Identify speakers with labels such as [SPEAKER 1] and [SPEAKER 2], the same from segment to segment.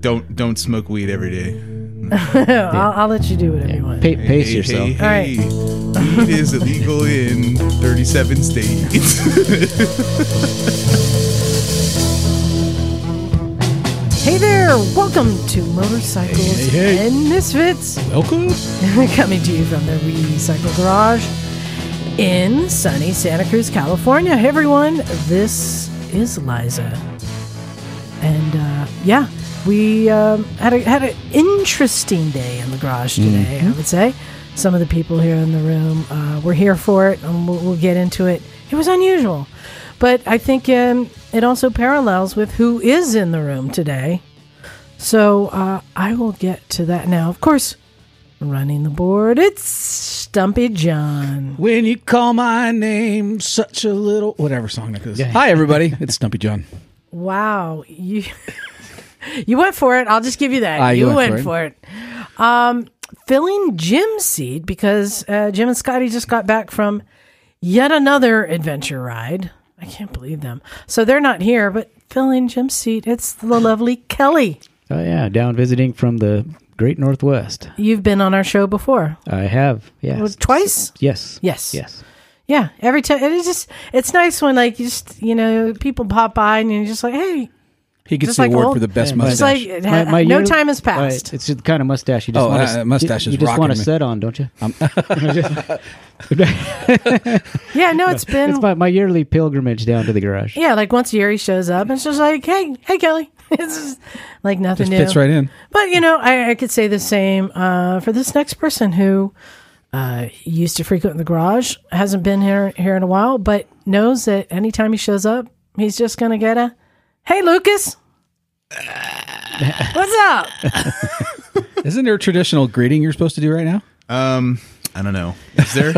[SPEAKER 1] don't don't smoke weed every day.
[SPEAKER 2] I'll, I'll let you do whatever you want.
[SPEAKER 3] Pa- pace
[SPEAKER 1] Hey,
[SPEAKER 3] yourself.
[SPEAKER 1] Hey,
[SPEAKER 2] All right.
[SPEAKER 1] hey. Weed is illegal in 37 states.
[SPEAKER 2] Hey there, welcome to Motorcycles
[SPEAKER 3] Hey, hey, hey.
[SPEAKER 2] and Misfits,
[SPEAKER 3] Welcome.
[SPEAKER 2] coming to you from the Wee Cycle Garage in sunny Santa Cruz, California. Hey everyone, this is Liza, and uh, yeah, we um, had a, had an interesting day in the garage today. I would say some of the people here in the room uh, were here for it, and we'll, we'll get into it. It was unusual, but I think um, it also parallels with who is in the room today. So uh, I will get to that now. Of course, running the board, it's Stumpy John.
[SPEAKER 4] When you call my name, such a little whatever song that goes. Hi everybody, it's Stumpy John.
[SPEAKER 2] Wow, you you went for it. I'll just give you that.
[SPEAKER 4] Ah,
[SPEAKER 2] you
[SPEAKER 4] you
[SPEAKER 2] went,
[SPEAKER 4] went
[SPEAKER 2] for it. Um, filling Jim's seat because uh, Jim and Scotty just got back from yet another adventure ride. I can't believe them. So they're not here, but filling Jim's seat, it's the lovely Kelly.
[SPEAKER 3] Oh yeah, down visiting from the Great Northwest.
[SPEAKER 2] You've been on our show before.
[SPEAKER 3] I have. Yes.
[SPEAKER 2] Was it twice?
[SPEAKER 3] yes.
[SPEAKER 2] Yes.
[SPEAKER 3] Yes.
[SPEAKER 2] Yeah. Every time it is just it's nice when like you just you know, people pop by and you're just like, Hey,
[SPEAKER 4] He gets
[SPEAKER 2] Just
[SPEAKER 4] the
[SPEAKER 2] like
[SPEAKER 4] award
[SPEAKER 2] old-
[SPEAKER 4] for the best
[SPEAKER 3] Yeah,
[SPEAKER 2] it's
[SPEAKER 4] mustache.
[SPEAKER 2] like it ha- no
[SPEAKER 3] yearly-
[SPEAKER 2] time has passed.
[SPEAKER 3] Right, It's the kind of mustache you just
[SPEAKER 4] Oh,
[SPEAKER 3] want
[SPEAKER 4] uh,
[SPEAKER 3] to,
[SPEAKER 4] uh, mustache
[SPEAKER 3] you,
[SPEAKER 4] is
[SPEAKER 3] you just want to
[SPEAKER 4] rocking me.
[SPEAKER 3] set on, don't you?
[SPEAKER 2] yeah, no, it's been
[SPEAKER 3] It's my, my yearly pilgrimage down to the garage.
[SPEAKER 2] Yeah, like once a year he shows up and it's just like, hey, hey, Kelly. It's just like nothing
[SPEAKER 4] Just
[SPEAKER 2] new.
[SPEAKER 4] fits right in.
[SPEAKER 2] But, you know, I, I could say the same uh, for this next person who uh, used to frequent the garage, hasn't been here, here in a while, but knows that anytime he shows up, he's just going to get a, hey, Lucas. What's up?
[SPEAKER 4] Isn't there a traditional greeting you're supposed to do right now?
[SPEAKER 1] um, I don't know. Is there?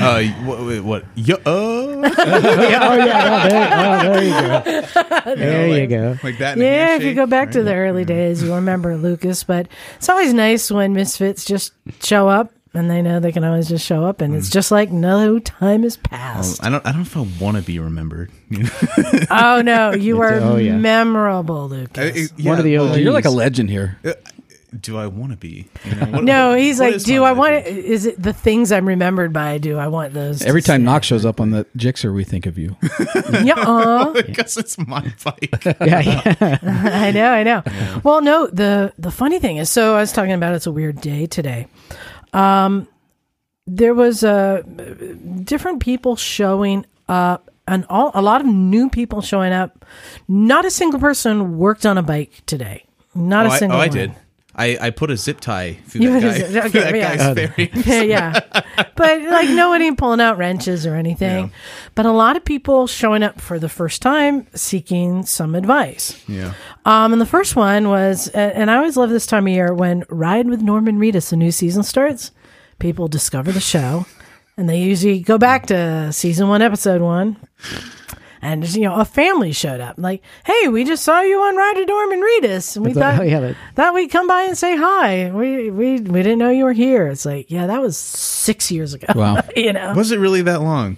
[SPEAKER 1] uh, what? Wait, what? Yo, uh,
[SPEAKER 3] oh yeah, no, there, well, there you go. There you go.
[SPEAKER 1] like that. in a
[SPEAKER 2] Yeah, if you
[SPEAKER 1] handshake,
[SPEAKER 2] go back to
[SPEAKER 1] right?
[SPEAKER 2] the early days, you remember Lucas. But it's always nice when misfits just show up and they know they can always just show up, and it's just like no time has passed.
[SPEAKER 1] Mm. Oh, I don't. I don't know if I want to be remembered.
[SPEAKER 2] oh no, you are
[SPEAKER 3] oh, yeah.
[SPEAKER 2] memorable,
[SPEAKER 1] I-
[SPEAKER 2] Lucas.
[SPEAKER 1] it- yeah,
[SPEAKER 3] of the
[SPEAKER 1] well,
[SPEAKER 3] OG.
[SPEAKER 4] You're like a legend here.
[SPEAKER 1] do I want to be? You know, what-
[SPEAKER 2] no,
[SPEAKER 1] what-
[SPEAKER 2] he's
[SPEAKER 1] what
[SPEAKER 2] like,
[SPEAKER 1] is
[SPEAKER 2] do
[SPEAKER 1] my
[SPEAKER 2] I want?
[SPEAKER 1] legacy?
[SPEAKER 2] It? Is it the things I'm remembered by? Do I want those?
[SPEAKER 4] Every time Knox shows up on the Jixer, we think of you.
[SPEAKER 2] yeah, uh-huh.
[SPEAKER 1] Because it's my bike.
[SPEAKER 3] Yeah, yeah.
[SPEAKER 2] I know, I know. Well, no, the the funny thing is, so I was talking about it's a weird day today. Um, there was uh, different people showing up, and all a lot of new people showing up. Not a single person worked on a bike today. Not
[SPEAKER 1] Oh,
[SPEAKER 2] a
[SPEAKER 1] I,
[SPEAKER 2] single.
[SPEAKER 1] oh, I
[SPEAKER 2] one.
[SPEAKER 1] did. I, I put a zip tie through that,
[SPEAKER 2] You put
[SPEAKER 1] guy,
[SPEAKER 2] a
[SPEAKER 1] Oh,
[SPEAKER 2] zip- okay,
[SPEAKER 1] through that
[SPEAKER 2] yeah.
[SPEAKER 1] guy's fairy.
[SPEAKER 2] yeah, yeah. But like nobody pulling out wrenches or anything. But a lot of people showing up for the first time seeking some advice.
[SPEAKER 1] Yeah.
[SPEAKER 2] Um, and the first one was, a- and I always love this time of year when Ride with Norman Reedus, the new season starts. People discover the show, and they usually go back to season one, episode one. And you know, a family showed up, like, "Hey, we just saw you on Ride with Norman Reedus, and we
[SPEAKER 3] It's like,
[SPEAKER 2] thought
[SPEAKER 3] oh, yeah, that-
[SPEAKER 2] thought we'd come by and say hi. We we we didn't know you were here." It's like, yeah, that was six years ago.
[SPEAKER 4] Wow.
[SPEAKER 2] you know,
[SPEAKER 1] Was it really that long?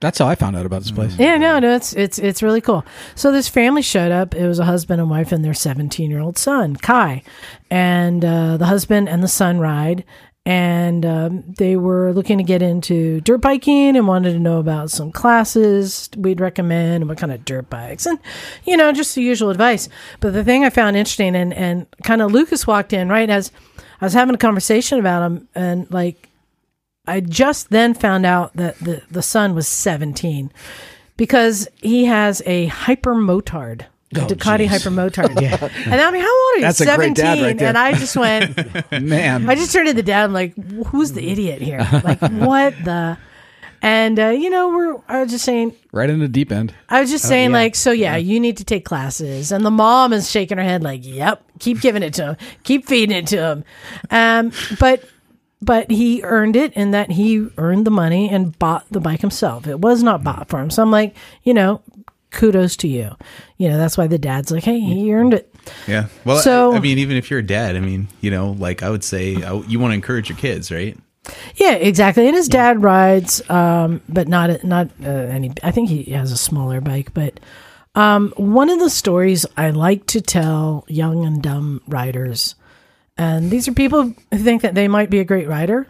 [SPEAKER 4] That's how I found out about this place.
[SPEAKER 2] yeah, no, no, it's it's it's really cool. So this family showed up. It was a husband and wife and their 17 year old son, Kai, and uh, the husband and the son ride, and um, they were looking to get into dirt biking and wanted to know about some classes we'd recommend and what kind of dirt bikes and you know just the usual advice. But the thing I found interesting and and kind of Lucas walked in right as I was having a conversation about him and like. I just then found out that the, the son was 17 because he has a hyper motard. Ducati hyper motard. And I mean, how old are you?
[SPEAKER 4] Oh, That's a
[SPEAKER 2] 17.
[SPEAKER 4] great dad right there.
[SPEAKER 2] And I just went,
[SPEAKER 4] Man.
[SPEAKER 2] I just turned to the dad. I'm like, who's the idiot here? Like, what the? And, uh, you know, we're, I was just saying,
[SPEAKER 4] right in the deep end.
[SPEAKER 2] I was just saying, like, so Uh, yeah, you need to take classes. And the mom is shaking her head, like, yep, keep giving it to him, keep feeding it to him. Um, but but he earned it in that he earned the money and bought the bike himself. It was not bought for him. So I'm like, you know, kudos to you. You know, that's why the dad's like, hey, he earned it.
[SPEAKER 1] Yeah. Well, I-
[SPEAKER 2] So-
[SPEAKER 1] I, mean, even if you're a dad, I mean, you know, like I would say, I, you want to encourage your kids, right?
[SPEAKER 2] Yeah, exactly. And his dad rides, um, but not not uh, any. I think he has a smaller bike, but Um, one of the stories I like to tell young and dumb writers, and these are people who think that they might be a great writer.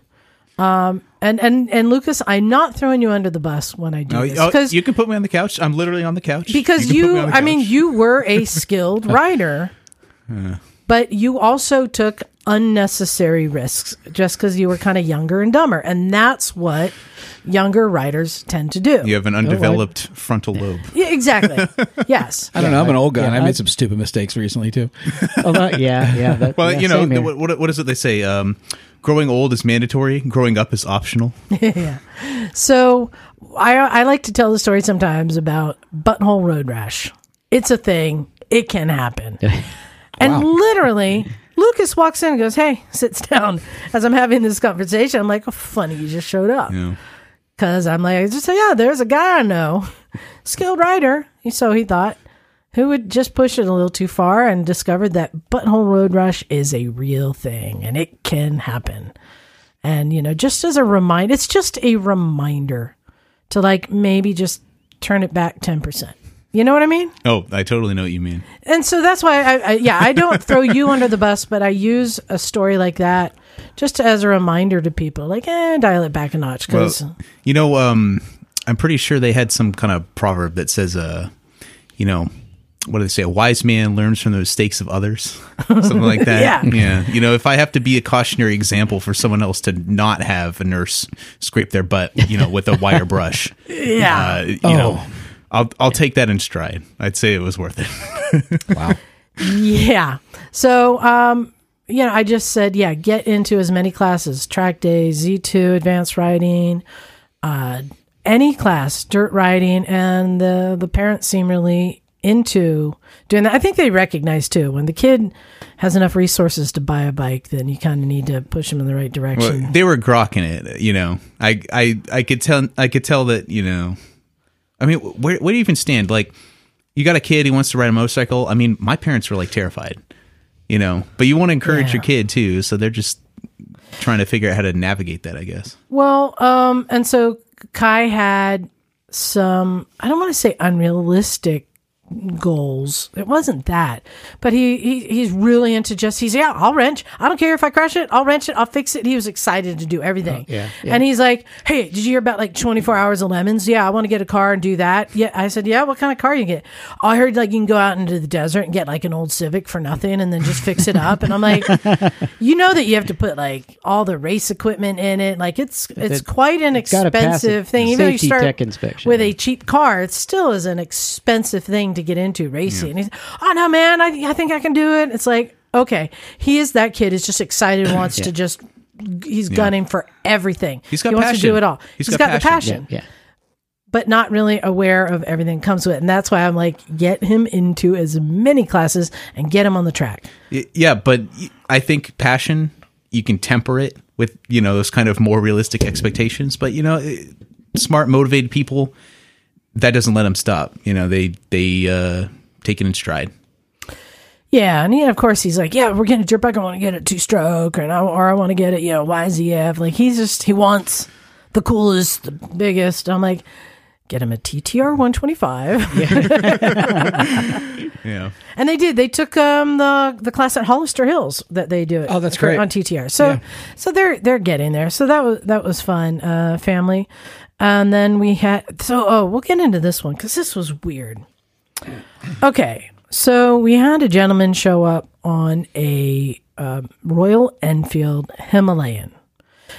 [SPEAKER 2] Um, and, and, and Lucas, I'm not throwing you under the bus when I do
[SPEAKER 1] No,
[SPEAKER 2] this
[SPEAKER 1] oh,
[SPEAKER 2] because
[SPEAKER 1] you can put me on the couch. I'm literally on the couch.
[SPEAKER 2] because
[SPEAKER 1] can put
[SPEAKER 2] you,
[SPEAKER 1] me on the
[SPEAKER 2] I mean,
[SPEAKER 1] couch.
[SPEAKER 2] you were a skilled writer, but you also took unnecessary risks just because you were kind of younger and dumber, and that's what younger writers tend to do.
[SPEAKER 1] you have an undeveloped frontal lobe.
[SPEAKER 2] Yeah, exactly. yes.
[SPEAKER 4] I don't know. I'm an old guy, and I
[SPEAKER 3] Yeah,
[SPEAKER 4] made
[SPEAKER 3] I-
[SPEAKER 4] some stupid mistakes recently too.
[SPEAKER 3] Oh, that- yeah, yeah. That,
[SPEAKER 1] Well,
[SPEAKER 3] yeah,
[SPEAKER 1] you know,
[SPEAKER 3] same here.
[SPEAKER 1] what, what, what is it they say? Um, growing old is mandatory. Growing up is optional.
[SPEAKER 2] yeah. So I I like to tell the story sometimes about butthole road rash. It's a thing. It can happen. And literally, Lucas walks in and goes, "Hey, sits down." As I'm having this conversation, I'm like, oh, "Funny, you just showed up."
[SPEAKER 1] Yeah.
[SPEAKER 2] Because I'm like, I just say, "Yeah, there's a guy I know, skilled writer." So he thought. Who would just push it a little too far and discovered that butthole road rash is a real thing and it can happen. And, you know, just as a reminder, it's just a reminder to like maybe just turn it back 10%. You know what I mean?
[SPEAKER 1] Oh, I totally know what you mean.
[SPEAKER 2] And so that's why I, I yeah, I don't throw you under the bus, but I use a story like that just as a reminder to people like, eh, dial it back a notch.
[SPEAKER 1] Well,
[SPEAKER 2] Cause
[SPEAKER 1] you know, um, I'm pretty sure they had some kind of proverb that says, uh, you know, what do they say? A wise man learns from the mistakes of others, something like that.
[SPEAKER 2] Yeah.
[SPEAKER 1] You know, if I have to be a cautionary example for someone else to not have a nurse scrape their butt, you know, with a wire brush,
[SPEAKER 2] yeah.
[SPEAKER 1] uh, you know, I'll I'll take that in stride. I'd say it was worth it.
[SPEAKER 2] Yeah. So, um, you know, I just said, yeah, get into as many classes track days, Z2, advanced writing, uh, any class, dirt writing. And the, the parents seem really into doing that. I think they recognize too when the kid has enough resources to buy a bike, then you kind of need to push him in the right direction.
[SPEAKER 1] Well, they were grokking it, you know. I, I, I could tell. I could tell that, you know. I mean, where, where do you even stand? Like, you got a kid who wants to ride a motorcycle. I mean, my parents were like terrified, you know. But you want to encourage
[SPEAKER 2] Yeah.
[SPEAKER 1] your kid too, so they're just trying to figure out how to navigate that. I guess.
[SPEAKER 2] Well, um, and so Kai had some I don't want to say unrealistic goals. It wasn't that. But he, he he's really into just he's yeah, I'll wrench. I don't care if I crash it, I'll wrench it, I'll fix it. He was excited to do everything.
[SPEAKER 3] Oh, yeah,
[SPEAKER 2] And he's like, Hey, did you hear about like twenty four hours of lemons? Yeah, I want to get a car and do that. Yeah. I said, Yeah, what kind of car you get? I heard like you can go out into the desert and get like an old civic for nothing and then just fix it up. And I'm like you know that you have to put like all the race equipment in it. Like it's it's
[SPEAKER 3] it-
[SPEAKER 2] quite an
[SPEAKER 3] gotta pass it.
[SPEAKER 2] expensive thing.
[SPEAKER 3] The
[SPEAKER 2] Even if you
[SPEAKER 3] safety
[SPEAKER 2] start
[SPEAKER 3] tech inspection,
[SPEAKER 2] with
[SPEAKER 3] yeah.
[SPEAKER 2] a cheap car, it still is an expensive thing to get into racing. And he's, oh no, man, I I think I can do it. It's like okay, he is that kid is just excited, wants to just he's gunning for everything.
[SPEAKER 1] He's got
[SPEAKER 2] he wants to do
[SPEAKER 1] passion.
[SPEAKER 2] it all.
[SPEAKER 1] He's
[SPEAKER 2] he's
[SPEAKER 1] got
[SPEAKER 2] got the
[SPEAKER 1] passion.
[SPEAKER 3] yeah.
[SPEAKER 2] passion but not really aware of everything that comes with it. And that's why I'm like, get him into as many classes and get him on the track.
[SPEAKER 1] Y- Yeah, but y- I think passion you can temper it with you know those kind of more realistic expectations. But you know, it- smart, motivated people that doesn't let them stop. You know, they they uh, take it in stride.
[SPEAKER 2] Yeah, and he, of course he's like, yeah, we're getting a dirt bike. I want to get a two stroke, and I, or I want to get it, you know, YZF. Like he's just he wants the coolest, the biggest. I'm like, get him a TTR 125,
[SPEAKER 1] Yeah.
[SPEAKER 2] and they did. They took um the the class at Hollister Hills that they do it.
[SPEAKER 4] Oh, that's
[SPEAKER 2] for-
[SPEAKER 4] great.
[SPEAKER 2] on TTR. So so they're they're getting there. So that was that was fun, uh, family. And then we had so oh we'll get into this one because this was weird. Okay, so we had a gentleman show up on a um Royal Enfield Himalayan,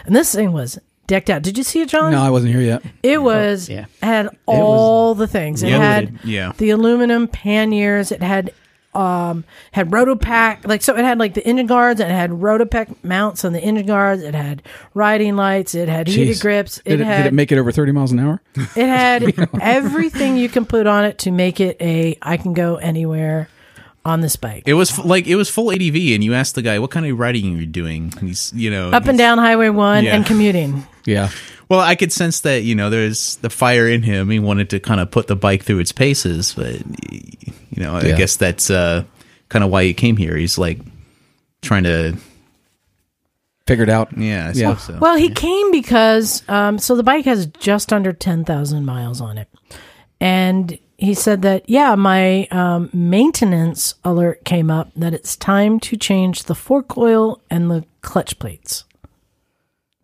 [SPEAKER 2] and this thing was decked out. Did you see it, John?
[SPEAKER 4] No, I wasn't here yet.
[SPEAKER 2] It was
[SPEAKER 3] yeah.
[SPEAKER 2] had all the things. It
[SPEAKER 1] Yeah.
[SPEAKER 2] had
[SPEAKER 1] Yeah.
[SPEAKER 2] the aluminum panniers. It had um had rotopack like so it had like the engine guards and it had rotopack mounts on the engine guards. It had riding lights. It had heated
[SPEAKER 4] Jeez.
[SPEAKER 2] grips. It
[SPEAKER 4] Did it,
[SPEAKER 2] had
[SPEAKER 4] did it make it over 30 miles an hour?
[SPEAKER 2] it had everything you can put on it to make it a I can go anywhere on this bike.
[SPEAKER 1] It was f- like it was full ADV, and you asked the guy, "What kind of riding are you doing?" And he's, you know,
[SPEAKER 2] Up and down Highway One
[SPEAKER 1] Yeah.
[SPEAKER 2] and commuting.
[SPEAKER 4] Yeah.
[SPEAKER 1] Well, I could sense that you know there's the fire in him. He wanted to kind of put the bike through its paces, but you know, I
[SPEAKER 4] Yeah.
[SPEAKER 1] guess that's uh, kind of why he came here. He's like trying to,
[SPEAKER 4] Figured out.
[SPEAKER 1] yeah, I
[SPEAKER 4] Yeah.
[SPEAKER 1] suppose so.
[SPEAKER 2] Well, he came because um, so the bike has just under ten thousand miles on it, and he said that yeah, my um, maintenance alert came up that it's time to change the fork oil and the clutch plates,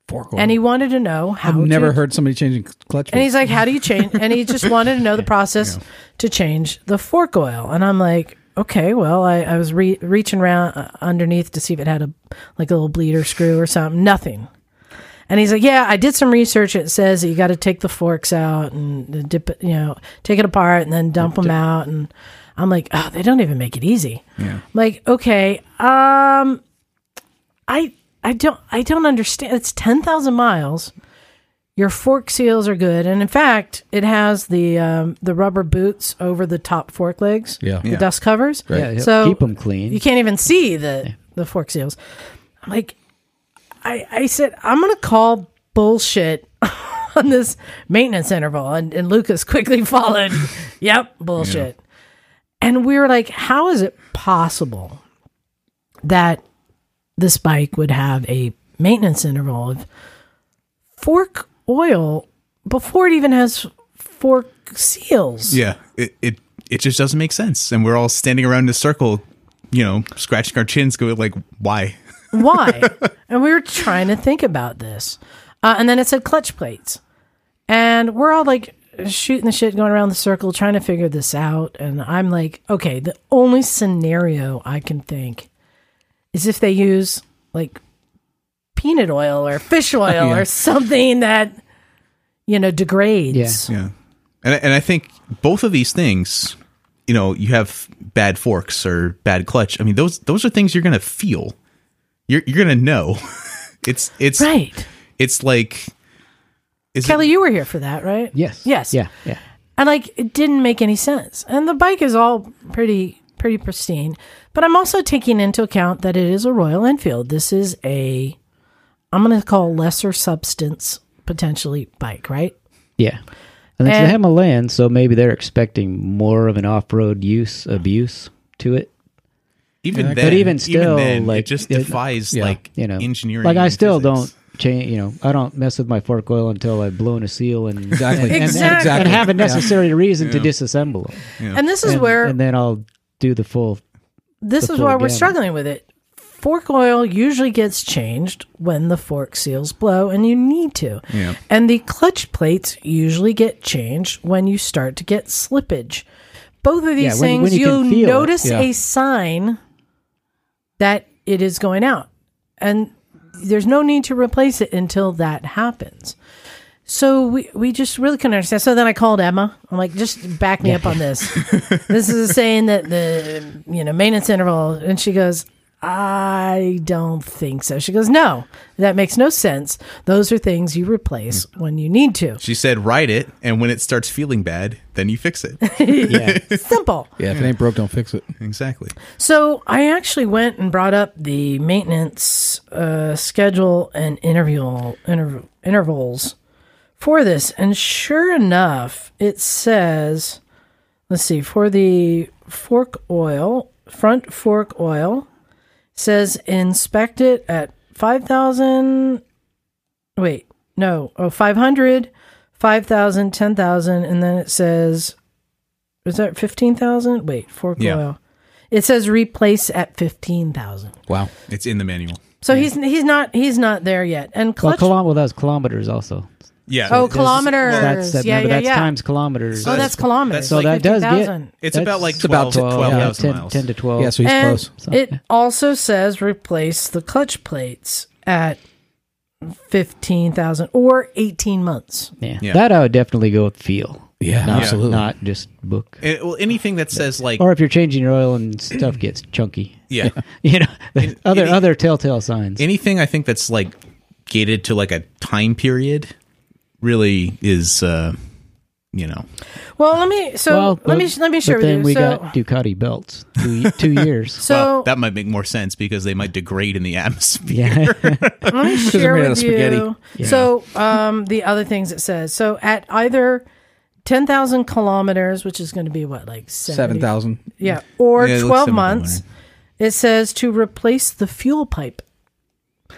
[SPEAKER 4] Fork
[SPEAKER 2] and he wanted to know how.
[SPEAKER 4] I've never
[SPEAKER 2] to,
[SPEAKER 4] heard somebody changing clutch.
[SPEAKER 2] And he's like, "How do you change?" And he just wanted to know the process to change the fork oil. And I'm like, "Okay, well, I, I was re- reaching around uh, underneath to see if it had a like a little bleeder screw or something. Nothing." And he's like, "Yeah, I did some research. It says that you got to take the forks out and dip it, you know, take it apart and then dump them out." And I'm like, "Oh, they don't even make it easy." I'm like, "Okay, um, I." I don't I don't understand. It's 10,000 miles. Your fork seals are good, and in fact, it has the um, the rubber boots over the top fork legs.
[SPEAKER 4] Yeah.
[SPEAKER 2] the
[SPEAKER 4] Yeah.
[SPEAKER 2] dust covers.
[SPEAKER 5] Yeah, yeah.
[SPEAKER 2] so
[SPEAKER 5] Keep 'em clean.
[SPEAKER 2] You can't even see the the fork seals. I'm like, I I said I'm gonna call bullshit on this maintenance interval, and and Lucas quickly followed. yep, bullshit. And we were like, how is it possible that this bike would have a maintenance interval of fork oil before it even has fork seals.
[SPEAKER 1] Yeah, it, it it just doesn't make sense, and we're all standing around in a circle, you know, scratching our chins, going like, "Why?"
[SPEAKER 2] Why? and we were trying to think about this. Uh, and then it said clutch plates. And we're all like shooting the shit, going around the circle, trying to figure this out. And I'm like, okay, the only scenario I can think is if they use like peanut oil or fish oil or something that, you know, degrades.
[SPEAKER 1] Yeah, and I- and I think both of these things, you know, you have bad forks or bad clutch. I mean, those those are things you're gonna feel. You're you're gonna know. it's it's
[SPEAKER 2] Right.
[SPEAKER 1] it's like. Is it-
[SPEAKER 2] Kelly, you were here for that, right?
[SPEAKER 5] Yes.
[SPEAKER 2] Yes.
[SPEAKER 5] Yeah. Yeah.
[SPEAKER 2] and like it didn't make any sense. And the bike is all pretty pretty pristine, but I'm also taking into account that it is a Royal Enfield. This is a I'm going to call lesser substance potentially bike, right?
[SPEAKER 5] Yeah. And it's
[SPEAKER 2] And-
[SPEAKER 5] the Himalayan, so maybe they're expecting more of an off-road use abuse to it.
[SPEAKER 1] even then,
[SPEAKER 5] But even still,
[SPEAKER 1] then,
[SPEAKER 5] like,
[SPEAKER 1] it just
[SPEAKER 5] it-
[SPEAKER 1] defies like
[SPEAKER 5] You know,
[SPEAKER 1] engineering.
[SPEAKER 5] Like I
[SPEAKER 1] and
[SPEAKER 5] still
[SPEAKER 1] physics.
[SPEAKER 5] don't change. You know, I don't mess with my fork oil until I've blown a seal and
[SPEAKER 4] Exactly.
[SPEAKER 5] and, and-
[SPEAKER 2] Exactly.
[SPEAKER 5] and have a necessary reason to
[SPEAKER 1] Yeah.
[SPEAKER 5] disassemble them.
[SPEAKER 2] And this is
[SPEAKER 5] and,
[SPEAKER 2] where
[SPEAKER 5] and then I'll do the full.
[SPEAKER 2] this
[SPEAKER 5] the
[SPEAKER 2] is
[SPEAKER 5] full
[SPEAKER 2] why we're
[SPEAKER 5] gamut.
[SPEAKER 2] struggling with it. Fork oil usually gets changed when the fork seals blow and you need to.
[SPEAKER 1] Yeah.
[SPEAKER 2] And the clutch plates usually get changed when you start to get slippage. Both of these
[SPEAKER 5] Yeah, when-
[SPEAKER 2] things
[SPEAKER 5] when you
[SPEAKER 2] you
[SPEAKER 5] can feel it,
[SPEAKER 2] notice
[SPEAKER 4] yeah.
[SPEAKER 2] a sign that it is going out. And there's no need to replace it until that happens. So we, we just really couldn't understand. So then I called Emma. I'm like, just back me up on this. this is saying that the you know maintenance interval, and she goes, I don't think so. She goes, No, that makes no sense. Those are things you replace when you need to.
[SPEAKER 1] She said, "Write it, and when it starts feeling bad, then you fix it."
[SPEAKER 5] Yeah.
[SPEAKER 2] Simple.
[SPEAKER 4] Yeah, if it ain't broke, don't fix it.
[SPEAKER 1] exactly.
[SPEAKER 2] So I actually went and brought up the maintenance uh, schedule and interval interv- intervals for this, and sure enough, it says, let's see, for the fork oil, front fork oil, says inspect it at five thousand. Wait, no, oh, 500, 5,000, 10,000, and then it says, is that fifteen thousand? Wait, fork
[SPEAKER 1] Yeah.
[SPEAKER 2] oil. It says replace at fifteen thousand.
[SPEAKER 4] Wow.
[SPEAKER 1] It's in the manual.
[SPEAKER 2] So he's he's not he's not there yet. And
[SPEAKER 5] well,
[SPEAKER 2] clutch.
[SPEAKER 5] kilom- well, that was kilometers also.
[SPEAKER 1] Yeah.
[SPEAKER 2] oh,
[SPEAKER 1] It's-
[SPEAKER 2] kilometers.
[SPEAKER 5] That's that,
[SPEAKER 2] yeah,
[SPEAKER 5] remember,
[SPEAKER 2] yeah,
[SPEAKER 5] that's
[SPEAKER 2] yeah.
[SPEAKER 5] times kilometers.
[SPEAKER 2] oh, that's kilometers.
[SPEAKER 1] So
[SPEAKER 5] that does get-
[SPEAKER 2] 15,000.
[SPEAKER 1] It's
[SPEAKER 5] That's-
[SPEAKER 1] about like
[SPEAKER 5] it's
[SPEAKER 1] twelve
[SPEAKER 4] about
[SPEAKER 1] to
[SPEAKER 4] 12, yeah,
[SPEAKER 1] twelve
[SPEAKER 5] yeah,
[SPEAKER 1] thousand
[SPEAKER 5] 10,
[SPEAKER 1] miles.
[SPEAKER 5] 10 to twelve.
[SPEAKER 4] Yeah, so he's
[SPEAKER 2] And
[SPEAKER 4] close.
[SPEAKER 2] it also says replace the clutch plates at fifteen thousand or eighteen months.
[SPEAKER 5] yeah.
[SPEAKER 1] Yeah.
[SPEAKER 5] that I would definitely go with feel.
[SPEAKER 4] Yeah,
[SPEAKER 5] not,
[SPEAKER 4] absolutely.
[SPEAKER 5] Not just book.
[SPEAKER 1] And- well, anything that says like
[SPEAKER 5] or if you're changing your oil and stuff gets chunky.
[SPEAKER 1] yeah,
[SPEAKER 5] You know, there's other
[SPEAKER 1] any-
[SPEAKER 5] other telltale signs.
[SPEAKER 1] anything I think that's like gated to like a time period really is uh you know
[SPEAKER 2] Well, let me so let me let me share
[SPEAKER 5] but
[SPEAKER 2] with
[SPEAKER 5] then
[SPEAKER 2] you.
[SPEAKER 5] we
[SPEAKER 2] so
[SPEAKER 5] got Ducati belts. Two, y- two years.
[SPEAKER 2] so
[SPEAKER 1] well, that might make more sense because they might degrade in the atmosphere.
[SPEAKER 5] Yeah.
[SPEAKER 2] let me
[SPEAKER 4] they're
[SPEAKER 2] share
[SPEAKER 4] made out
[SPEAKER 2] with
[SPEAKER 4] of spaghetti.
[SPEAKER 2] you. So, um, the other things it says. So, at either ten thousand kilometers, which is going to be what, like 70?
[SPEAKER 4] Seven thousand.
[SPEAKER 2] yeah, or
[SPEAKER 1] Yeah, it looks
[SPEAKER 2] twelve
[SPEAKER 1] similar to
[SPEAKER 2] months, it says to replace the fuel pipe.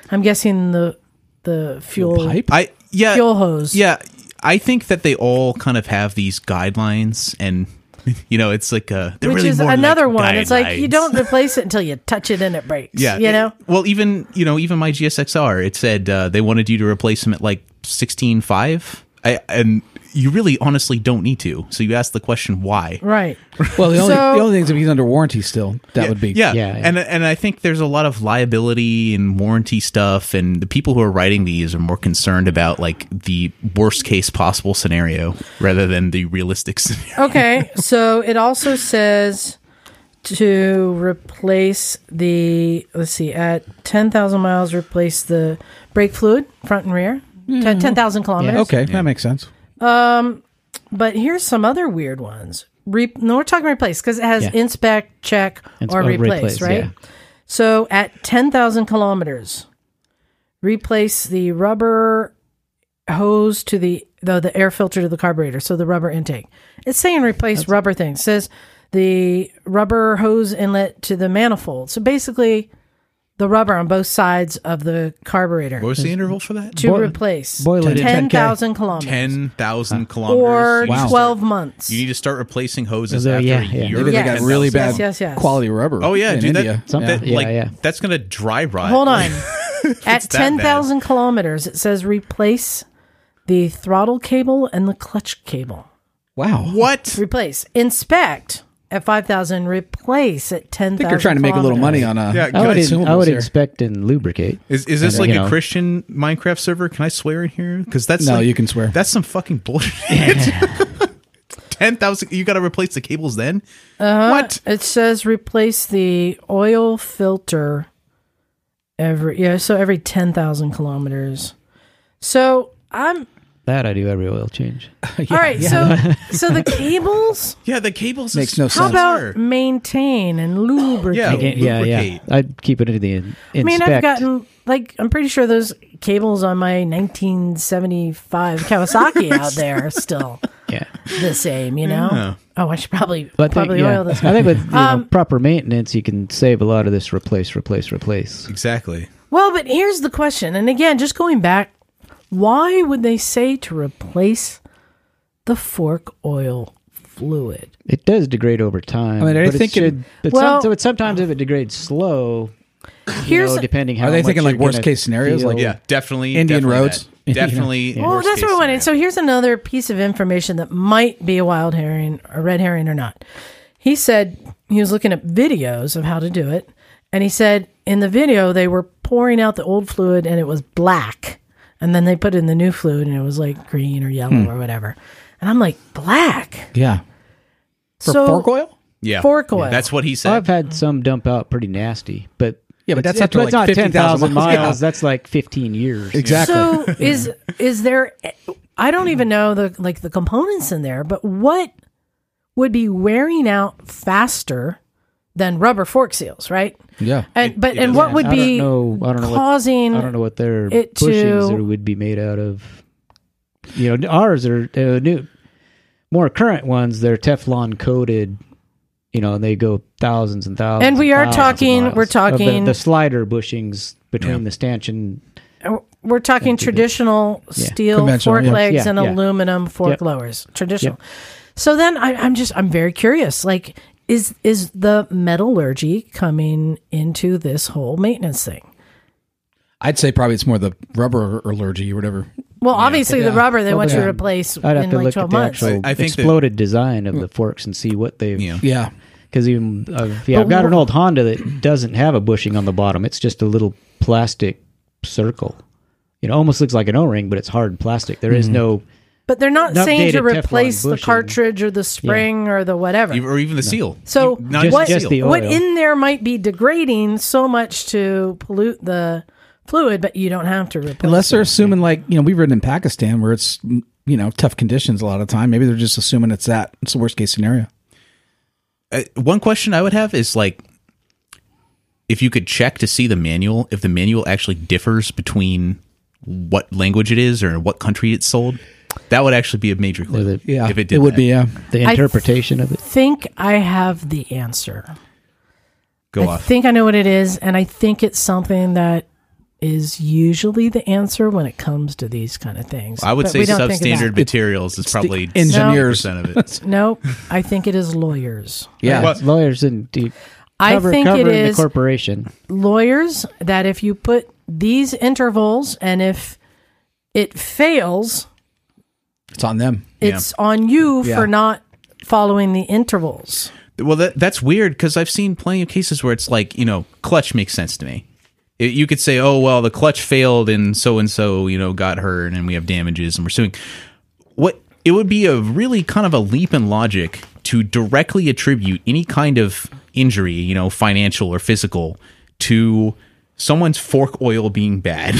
[SPEAKER 2] I'm guessing the the fuel fuel,
[SPEAKER 4] Pipe.
[SPEAKER 1] I yeah
[SPEAKER 2] hose.
[SPEAKER 1] yeah I think that they all kind of have these guidelines and you know, it's like uh, they're
[SPEAKER 2] Which
[SPEAKER 1] really
[SPEAKER 2] is
[SPEAKER 1] more like
[SPEAKER 2] another one. It's like you
[SPEAKER 1] guidelines.
[SPEAKER 2] don't replace it until you touch it and it breaks.
[SPEAKER 1] Yeah,
[SPEAKER 2] You know?
[SPEAKER 1] it- well, even you know, even my GSXR, it said uh, they wanted you to replace them at like sixteen five, and you really honestly don't need to. So you ask the question why.
[SPEAKER 2] Right.
[SPEAKER 4] Well, the only,
[SPEAKER 2] So-
[SPEAKER 4] the only thing is if he's under warranty still, that would be.
[SPEAKER 1] Yeah.
[SPEAKER 5] Yeah, yeah.
[SPEAKER 1] and and I think there's a lot of liability and warranty stuff, and the people who are writing these are more concerned about like the worst case possible scenario rather than the realistic scenario.
[SPEAKER 2] Okay. so it also says to replace the, let's see, at 10,000 miles, replace the brake fluid, front and rear, Ten ten thousand kilometers.
[SPEAKER 4] Okay, that makes sense.
[SPEAKER 2] But here's some other weird ones. Re- no, we're talking replace because it has
[SPEAKER 5] Yeah.
[SPEAKER 2] inspect, check,
[SPEAKER 5] Ins-
[SPEAKER 2] or
[SPEAKER 5] or
[SPEAKER 2] replace,
[SPEAKER 5] replace,
[SPEAKER 2] right?
[SPEAKER 5] yeah.
[SPEAKER 2] So at 10,000 kilometers, replace the rubber hose to the, the the air filter to the carburetor, so the rubber intake. It's saying replace rubber things. It says the rubber hose inlet to the manifold. So basically, the rubber on both sides of the carburetor
[SPEAKER 1] What was the interval for that?
[SPEAKER 2] to
[SPEAKER 5] Boil-
[SPEAKER 2] replace
[SPEAKER 5] boil it in
[SPEAKER 2] 10,000 kilometers
[SPEAKER 1] Ten thousand kilometers
[SPEAKER 2] or
[SPEAKER 1] You need to start-
[SPEAKER 2] 12 months.
[SPEAKER 1] You need to start replacing hoses
[SPEAKER 5] Although,
[SPEAKER 1] after
[SPEAKER 5] yeah,
[SPEAKER 1] a
[SPEAKER 5] yeah.
[SPEAKER 1] year.
[SPEAKER 4] Maybe
[SPEAKER 2] Yes,
[SPEAKER 4] they got really
[SPEAKER 2] yes,
[SPEAKER 4] bad
[SPEAKER 2] yes, yes.
[SPEAKER 4] quality rubber.
[SPEAKER 1] Oh yeah,
[SPEAKER 4] in
[SPEAKER 1] dude,
[SPEAKER 4] India.
[SPEAKER 1] that, that
[SPEAKER 5] Yeah,
[SPEAKER 1] like
[SPEAKER 5] yeah.
[SPEAKER 1] that's gonna dry rot.
[SPEAKER 2] Hold on.
[SPEAKER 1] that
[SPEAKER 2] At
[SPEAKER 1] bad.
[SPEAKER 2] 10,000 kilometers, it says replace the throttle cable and the clutch cable.
[SPEAKER 4] Wow.
[SPEAKER 1] What?
[SPEAKER 2] Replace. Inspect at 5,000. Replace at 10,000.
[SPEAKER 4] I think you're trying to make a little money on a.
[SPEAKER 1] Yeah,
[SPEAKER 5] I would,
[SPEAKER 4] consumables
[SPEAKER 5] I would
[SPEAKER 4] here.
[SPEAKER 5] expect and lubricate.
[SPEAKER 1] Is, is this
[SPEAKER 5] And,
[SPEAKER 1] like
[SPEAKER 5] you
[SPEAKER 1] a
[SPEAKER 5] know.
[SPEAKER 1] Christian Minecraft server? Can I swear in here? Because that's
[SPEAKER 4] No,
[SPEAKER 1] like-
[SPEAKER 4] you can swear.
[SPEAKER 1] That's some fucking bullshit. Ten thousand. You got to replace the cables then.
[SPEAKER 2] Uh-huh.
[SPEAKER 1] What?
[SPEAKER 2] It says replace the oil filter every, yeah, so every 10,000 kilometers. So I'm,
[SPEAKER 5] That I do every oil change.
[SPEAKER 2] all right, so so the cables,
[SPEAKER 1] Yeah, the cables
[SPEAKER 4] Makes
[SPEAKER 1] is
[SPEAKER 4] no
[SPEAKER 2] how
[SPEAKER 4] sense.
[SPEAKER 2] about maintain and lubricate?
[SPEAKER 1] Yeah,
[SPEAKER 5] Yeah, yeah, yeah.
[SPEAKER 1] Lubricate.
[SPEAKER 5] I'd keep it in the in, inspect.
[SPEAKER 2] I mean, I've gotten like I'm pretty sure those cables on my 1975 Kawasaki out there are still
[SPEAKER 5] yeah.
[SPEAKER 2] the same. You know?
[SPEAKER 1] Yeah.
[SPEAKER 2] Oh, I should probably
[SPEAKER 5] But
[SPEAKER 2] probably
[SPEAKER 5] the, yeah.
[SPEAKER 2] oil Um, this.
[SPEAKER 5] I think with you know, proper maintenance, you can save a lot of this replace, replace, replace.
[SPEAKER 1] Exactly.
[SPEAKER 2] Well, but here's the question, and again, just going back, why would they say to replace the fork oil fluid?
[SPEAKER 5] It does degrade over time.
[SPEAKER 4] I mean, are they
[SPEAKER 5] but it
[SPEAKER 4] thinking-
[SPEAKER 5] should- but
[SPEAKER 2] Well-
[SPEAKER 5] some, so it's sometimes if it degrades slow, you
[SPEAKER 2] Here's
[SPEAKER 5] know, depending how
[SPEAKER 4] Are they
[SPEAKER 5] much
[SPEAKER 4] thinking,
[SPEAKER 5] you're
[SPEAKER 4] like, worst
[SPEAKER 5] gonna
[SPEAKER 4] case scenarios?
[SPEAKER 5] feel-
[SPEAKER 4] Like,
[SPEAKER 1] Yeah, definitely.
[SPEAKER 4] Indian
[SPEAKER 1] definitely
[SPEAKER 4] roads.
[SPEAKER 1] that. Definitely.
[SPEAKER 2] Well,
[SPEAKER 1] worst
[SPEAKER 2] that's
[SPEAKER 1] case
[SPEAKER 2] what I wanted.
[SPEAKER 1] scenario.
[SPEAKER 2] So here's another piece of information that might be a wild herring, a red herring or not. He said he was looking at videos of how to do it, and he said in the video they were pouring out the old fluid and it was black, and then they put in the new fluid and it was like green or yellow or whatever. And I'm like, black.
[SPEAKER 4] Yeah. For
[SPEAKER 2] so
[SPEAKER 4] fork oil?
[SPEAKER 1] Yeah.
[SPEAKER 2] fork oil.
[SPEAKER 1] That's what he said.
[SPEAKER 5] I've had some dump out pretty nasty, but
[SPEAKER 4] Yeah, but that's
[SPEAKER 5] it's,
[SPEAKER 4] after,
[SPEAKER 5] it's
[SPEAKER 4] like,
[SPEAKER 5] not miles.
[SPEAKER 4] 15,000 miles. Yeah.
[SPEAKER 5] That's like fifteen years.
[SPEAKER 4] Exactly.
[SPEAKER 2] so is is there? I don't even know the like the components in there, but what would be wearing out faster than rubber fork seals, right?
[SPEAKER 4] yeah.
[SPEAKER 2] And but
[SPEAKER 1] doesn't
[SPEAKER 2] and what would
[SPEAKER 5] I don't
[SPEAKER 2] be
[SPEAKER 5] know. I don't know. What,
[SPEAKER 2] causing?
[SPEAKER 5] I don't know what their
[SPEAKER 2] it to-
[SPEAKER 5] bushings there would be made out of. You know, ours are uh, new, more current ones. They're Teflon coated. You know, and they go thousands and thousands.
[SPEAKER 2] And we are
[SPEAKER 5] thousands of
[SPEAKER 2] talking-
[SPEAKER 5] miles
[SPEAKER 2] we're
[SPEAKER 5] of the-
[SPEAKER 2] talking-
[SPEAKER 5] the, slider bushings between the stanchion.
[SPEAKER 2] We're talking traditional steel
[SPEAKER 4] Conventional,
[SPEAKER 2] fork
[SPEAKER 4] yeah.
[SPEAKER 2] legs
[SPEAKER 5] Yeah,
[SPEAKER 2] and
[SPEAKER 5] yeah.
[SPEAKER 2] aluminum fork
[SPEAKER 5] Yep.
[SPEAKER 2] lowers. Traditional. So then I, I'm just I'm very curious. Like, is is the metallurgy coming into this whole maintenance thing?
[SPEAKER 4] I'd say probably it's more the rubber allergy or whatever.
[SPEAKER 2] Well, obviously the
[SPEAKER 4] Yeah.
[SPEAKER 2] rubber they want you to
[SPEAKER 4] yeah.
[SPEAKER 2] replace
[SPEAKER 5] I'd have
[SPEAKER 2] in
[SPEAKER 5] to
[SPEAKER 2] like
[SPEAKER 5] look at
[SPEAKER 2] twelve
[SPEAKER 5] the
[SPEAKER 2] months.
[SPEAKER 5] actual
[SPEAKER 1] I think that-
[SPEAKER 5] exploded design of the forks and see what they've.
[SPEAKER 1] Yeah.
[SPEAKER 4] Mm. Yeah.
[SPEAKER 5] Because even I've, yeah, I've got an old Honda that doesn't have a bushing on the bottom. It's just a little plastic circle. You know, almost looks like an O-ring, but it's hard plastic. There
[SPEAKER 2] Mm-hmm.
[SPEAKER 5] is no
[SPEAKER 2] But they're not
[SPEAKER 5] An
[SPEAKER 2] saying to
[SPEAKER 5] updated Teflon
[SPEAKER 2] replace the
[SPEAKER 5] bushing.
[SPEAKER 2] cartridge or the spring or the whatever.
[SPEAKER 1] or even the seal.
[SPEAKER 2] So
[SPEAKER 1] You- not
[SPEAKER 5] Just-
[SPEAKER 1] even
[SPEAKER 2] what,
[SPEAKER 1] the
[SPEAKER 5] just
[SPEAKER 1] seal.
[SPEAKER 5] the-
[SPEAKER 2] what
[SPEAKER 5] oil.
[SPEAKER 2] in there might be degrading so much to pollute the fluid, but you don't have to replace.
[SPEAKER 4] Unless
[SPEAKER 2] it.
[SPEAKER 4] they're assuming, like, you know, we've ridden in Pakistan where it's, mm, you know, tough conditions a lot of time. Maybe they're just assuming it's that. It's the worst case scenario.
[SPEAKER 1] Uh, one question I would have is like, if you could check to see the manual, if the manual actually differs between what language it is or what country it's sold, that would actually be a major clue.
[SPEAKER 5] the-
[SPEAKER 4] Yeah.
[SPEAKER 1] if it did,
[SPEAKER 4] would
[SPEAKER 1] that.
[SPEAKER 4] be, yeah.
[SPEAKER 5] the
[SPEAKER 2] I-
[SPEAKER 5] interpretation of it.
[SPEAKER 2] think I have the answer.
[SPEAKER 1] Go
[SPEAKER 2] I
[SPEAKER 1] off.
[SPEAKER 2] think I know what it is, and I think it's something that is usually the answer when it comes to these kind of things.
[SPEAKER 1] I would
[SPEAKER 2] But
[SPEAKER 1] say
[SPEAKER 2] we don't think of
[SPEAKER 1] substandard
[SPEAKER 2] that.
[SPEAKER 1] materials is probably
[SPEAKER 4] engineers.
[SPEAKER 1] 70% of it.
[SPEAKER 2] Nope, I think it is lawyers.
[SPEAKER 4] Yeah.
[SPEAKER 5] It's lawyers and the
[SPEAKER 2] I
[SPEAKER 5] cover,
[SPEAKER 2] think
[SPEAKER 5] covering
[SPEAKER 2] it is
[SPEAKER 5] the corporation.
[SPEAKER 2] lawyers that if you put these intervals and if it fails,
[SPEAKER 4] it's on them.
[SPEAKER 2] it's on you
[SPEAKER 4] Yeah.
[SPEAKER 2] for not following the intervals.
[SPEAKER 1] Well, that, that's weird because I've seen plenty of cases where it's like, you know, clutch makes sense to me. It, you could say, oh, well, the clutch failed and so and so, you know, got hurt and we have damages and we're suing. What it would be a really kind of a leap in logic to directly attribute any kind of injury, you know, financial or physical, to someone's fork oil being bad.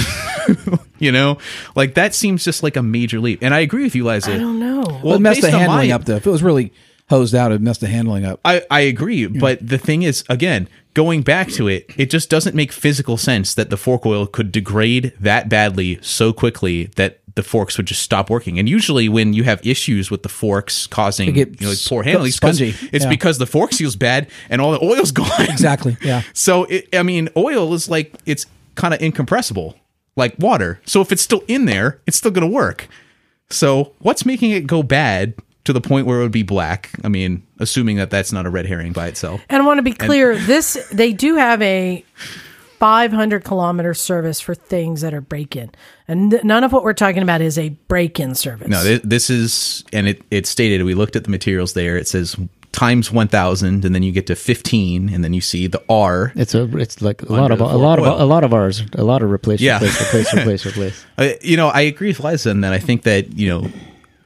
[SPEAKER 1] you know, like that seems just like a major leap. And I agree with you, Liza.
[SPEAKER 2] I don't know.
[SPEAKER 1] Well,
[SPEAKER 4] it messed the
[SPEAKER 1] based on
[SPEAKER 4] handling
[SPEAKER 1] my-
[SPEAKER 4] up though. If it was really hosed out, it messed the handling up.
[SPEAKER 1] I, I agree, but the thing is, again, going back to it, it just doesn't make physical sense that the fork oil could degrade that badly so quickly that the forks would just stop working. And usually, when you have issues with the forks causing
[SPEAKER 4] They
[SPEAKER 1] you
[SPEAKER 4] get
[SPEAKER 1] know, like poor
[SPEAKER 4] sp-
[SPEAKER 1] handling, it's 'cause-
[SPEAKER 4] spongy.
[SPEAKER 1] it's
[SPEAKER 4] Yeah.
[SPEAKER 1] because the fork seal's bad and all the oil's gone.
[SPEAKER 4] Exactly. Yeah.
[SPEAKER 1] So, it, I mean, oil is like it's kind of incompressible, like water. So if it's still in there, it's still going to work. So what's making it go bad to the point where it would be black? I mean, assuming that that's not a red herring by itself.
[SPEAKER 2] And I want to be clear, this they do have a 500 kilometer service for things that are break in, and th- none of what we're talking about is a break in service.
[SPEAKER 1] No, thi- this is, and it it's stated. We looked at the materials there. It says times one thousand, and then you get to fifteen, and then you see the R.
[SPEAKER 5] It's a it's like a lot
[SPEAKER 1] Under
[SPEAKER 5] of
[SPEAKER 1] the
[SPEAKER 5] a lot of
[SPEAKER 1] fork oil.
[SPEAKER 5] a lot of ours, a lot of replace,
[SPEAKER 1] Yeah.
[SPEAKER 5] replace, replace, replace, replace.
[SPEAKER 1] Uh, you know, I agree with Liza in that I think that you know,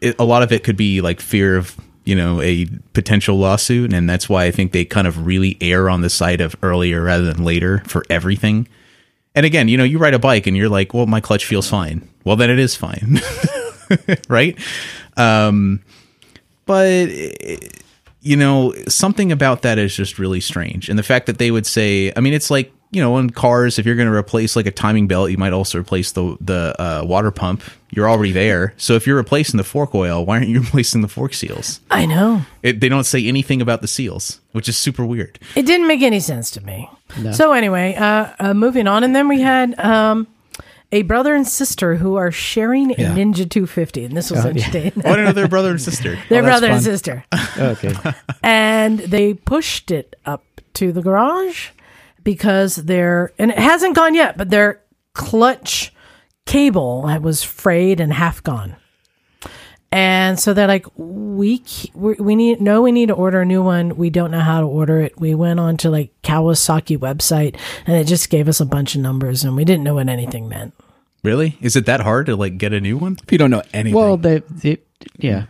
[SPEAKER 1] it, a lot of it could be like fear of you know a potential lawsuit, and that's why I think they kind of really err on the side of earlier rather than later for everything. And again, you know, you ride a bike and you're like, well, my clutch feels fine. Well, then it is fine, right? Um, but you know, something about that is just really strange. And the fact that they would say, I mean, it's like, you know, on cars, if you're going to replace like a timing belt, you might also replace the the uh, water pump. You're already there. So if you're replacing the fork oil, why aren't you replacing the fork seals?
[SPEAKER 2] I know.
[SPEAKER 1] It, they don't say anything about the seals, which is super weird.
[SPEAKER 2] It didn't make any sense to me. So anyway, uh, uh, moving on, and then we had um, a brother and sister who are sharing a
[SPEAKER 4] Yeah. Uh,
[SPEAKER 2] Ninja 250, and this was entertaining.
[SPEAKER 1] Oh, I don't know their brother and sister. Oh,
[SPEAKER 2] They're
[SPEAKER 4] that's
[SPEAKER 2] brother and
[SPEAKER 4] fun.
[SPEAKER 2] sister,
[SPEAKER 5] Okay,
[SPEAKER 2] and they pushed it up to the garage because they're and it hasn't gone yet, but their clutch cable was frayed and half gone. And so they're like, we c- we we need no, we need to order a new one. We don't know how to order it. We went on to like Kawasaki website, and it just gave us a bunch of numbers, and we didn't know what anything meant.
[SPEAKER 1] Really? Is it that hard to like get a new one?
[SPEAKER 4] If you don't know anything,
[SPEAKER 5] well, they, they yeah,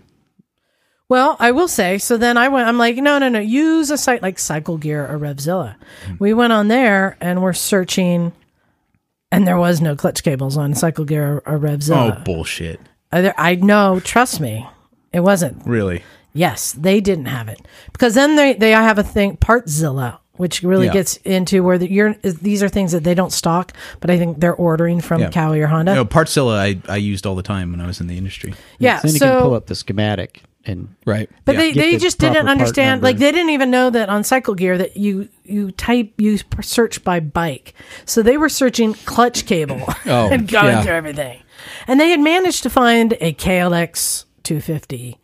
[SPEAKER 2] Well, I will say. So then I went. I'm like, no, no, no. Use a site like Cycle Gear or Revzilla.
[SPEAKER 1] Hmm.
[SPEAKER 2] We went on there and we're searching, and there was no clutch cables on Cycle Gear or, or
[SPEAKER 1] Oh,
[SPEAKER 2] Revzilla.
[SPEAKER 1] bullshit.
[SPEAKER 2] Are there- I know. Trust me, it wasn't.
[SPEAKER 1] Really?
[SPEAKER 2] Yes, they didn't have it because then they they have a thing Partzilla, which really
[SPEAKER 1] Yeah.
[SPEAKER 2] gets into where the, you're. is- These are things that they don't stock, but I think they're ordering from
[SPEAKER 1] Yeah.
[SPEAKER 2] Cowie or Honda.
[SPEAKER 1] No, Partzilla I, I used all the time when I was in the industry.
[SPEAKER 2] yeah,
[SPEAKER 5] Then you
[SPEAKER 2] so
[SPEAKER 5] can pull up the schematic and
[SPEAKER 4] right?
[SPEAKER 2] But
[SPEAKER 1] Yeah.
[SPEAKER 2] they,
[SPEAKER 5] Get
[SPEAKER 2] they
[SPEAKER 5] the
[SPEAKER 2] just
[SPEAKER 5] proper
[SPEAKER 2] didn't
[SPEAKER 5] part
[SPEAKER 2] understand.
[SPEAKER 5] number.
[SPEAKER 2] Like they didn't even know that on Cycle Gear that you you type you search by bike. So they were searching clutch cable
[SPEAKER 4] Oh,
[SPEAKER 2] and going
[SPEAKER 4] yeah.
[SPEAKER 2] through everything, and they had managed to find a KLX 250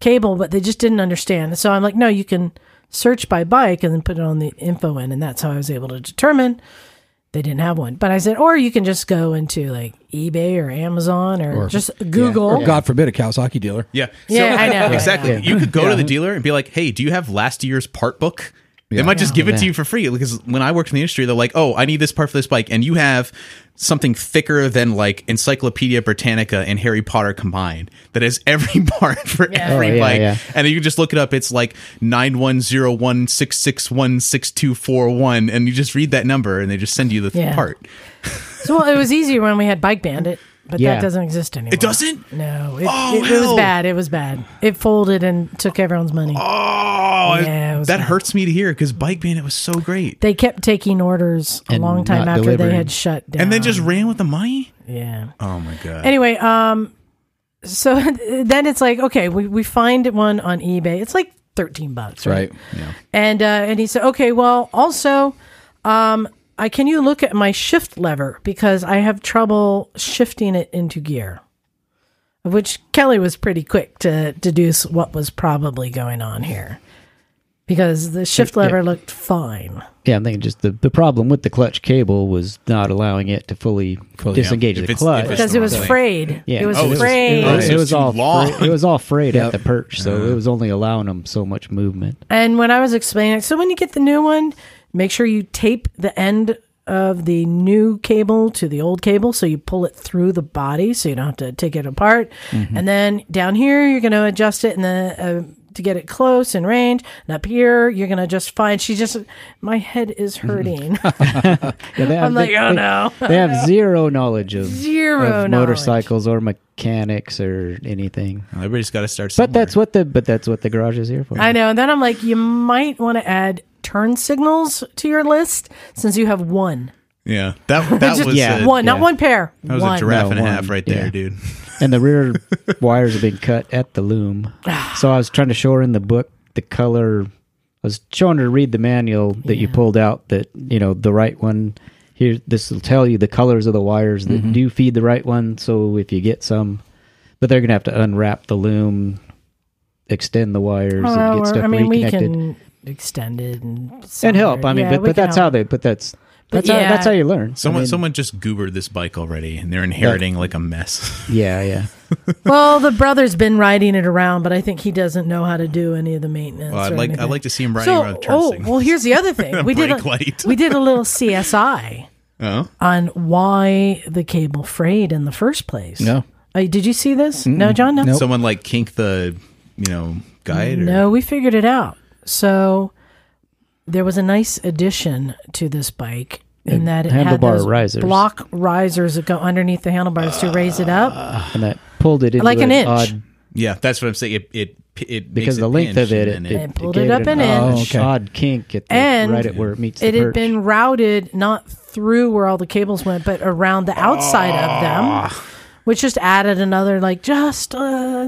[SPEAKER 2] cable, but they just didn't understand. So I'm like, no, you can search by bike and then put it on the info in, and that's how I was able to determine they didn't have one. But I said, or you can just go into like eBay or Amazon or,
[SPEAKER 4] Or-
[SPEAKER 2] just Google.
[SPEAKER 4] Or God forbid, a Kawasaki dealer.
[SPEAKER 1] Yeah.
[SPEAKER 2] Yeah, I know, I know.
[SPEAKER 1] Exactly.
[SPEAKER 5] Yeah.
[SPEAKER 1] You could go to the dealer and be like, hey, do you have last year's part book? They might just give it to you for free because when I worked in the industry, they're like, oh, I need this part for this bike. And you have something thicker than like Encyclopedia Britannica and Harry Potter combined that has every part for every
[SPEAKER 5] Oh, yeah,
[SPEAKER 1] bike.
[SPEAKER 5] yeah.
[SPEAKER 1] And you can just look it up. It's like 91016616616241. And you just read that number and they just send you the
[SPEAKER 2] Yeah.
[SPEAKER 1] part.
[SPEAKER 2] So, well, it was easier when we had Bike Bandit, but that
[SPEAKER 5] Yeah.
[SPEAKER 2] doesn't exist anymore.
[SPEAKER 1] It doesn't?
[SPEAKER 2] No, it,
[SPEAKER 1] Oh,
[SPEAKER 2] it, it was
[SPEAKER 1] hell.
[SPEAKER 2] bad. It was bad. It folded and took everyone's money.
[SPEAKER 1] Oh,
[SPEAKER 2] Yeah, it was
[SPEAKER 1] that
[SPEAKER 2] bad.
[SPEAKER 1] hurts me to hear because Bike Bandit was so great.
[SPEAKER 2] They kept taking orders a
[SPEAKER 5] And
[SPEAKER 2] long time
[SPEAKER 5] not
[SPEAKER 2] after they
[SPEAKER 5] delivering.
[SPEAKER 2] had shut down.
[SPEAKER 1] And then just ran with the money?
[SPEAKER 2] yeah.
[SPEAKER 1] Oh my God.
[SPEAKER 2] Anyway, um, so then it's like okay, we we find one on eBay. It's like thirteen bucks,
[SPEAKER 4] Right.
[SPEAKER 2] And uh, and he said, okay, well, also, um, I can you look at my shift lever because I have trouble shifting it into gear. Of Which Kelly was pretty quick to deduce what was probably going on here. Because the shift
[SPEAKER 5] Yeah.
[SPEAKER 2] lever looked fine.
[SPEAKER 5] Yeah, I'm thinking just the, the problem with the clutch cable was not allowing it to fully, disengage
[SPEAKER 1] If
[SPEAKER 5] the
[SPEAKER 1] it's-
[SPEAKER 5] clutch.
[SPEAKER 1] if it's-
[SPEAKER 2] Because it was
[SPEAKER 1] Right.
[SPEAKER 2] frayed.
[SPEAKER 5] yeah,
[SPEAKER 2] It was
[SPEAKER 5] so
[SPEAKER 1] Oh, it was-
[SPEAKER 2] frayed.
[SPEAKER 1] Right.
[SPEAKER 5] It was
[SPEAKER 1] Too
[SPEAKER 5] all
[SPEAKER 1] long.
[SPEAKER 5] fra- it was all frayed at the perch, so it was only allowing them so much movement.
[SPEAKER 2] And when I was explaining it, so when you get the new one, make sure you tape the end of the new cable to the old cable so you pull it through the body so you don't have to take it apart. And then down here, you're going to adjust it in the. Uh, to get it close in range, and up here you're gonna just find. She just, my head is hurting.
[SPEAKER 5] Yeah, they have,
[SPEAKER 2] I'm like,
[SPEAKER 5] they,
[SPEAKER 2] oh
[SPEAKER 5] they-
[SPEAKER 2] no,
[SPEAKER 5] they have zero knowledge of,
[SPEAKER 2] zero
[SPEAKER 5] of
[SPEAKER 2] knowledge.
[SPEAKER 5] motorcycles or mechanics or anything.
[SPEAKER 1] Everybody's got to start somewhere.
[SPEAKER 5] But that's what the but that's what the garage is here for.
[SPEAKER 2] I know. And then I'm like, you might want to add turn signals to your list since you have one,
[SPEAKER 1] yeah. That that
[SPEAKER 2] Just
[SPEAKER 1] was
[SPEAKER 5] Yeah.
[SPEAKER 1] a,
[SPEAKER 2] one, not
[SPEAKER 5] yeah.
[SPEAKER 2] one pair.
[SPEAKER 1] That was
[SPEAKER 2] one.
[SPEAKER 1] a giraffe
[SPEAKER 5] No,
[SPEAKER 1] and a
[SPEAKER 5] one.
[SPEAKER 1] half right there,
[SPEAKER 5] Yeah.
[SPEAKER 1] dude.
[SPEAKER 5] and the rear wires have been cut at the loom. so I was trying to show her in the book the color. I was showing her to read the manual that you pulled out. That you know the right one. Here, this will tell you the colors of the wires that do feed the right one. So if you get some, but they're gonna have to unwrap the loom, extend the wires,
[SPEAKER 2] Well,
[SPEAKER 5] and get
[SPEAKER 2] we're-
[SPEAKER 5] stuff
[SPEAKER 2] I mean,
[SPEAKER 5] reconnected.
[SPEAKER 2] we can extend it and
[SPEAKER 5] and help. I mean, but, but that's how they. But that's
[SPEAKER 2] But
[SPEAKER 5] that's how,
[SPEAKER 2] yeah.
[SPEAKER 5] that's how you learn. I
[SPEAKER 1] Someone
[SPEAKER 5] mean,
[SPEAKER 1] someone just goobered this bike already, and they're inheriting like a mess.
[SPEAKER 5] Yeah, yeah.
[SPEAKER 2] Well, the brother's been riding it around, but I think he doesn't know how to do any of the maintenance.
[SPEAKER 1] Well, I'd
[SPEAKER 2] or
[SPEAKER 1] like I'd
[SPEAKER 2] anything.
[SPEAKER 1] like to see him riding
[SPEAKER 2] so,
[SPEAKER 1] around with turn
[SPEAKER 2] oh,
[SPEAKER 1] signals.
[SPEAKER 2] well, here's the other thing. We did
[SPEAKER 1] Brake
[SPEAKER 2] a,
[SPEAKER 1] light.
[SPEAKER 2] we did a little CSI
[SPEAKER 1] Oh,
[SPEAKER 2] on why the cable frayed in the first place.
[SPEAKER 4] No.
[SPEAKER 2] Uh, did you see this? No, John. No.
[SPEAKER 1] someone like kink the you know guide. Or,
[SPEAKER 2] No, we figured it out. So there was a nice addition to this bike in that it had
[SPEAKER 5] handlebar
[SPEAKER 2] those
[SPEAKER 5] risers.
[SPEAKER 2] block risers that go underneath the handlebars to raise it up.
[SPEAKER 5] And that pulled it into
[SPEAKER 2] Like an inch.
[SPEAKER 5] odd
[SPEAKER 1] Yeah, that's what I'm saying. It it it
[SPEAKER 5] because
[SPEAKER 1] makes
[SPEAKER 5] the length
[SPEAKER 1] pinch
[SPEAKER 5] of it, it,
[SPEAKER 1] and then eh?
[SPEAKER 2] it pulled it
[SPEAKER 5] gave
[SPEAKER 2] up an
[SPEAKER 5] odd-
[SPEAKER 4] inch. Oh, okay.
[SPEAKER 5] odd kink at the,
[SPEAKER 2] And
[SPEAKER 5] right at where it meets.
[SPEAKER 2] It
[SPEAKER 5] the
[SPEAKER 2] had
[SPEAKER 5] perch.
[SPEAKER 2] been routed not through where all the cables went, but around the outside of
[SPEAKER 5] Ah.
[SPEAKER 2] them, which just added another like just a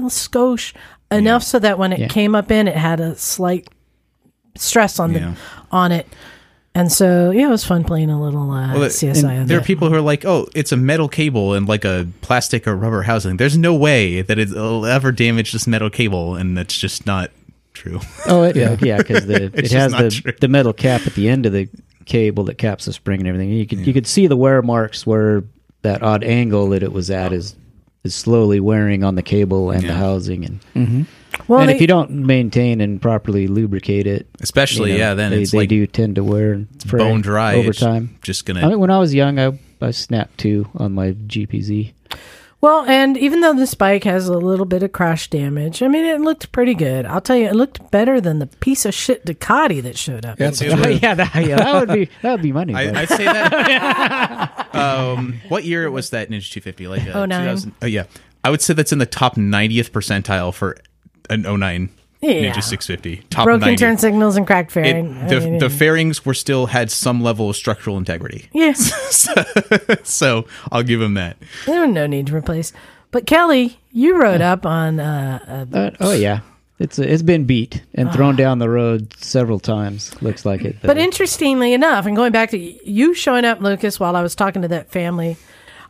[SPEAKER 2] skosh enough so that when it
[SPEAKER 5] Yeah.
[SPEAKER 2] came up in, it had a slight stress on
[SPEAKER 1] Yeah.
[SPEAKER 2] the on it. And so yeah, it was fun playing a little uh,
[SPEAKER 1] Well, that-
[SPEAKER 2] CSI.
[SPEAKER 1] and
[SPEAKER 2] on
[SPEAKER 1] there are
[SPEAKER 2] that.
[SPEAKER 1] people who are like, "Oh, it's a metal cable and like a plastic or rubber housing." There's no way that it'll ever damage this metal cable, and that's just not true.
[SPEAKER 5] Oh, it, yeah, yeah, because the it
[SPEAKER 1] just
[SPEAKER 5] has
[SPEAKER 1] not
[SPEAKER 5] the,
[SPEAKER 1] true.
[SPEAKER 5] the metal cap at the end of the cable that caps the spring and everything. You could you could see the wear marks where that odd angle that it was at is is slowly wearing on the cable and the
[SPEAKER 1] Yeah.
[SPEAKER 5] housing and
[SPEAKER 2] well,
[SPEAKER 5] and
[SPEAKER 2] they-
[SPEAKER 5] if you don't maintain and properly lubricate it,
[SPEAKER 1] Especially,
[SPEAKER 5] you know,
[SPEAKER 1] yeah, then
[SPEAKER 5] they,
[SPEAKER 1] it's
[SPEAKER 5] they
[SPEAKER 1] like
[SPEAKER 5] do tend to wear and fray
[SPEAKER 1] bone dry
[SPEAKER 5] over
[SPEAKER 1] It's
[SPEAKER 5] time.
[SPEAKER 1] Just gonna
[SPEAKER 5] I mean, when I was young, I I snapped two on my GPZ.
[SPEAKER 2] Well, and even though this bike has a little bit of crash damage, I mean, it looked pretty good. I'll tell you, it looked better than the piece of shit Ducati that showed up.
[SPEAKER 4] That's
[SPEAKER 1] It was-
[SPEAKER 5] Oh, yeah, that, yeah, that would be that would be money.
[SPEAKER 1] I, I'd say that. um, what year was that Ninja 250? Like uh,
[SPEAKER 2] Oh, nine.
[SPEAKER 1] 2000 Oh yeah, I would say that's in the top 90th percentile for an 09
[SPEAKER 2] Yeah.
[SPEAKER 1] Ninja 650. Top
[SPEAKER 2] Broken
[SPEAKER 1] 90.
[SPEAKER 2] turn signals and cracked
[SPEAKER 1] It-
[SPEAKER 2] fairing. I
[SPEAKER 1] the,
[SPEAKER 2] mean,
[SPEAKER 1] the fairings were still had some level of structural integrity,
[SPEAKER 2] yeah,
[SPEAKER 1] so I'll give him that.
[SPEAKER 2] there was no need to replace. But Kelly, you rode up on uh, a,
[SPEAKER 5] Uh, oh yeah, it's it's been beat and thrown down the road several times. Looks like it.
[SPEAKER 2] but interestingly enough, and going back to you showing up, Lucas, while I was talking to that family,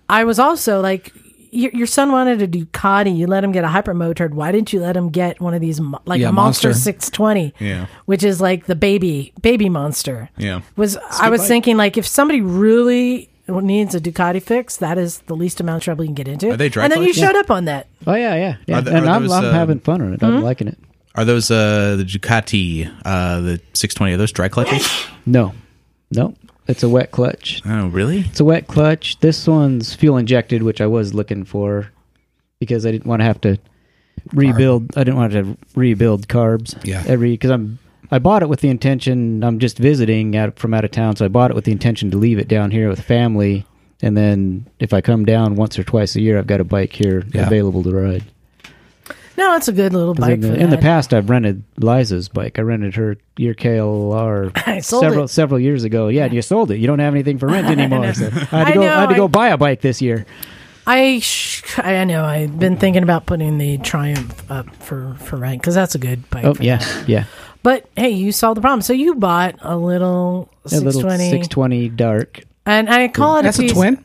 [SPEAKER 2] I was also like, your, your son wanted a Ducati. You let him get a hypermotard. Why didn't you let him get one of these, mo- like
[SPEAKER 4] Yeah,
[SPEAKER 2] a Monster,
[SPEAKER 4] Monster.
[SPEAKER 2] 620?
[SPEAKER 1] Yeah.
[SPEAKER 2] which is like the baby baby monster.
[SPEAKER 1] Yeah.
[SPEAKER 2] was I was thinking like if somebody really needs a Ducati fix, that is the least amount of trouble you can get into.
[SPEAKER 1] Are they dry
[SPEAKER 2] and then you
[SPEAKER 1] colours?
[SPEAKER 2] showed up on that.
[SPEAKER 5] oh yeah, yeah, yeah.
[SPEAKER 1] Are the-
[SPEAKER 5] and
[SPEAKER 1] are
[SPEAKER 5] I'm,
[SPEAKER 1] those,
[SPEAKER 5] I'm
[SPEAKER 1] uh,
[SPEAKER 5] having fun on it. I'm liking it.
[SPEAKER 1] Are those uh, the Ducati, uh, the 620? Are those dry clutches?
[SPEAKER 5] No, no, it's a wet clutch.
[SPEAKER 1] oh, really?
[SPEAKER 5] It's a wet clutch. This one's fuel injected, which I was looking for because I didn't want to have to rebuild. I didn't want to rebuild carbs.
[SPEAKER 4] Yeah.
[SPEAKER 5] Every because I'm I bought it with the intention I'm just visiting out from out of town, so I bought it with the intention to leave it down here with family, and then if I come down once or twice a year, I've got a bike here
[SPEAKER 4] Yeah.
[SPEAKER 5] available to ride.
[SPEAKER 2] No, it's a good little
[SPEAKER 5] 'Cause
[SPEAKER 2] bike
[SPEAKER 5] In the,
[SPEAKER 2] for
[SPEAKER 5] in the
[SPEAKER 2] that.
[SPEAKER 5] past, I've rented Liza's bike. I rented her your KLR
[SPEAKER 2] I sold
[SPEAKER 5] several
[SPEAKER 2] it.
[SPEAKER 5] several years ago. Yeah, and you sold it. You don't have anything for rent anymore. so I had to
[SPEAKER 2] I
[SPEAKER 5] go. I had
[SPEAKER 2] know,
[SPEAKER 5] to go
[SPEAKER 2] I-
[SPEAKER 5] buy a bike this year.
[SPEAKER 2] I sh- I know I've been thinking about putting the Triumph up for for rent because that's a good bike.
[SPEAKER 5] Oh
[SPEAKER 2] for
[SPEAKER 5] yeah,
[SPEAKER 2] that.
[SPEAKER 5] yeah.
[SPEAKER 2] But hey, you solved the problem. So you bought a little
[SPEAKER 5] A little
[SPEAKER 2] 620.
[SPEAKER 5] 620 dark.
[SPEAKER 2] and I call it
[SPEAKER 4] That's
[SPEAKER 2] a
[SPEAKER 4] a
[SPEAKER 2] piece,
[SPEAKER 4] twin.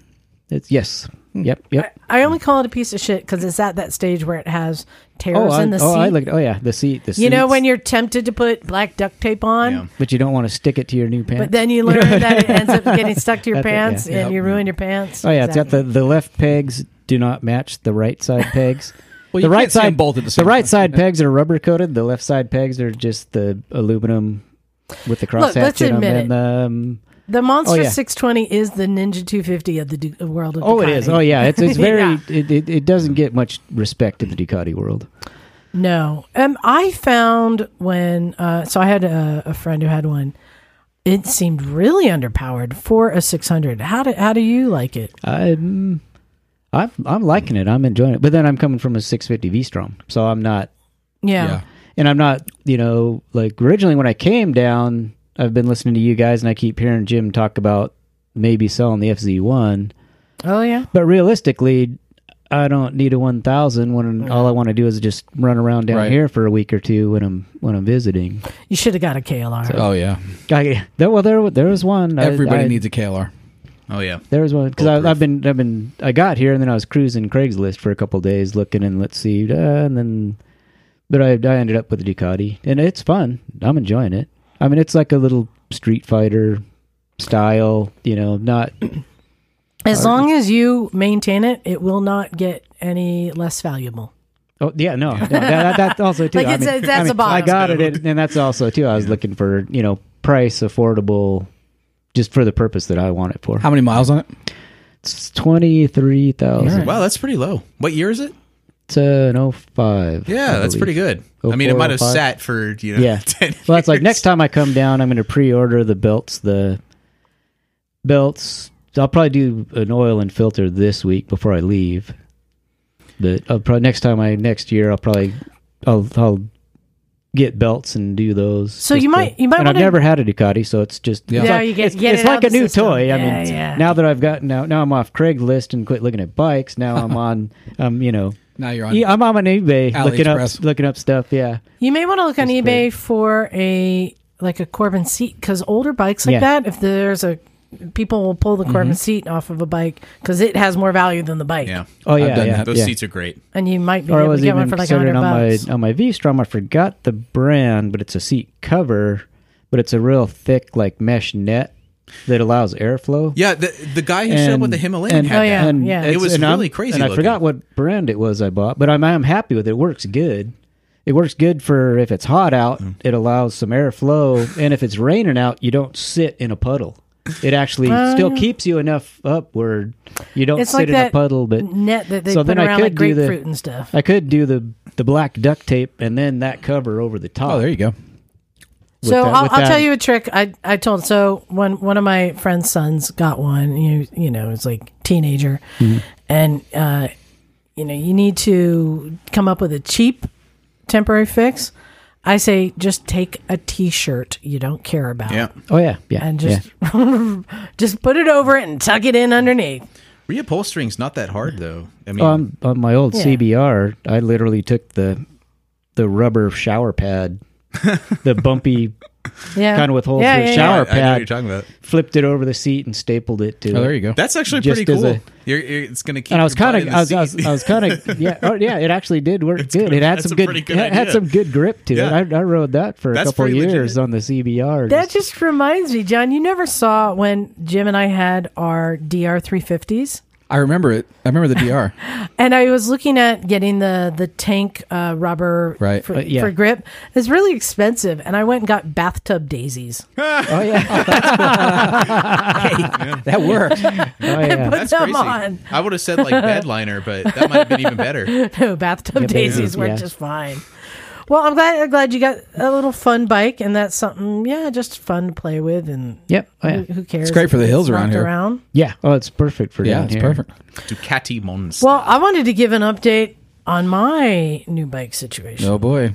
[SPEAKER 5] It's, yes.
[SPEAKER 2] Hmm.
[SPEAKER 5] Yep. Yep.
[SPEAKER 2] I only call it a piece of shit because it's at that stage where it has
[SPEAKER 5] Oh,
[SPEAKER 2] tears
[SPEAKER 5] I,
[SPEAKER 2] in the
[SPEAKER 5] oh,
[SPEAKER 2] seat.
[SPEAKER 5] I looked. Oh, yeah. The seat. The
[SPEAKER 2] you know
[SPEAKER 5] seats.
[SPEAKER 2] when you're tempted to put black duct tape on,
[SPEAKER 1] Yeah.
[SPEAKER 5] But you don't want to stick it to your new pants.
[SPEAKER 2] but then you learn that it ends up getting stuck to your
[SPEAKER 5] That's it,
[SPEAKER 2] pants
[SPEAKER 5] yeah.
[SPEAKER 2] and you ruin your pants.
[SPEAKER 5] Oh yeah, it's
[SPEAKER 2] Exactly.
[SPEAKER 5] got the, the left pegs do not match the right side pegs.
[SPEAKER 4] Well,
[SPEAKER 5] the
[SPEAKER 4] you
[SPEAKER 5] right
[SPEAKER 4] can't see
[SPEAKER 5] side
[SPEAKER 4] 'em both at the
[SPEAKER 5] The
[SPEAKER 4] same
[SPEAKER 5] right
[SPEAKER 4] time.
[SPEAKER 5] side pegs are rubber coated. The left side pegs are just the aluminum with the cross
[SPEAKER 2] Look, let's
[SPEAKER 5] hatch in them.
[SPEAKER 2] admit
[SPEAKER 5] And um,
[SPEAKER 2] the Monster
[SPEAKER 5] yeah.
[SPEAKER 2] 620 is the Ninja 250 of the du- of world of
[SPEAKER 5] oh, it is.
[SPEAKER 2] Ducati.
[SPEAKER 5] Oh yeah, it's it's very.
[SPEAKER 2] Yeah.
[SPEAKER 5] it, it it doesn't get much respect in the Ducati world.
[SPEAKER 2] No. Um, I found when, uh, so I had a, a friend who had one. It seemed really underpowered for a 600. How do, how do you like it?
[SPEAKER 5] I'm I'm I'm liking it. I'm enjoying it. But then I'm coming from a 650 V Strom, so I'm not
[SPEAKER 2] Yeah.
[SPEAKER 4] Yeah.
[SPEAKER 5] and I'm not, you know, like originally when I came down, I've been listening to you guys and I keep hearing Jim talk about maybe selling the FZ1,
[SPEAKER 2] Oh, yeah.
[SPEAKER 5] but realistically, I don't need a 1000 when all I want to do is just run around down
[SPEAKER 4] Right.
[SPEAKER 5] here for a week or two when I'm when I'm visiting.
[SPEAKER 2] You should have got a KLR.
[SPEAKER 5] uh,
[SPEAKER 4] Oh yeah.
[SPEAKER 5] I, there, well, there there was one. I-
[SPEAKER 4] Everybody
[SPEAKER 5] I-
[SPEAKER 4] needs a KLR.
[SPEAKER 1] Oh yeah.
[SPEAKER 5] There was one because
[SPEAKER 1] Bulletproof.
[SPEAKER 5] I've been I've been I got here and then I was cruising Craigslist for a couple days looking and let's see uh, and then but I I ended up with a Ducati and it's fun I'm enjoying it I mean it's like a little Street Fighter style you know not
[SPEAKER 2] as long as you maintain it, it will not get any less valuable.
[SPEAKER 5] oh yeah no, no, that, that, that also too
[SPEAKER 2] Like,
[SPEAKER 5] I
[SPEAKER 2] it's
[SPEAKER 5] mean,
[SPEAKER 2] a- that's
[SPEAKER 5] I,
[SPEAKER 2] a
[SPEAKER 5] mean, I
[SPEAKER 2] bottom.
[SPEAKER 5] got it and, and that's also too I was looking for you know price affordable just for the purpose that I want it for
[SPEAKER 4] How many miles on it?
[SPEAKER 5] it's twenty three thousand
[SPEAKER 1] Wow, that's pretty low. What year is it?
[SPEAKER 5] to an 05
[SPEAKER 1] Yeah,
[SPEAKER 5] I
[SPEAKER 1] that's
[SPEAKER 5] believe.
[SPEAKER 1] pretty good.
[SPEAKER 5] Oh,
[SPEAKER 1] I mean, it
[SPEAKER 5] four,
[SPEAKER 1] might
[SPEAKER 5] oh,
[SPEAKER 1] have
[SPEAKER 5] five.
[SPEAKER 1] sat for you know.
[SPEAKER 5] Yeah.
[SPEAKER 1] 10
[SPEAKER 5] Well, it's like
[SPEAKER 1] years.
[SPEAKER 5] next time I come down, I'm going to pre-order the belts. The belts. I'll probably do an oil and filter this week before I leave. But I'll probably next time I next year I'll probably I'll I'll get belts and do those.
[SPEAKER 2] So
[SPEAKER 5] Just
[SPEAKER 2] you
[SPEAKER 5] to-
[SPEAKER 2] might- you might
[SPEAKER 5] and I've
[SPEAKER 2] wanna-
[SPEAKER 5] never had a Ducati, so it's just
[SPEAKER 4] Yeah.
[SPEAKER 5] it's
[SPEAKER 2] Yeah,
[SPEAKER 5] like,
[SPEAKER 2] you get-
[SPEAKER 5] it's,
[SPEAKER 2] get
[SPEAKER 5] it's
[SPEAKER 2] it out
[SPEAKER 5] like
[SPEAKER 2] the
[SPEAKER 5] a new
[SPEAKER 2] system.
[SPEAKER 5] toy. I
[SPEAKER 2] Yeah,
[SPEAKER 5] mean,
[SPEAKER 2] yeah.
[SPEAKER 5] now that I've got now now I'm off Craigslist and quit looking at bikes. Now I'm on um you know
[SPEAKER 4] Now you're on.
[SPEAKER 5] yeah, I'm on eBay looking up
[SPEAKER 4] AliExpress.
[SPEAKER 5] looking up stuff. Yeah.
[SPEAKER 2] You may want to look on eBay
[SPEAKER 5] pretty.
[SPEAKER 2] for a like a Corbin seat because older bikes like
[SPEAKER 5] Yeah.
[SPEAKER 2] that, if there's a people will pull the Corbin seat off of a bike because it has more value than the bike.
[SPEAKER 1] Yeah,
[SPEAKER 5] Oh yeah.
[SPEAKER 4] done
[SPEAKER 5] yeah,
[SPEAKER 4] that.
[SPEAKER 1] those
[SPEAKER 5] yeah.
[SPEAKER 1] seats are great.
[SPEAKER 2] and you might be
[SPEAKER 5] or I
[SPEAKER 2] able to
[SPEAKER 5] was
[SPEAKER 2] get one
[SPEAKER 5] even
[SPEAKER 2] for like
[SPEAKER 5] considering
[SPEAKER 2] hundred
[SPEAKER 5] on my
[SPEAKER 2] bucks.
[SPEAKER 5] on my V Strom. I forgot the brand, but it's a seat cover, but it's a real thick like mesh net that allows airflow.
[SPEAKER 1] Yeah, the the guy who showed up with the Himalayan
[SPEAKER 5] and-
[SPEAKER 1] had
[SPEAKER 2] Oh, yeah.
[SPEAKER 1] that.
[SPEAKER 5] and
[SPEAKER 2] yeah. It
[SPEAKER 5] it's-
[SPEAKER 1] was
[SPEAKER 5] and I'm-
[SPEAKER 1] really crazy
[SPEAKER 5] And I
[SPEAKER 1] looking.
[SPEAKER 5] forgot what brand it was I bought, but I'm I'm happy with it. It works good. It works good for if it's hot out.
[SPEAKER 1] Mm.
[SPEAKER 5] It allows some airflow, and if it's raining out, you don't sit in a puddle. It actually still keeps you enough up where you don't
[SPEAKER 2] Oh, It's
[SPEAKER 5] sit
[SPEAKER 2] like
[SPEAKER 5] in
[SPEAKER 2] that
[SPEAKER 5] a puddle. But
[SPEAKER 2] net that they
[SPEAKER 5] so
[SPEAKER 2] put
[SPEAKER 5] then I
[SPEAKER 2] around like
[SPEAKER 5] could do the-
[SPEAKER 2] grapefruit and stuff.
[SPEAKER 5] I could do the the black duct tape and then that cover over the top.
[SPEAKER 4] Oh, there you go.
[SPEAKER 5] with
[SPEAKER 2] so
[SPEAKER 5] that-
[SPEAKER 2] I'll,
[SPEAKER 5] with
[SPEAKER 2] I'll
[SPEAKER 5] that-
[SPEAKER 2] tell you a trick I, I told so one one of my friend's sons got one you you know it's like teenager
[SPEAKER 5] Mm-hmm.
[SPEAKER 2] and uh, you know you need to come up with a cheap temporary fix I say just take a t-shirt you don't care about
[SPEAKER 1] Yeah,
[SPEAKER 5] Oh yeah, yeah,
[SPEAKER 2] and just just put it over it and tuck it in underneath
[SPEAKER 1] reupholstering's not that hard though. I mean,
[SPEAKER 5] yeah. on on my old
[SPEAKER 2] Yeah.
[SPEAKER 5] CBR, I literally took the the rubber shower pad, the bumpy
[SPEAKER 2] yeah
[SPEAKER 5] kind of with holes
[SPEAKER 2] Yeah,
[SPEAKER 5] for
[SPEAKER 2] yeah,
[SPEAKER 5] a
[SPEAKER 2] yeah.
[SPEAKER 5] shower
[SPEAKER 1] I, I know what you're
[SPEAKER 5] pad,
[SPEAKER 1] talking about.
[SPEAKER 5] flipped it over the seat and stapled it to.
[SPEAKER 4] Oh,
[SPEAKER 5] it.
[SPEAKER 4] there you go.
[SPEAKER 1] That's actually
[SPEAKER 5] Just
[SPEAKER 1] pretty cool.
[SPEAKER 5] as a-
[SPEAKER 1] you're, you're, it's going to keep.
[SPEAKER 5] And I was
[SPEAKER 1] your butt
[SPEAKER 5] kind
[SPEAKER 1] in
[SPEAKER 5] of,
[SPEAKER 1] the
[SPEAKER 5] I was, I was,
[SPEAKER 1] seat.
[SPEAKER 5] I was kind of, yeah, oh, yeah. It actually did work good.
[SPEAKER 1] good.
[SPEAKER 5] It had
[SPEAKER 1] That's a
[SPEAKER 5] some good,
[SPEAKER 1] pretty good
[SPEAKER 5] it had
[SPEAKER 1] idea.
[SPEAKER 5] some good grip to
[SPEAKER 1] Yeah.
[SPEAKER 5] it. I, I rode that for
[SPEAKER 1] That's
[SPEAKER 5] a couple
[SPEAKER 1] pretty
[SPEAKER 5] years
[SPEAKER 1] legit.
[SPEAKER 5] on the CBR.
[SPEAKER 2] That
[SPEAKER 5] Just-
[SPEAKER 2] just reminds me, John. You never saw when Jim and I had our DR three fifties.
[SPEAKER 4] I remember it. I remember the DR.
[SPEAKER 2] And I was looking at getting the the tank uh, rubber
[SPEAKER 4] Right.
[SPEAKER 2] for,
[SPEAKER 5] Uh, yeah.
[SPEAKER 2] for grip. It's really expensive, and I went and got bathtub daisies.
[SPEAKER 5] oh yeah,
[SPEAKER 4] that worked.
[SPEAKER 5] oh yeah.
[SPEAKER 2] Put
[SPEAKER 1] That's
[SPEAKER 2] them
[SPEAKER 1] crazy.
[SPEAKER 2] on.
[SPEAKER 1] I would have said like bedliner, but that might have been even better.
[SPEAKER 2] No, bathtub
[SPEAKER 5] Yeah,
[SPEAKER 2] daisies
[SPEAKER 5] yeah.
[SPEAKER 2] were
[SPEAKER 5] Yeah.
[SPEAKER 2] just fine. Well, I'm glad I'm glad you got a little fun bike, and that's something. Yeah, just fun to play with, and
[SPEAKER 5] Yep. Oh, yeah.
[SPEAKER 2] who, who cares?
[SPEAKER 4] great for the
[SPEAKER 2] if
[SPEAKER 4] hills
[SPEAKER 2] it's
[SPEAKER 4] around
[SPEAKER 2] knocked
[SPEAKER 4] here.
[SPEAKER 2] Around.
[SPEAKER 5] Yeah. Oh, it's perfect for
[SPEAKER 4] Yeah,
[SPEAKER 5] down
[SPEAKER 4] it's
[SPEAKER 5] here.
[SPEAKER 4] perfect.
[SPEAKER 1] Ducati Monster.
[SPEAKER 2] Well, I wanted to give an update on my new bike situation.
[SPEAKER 4] Oh boy.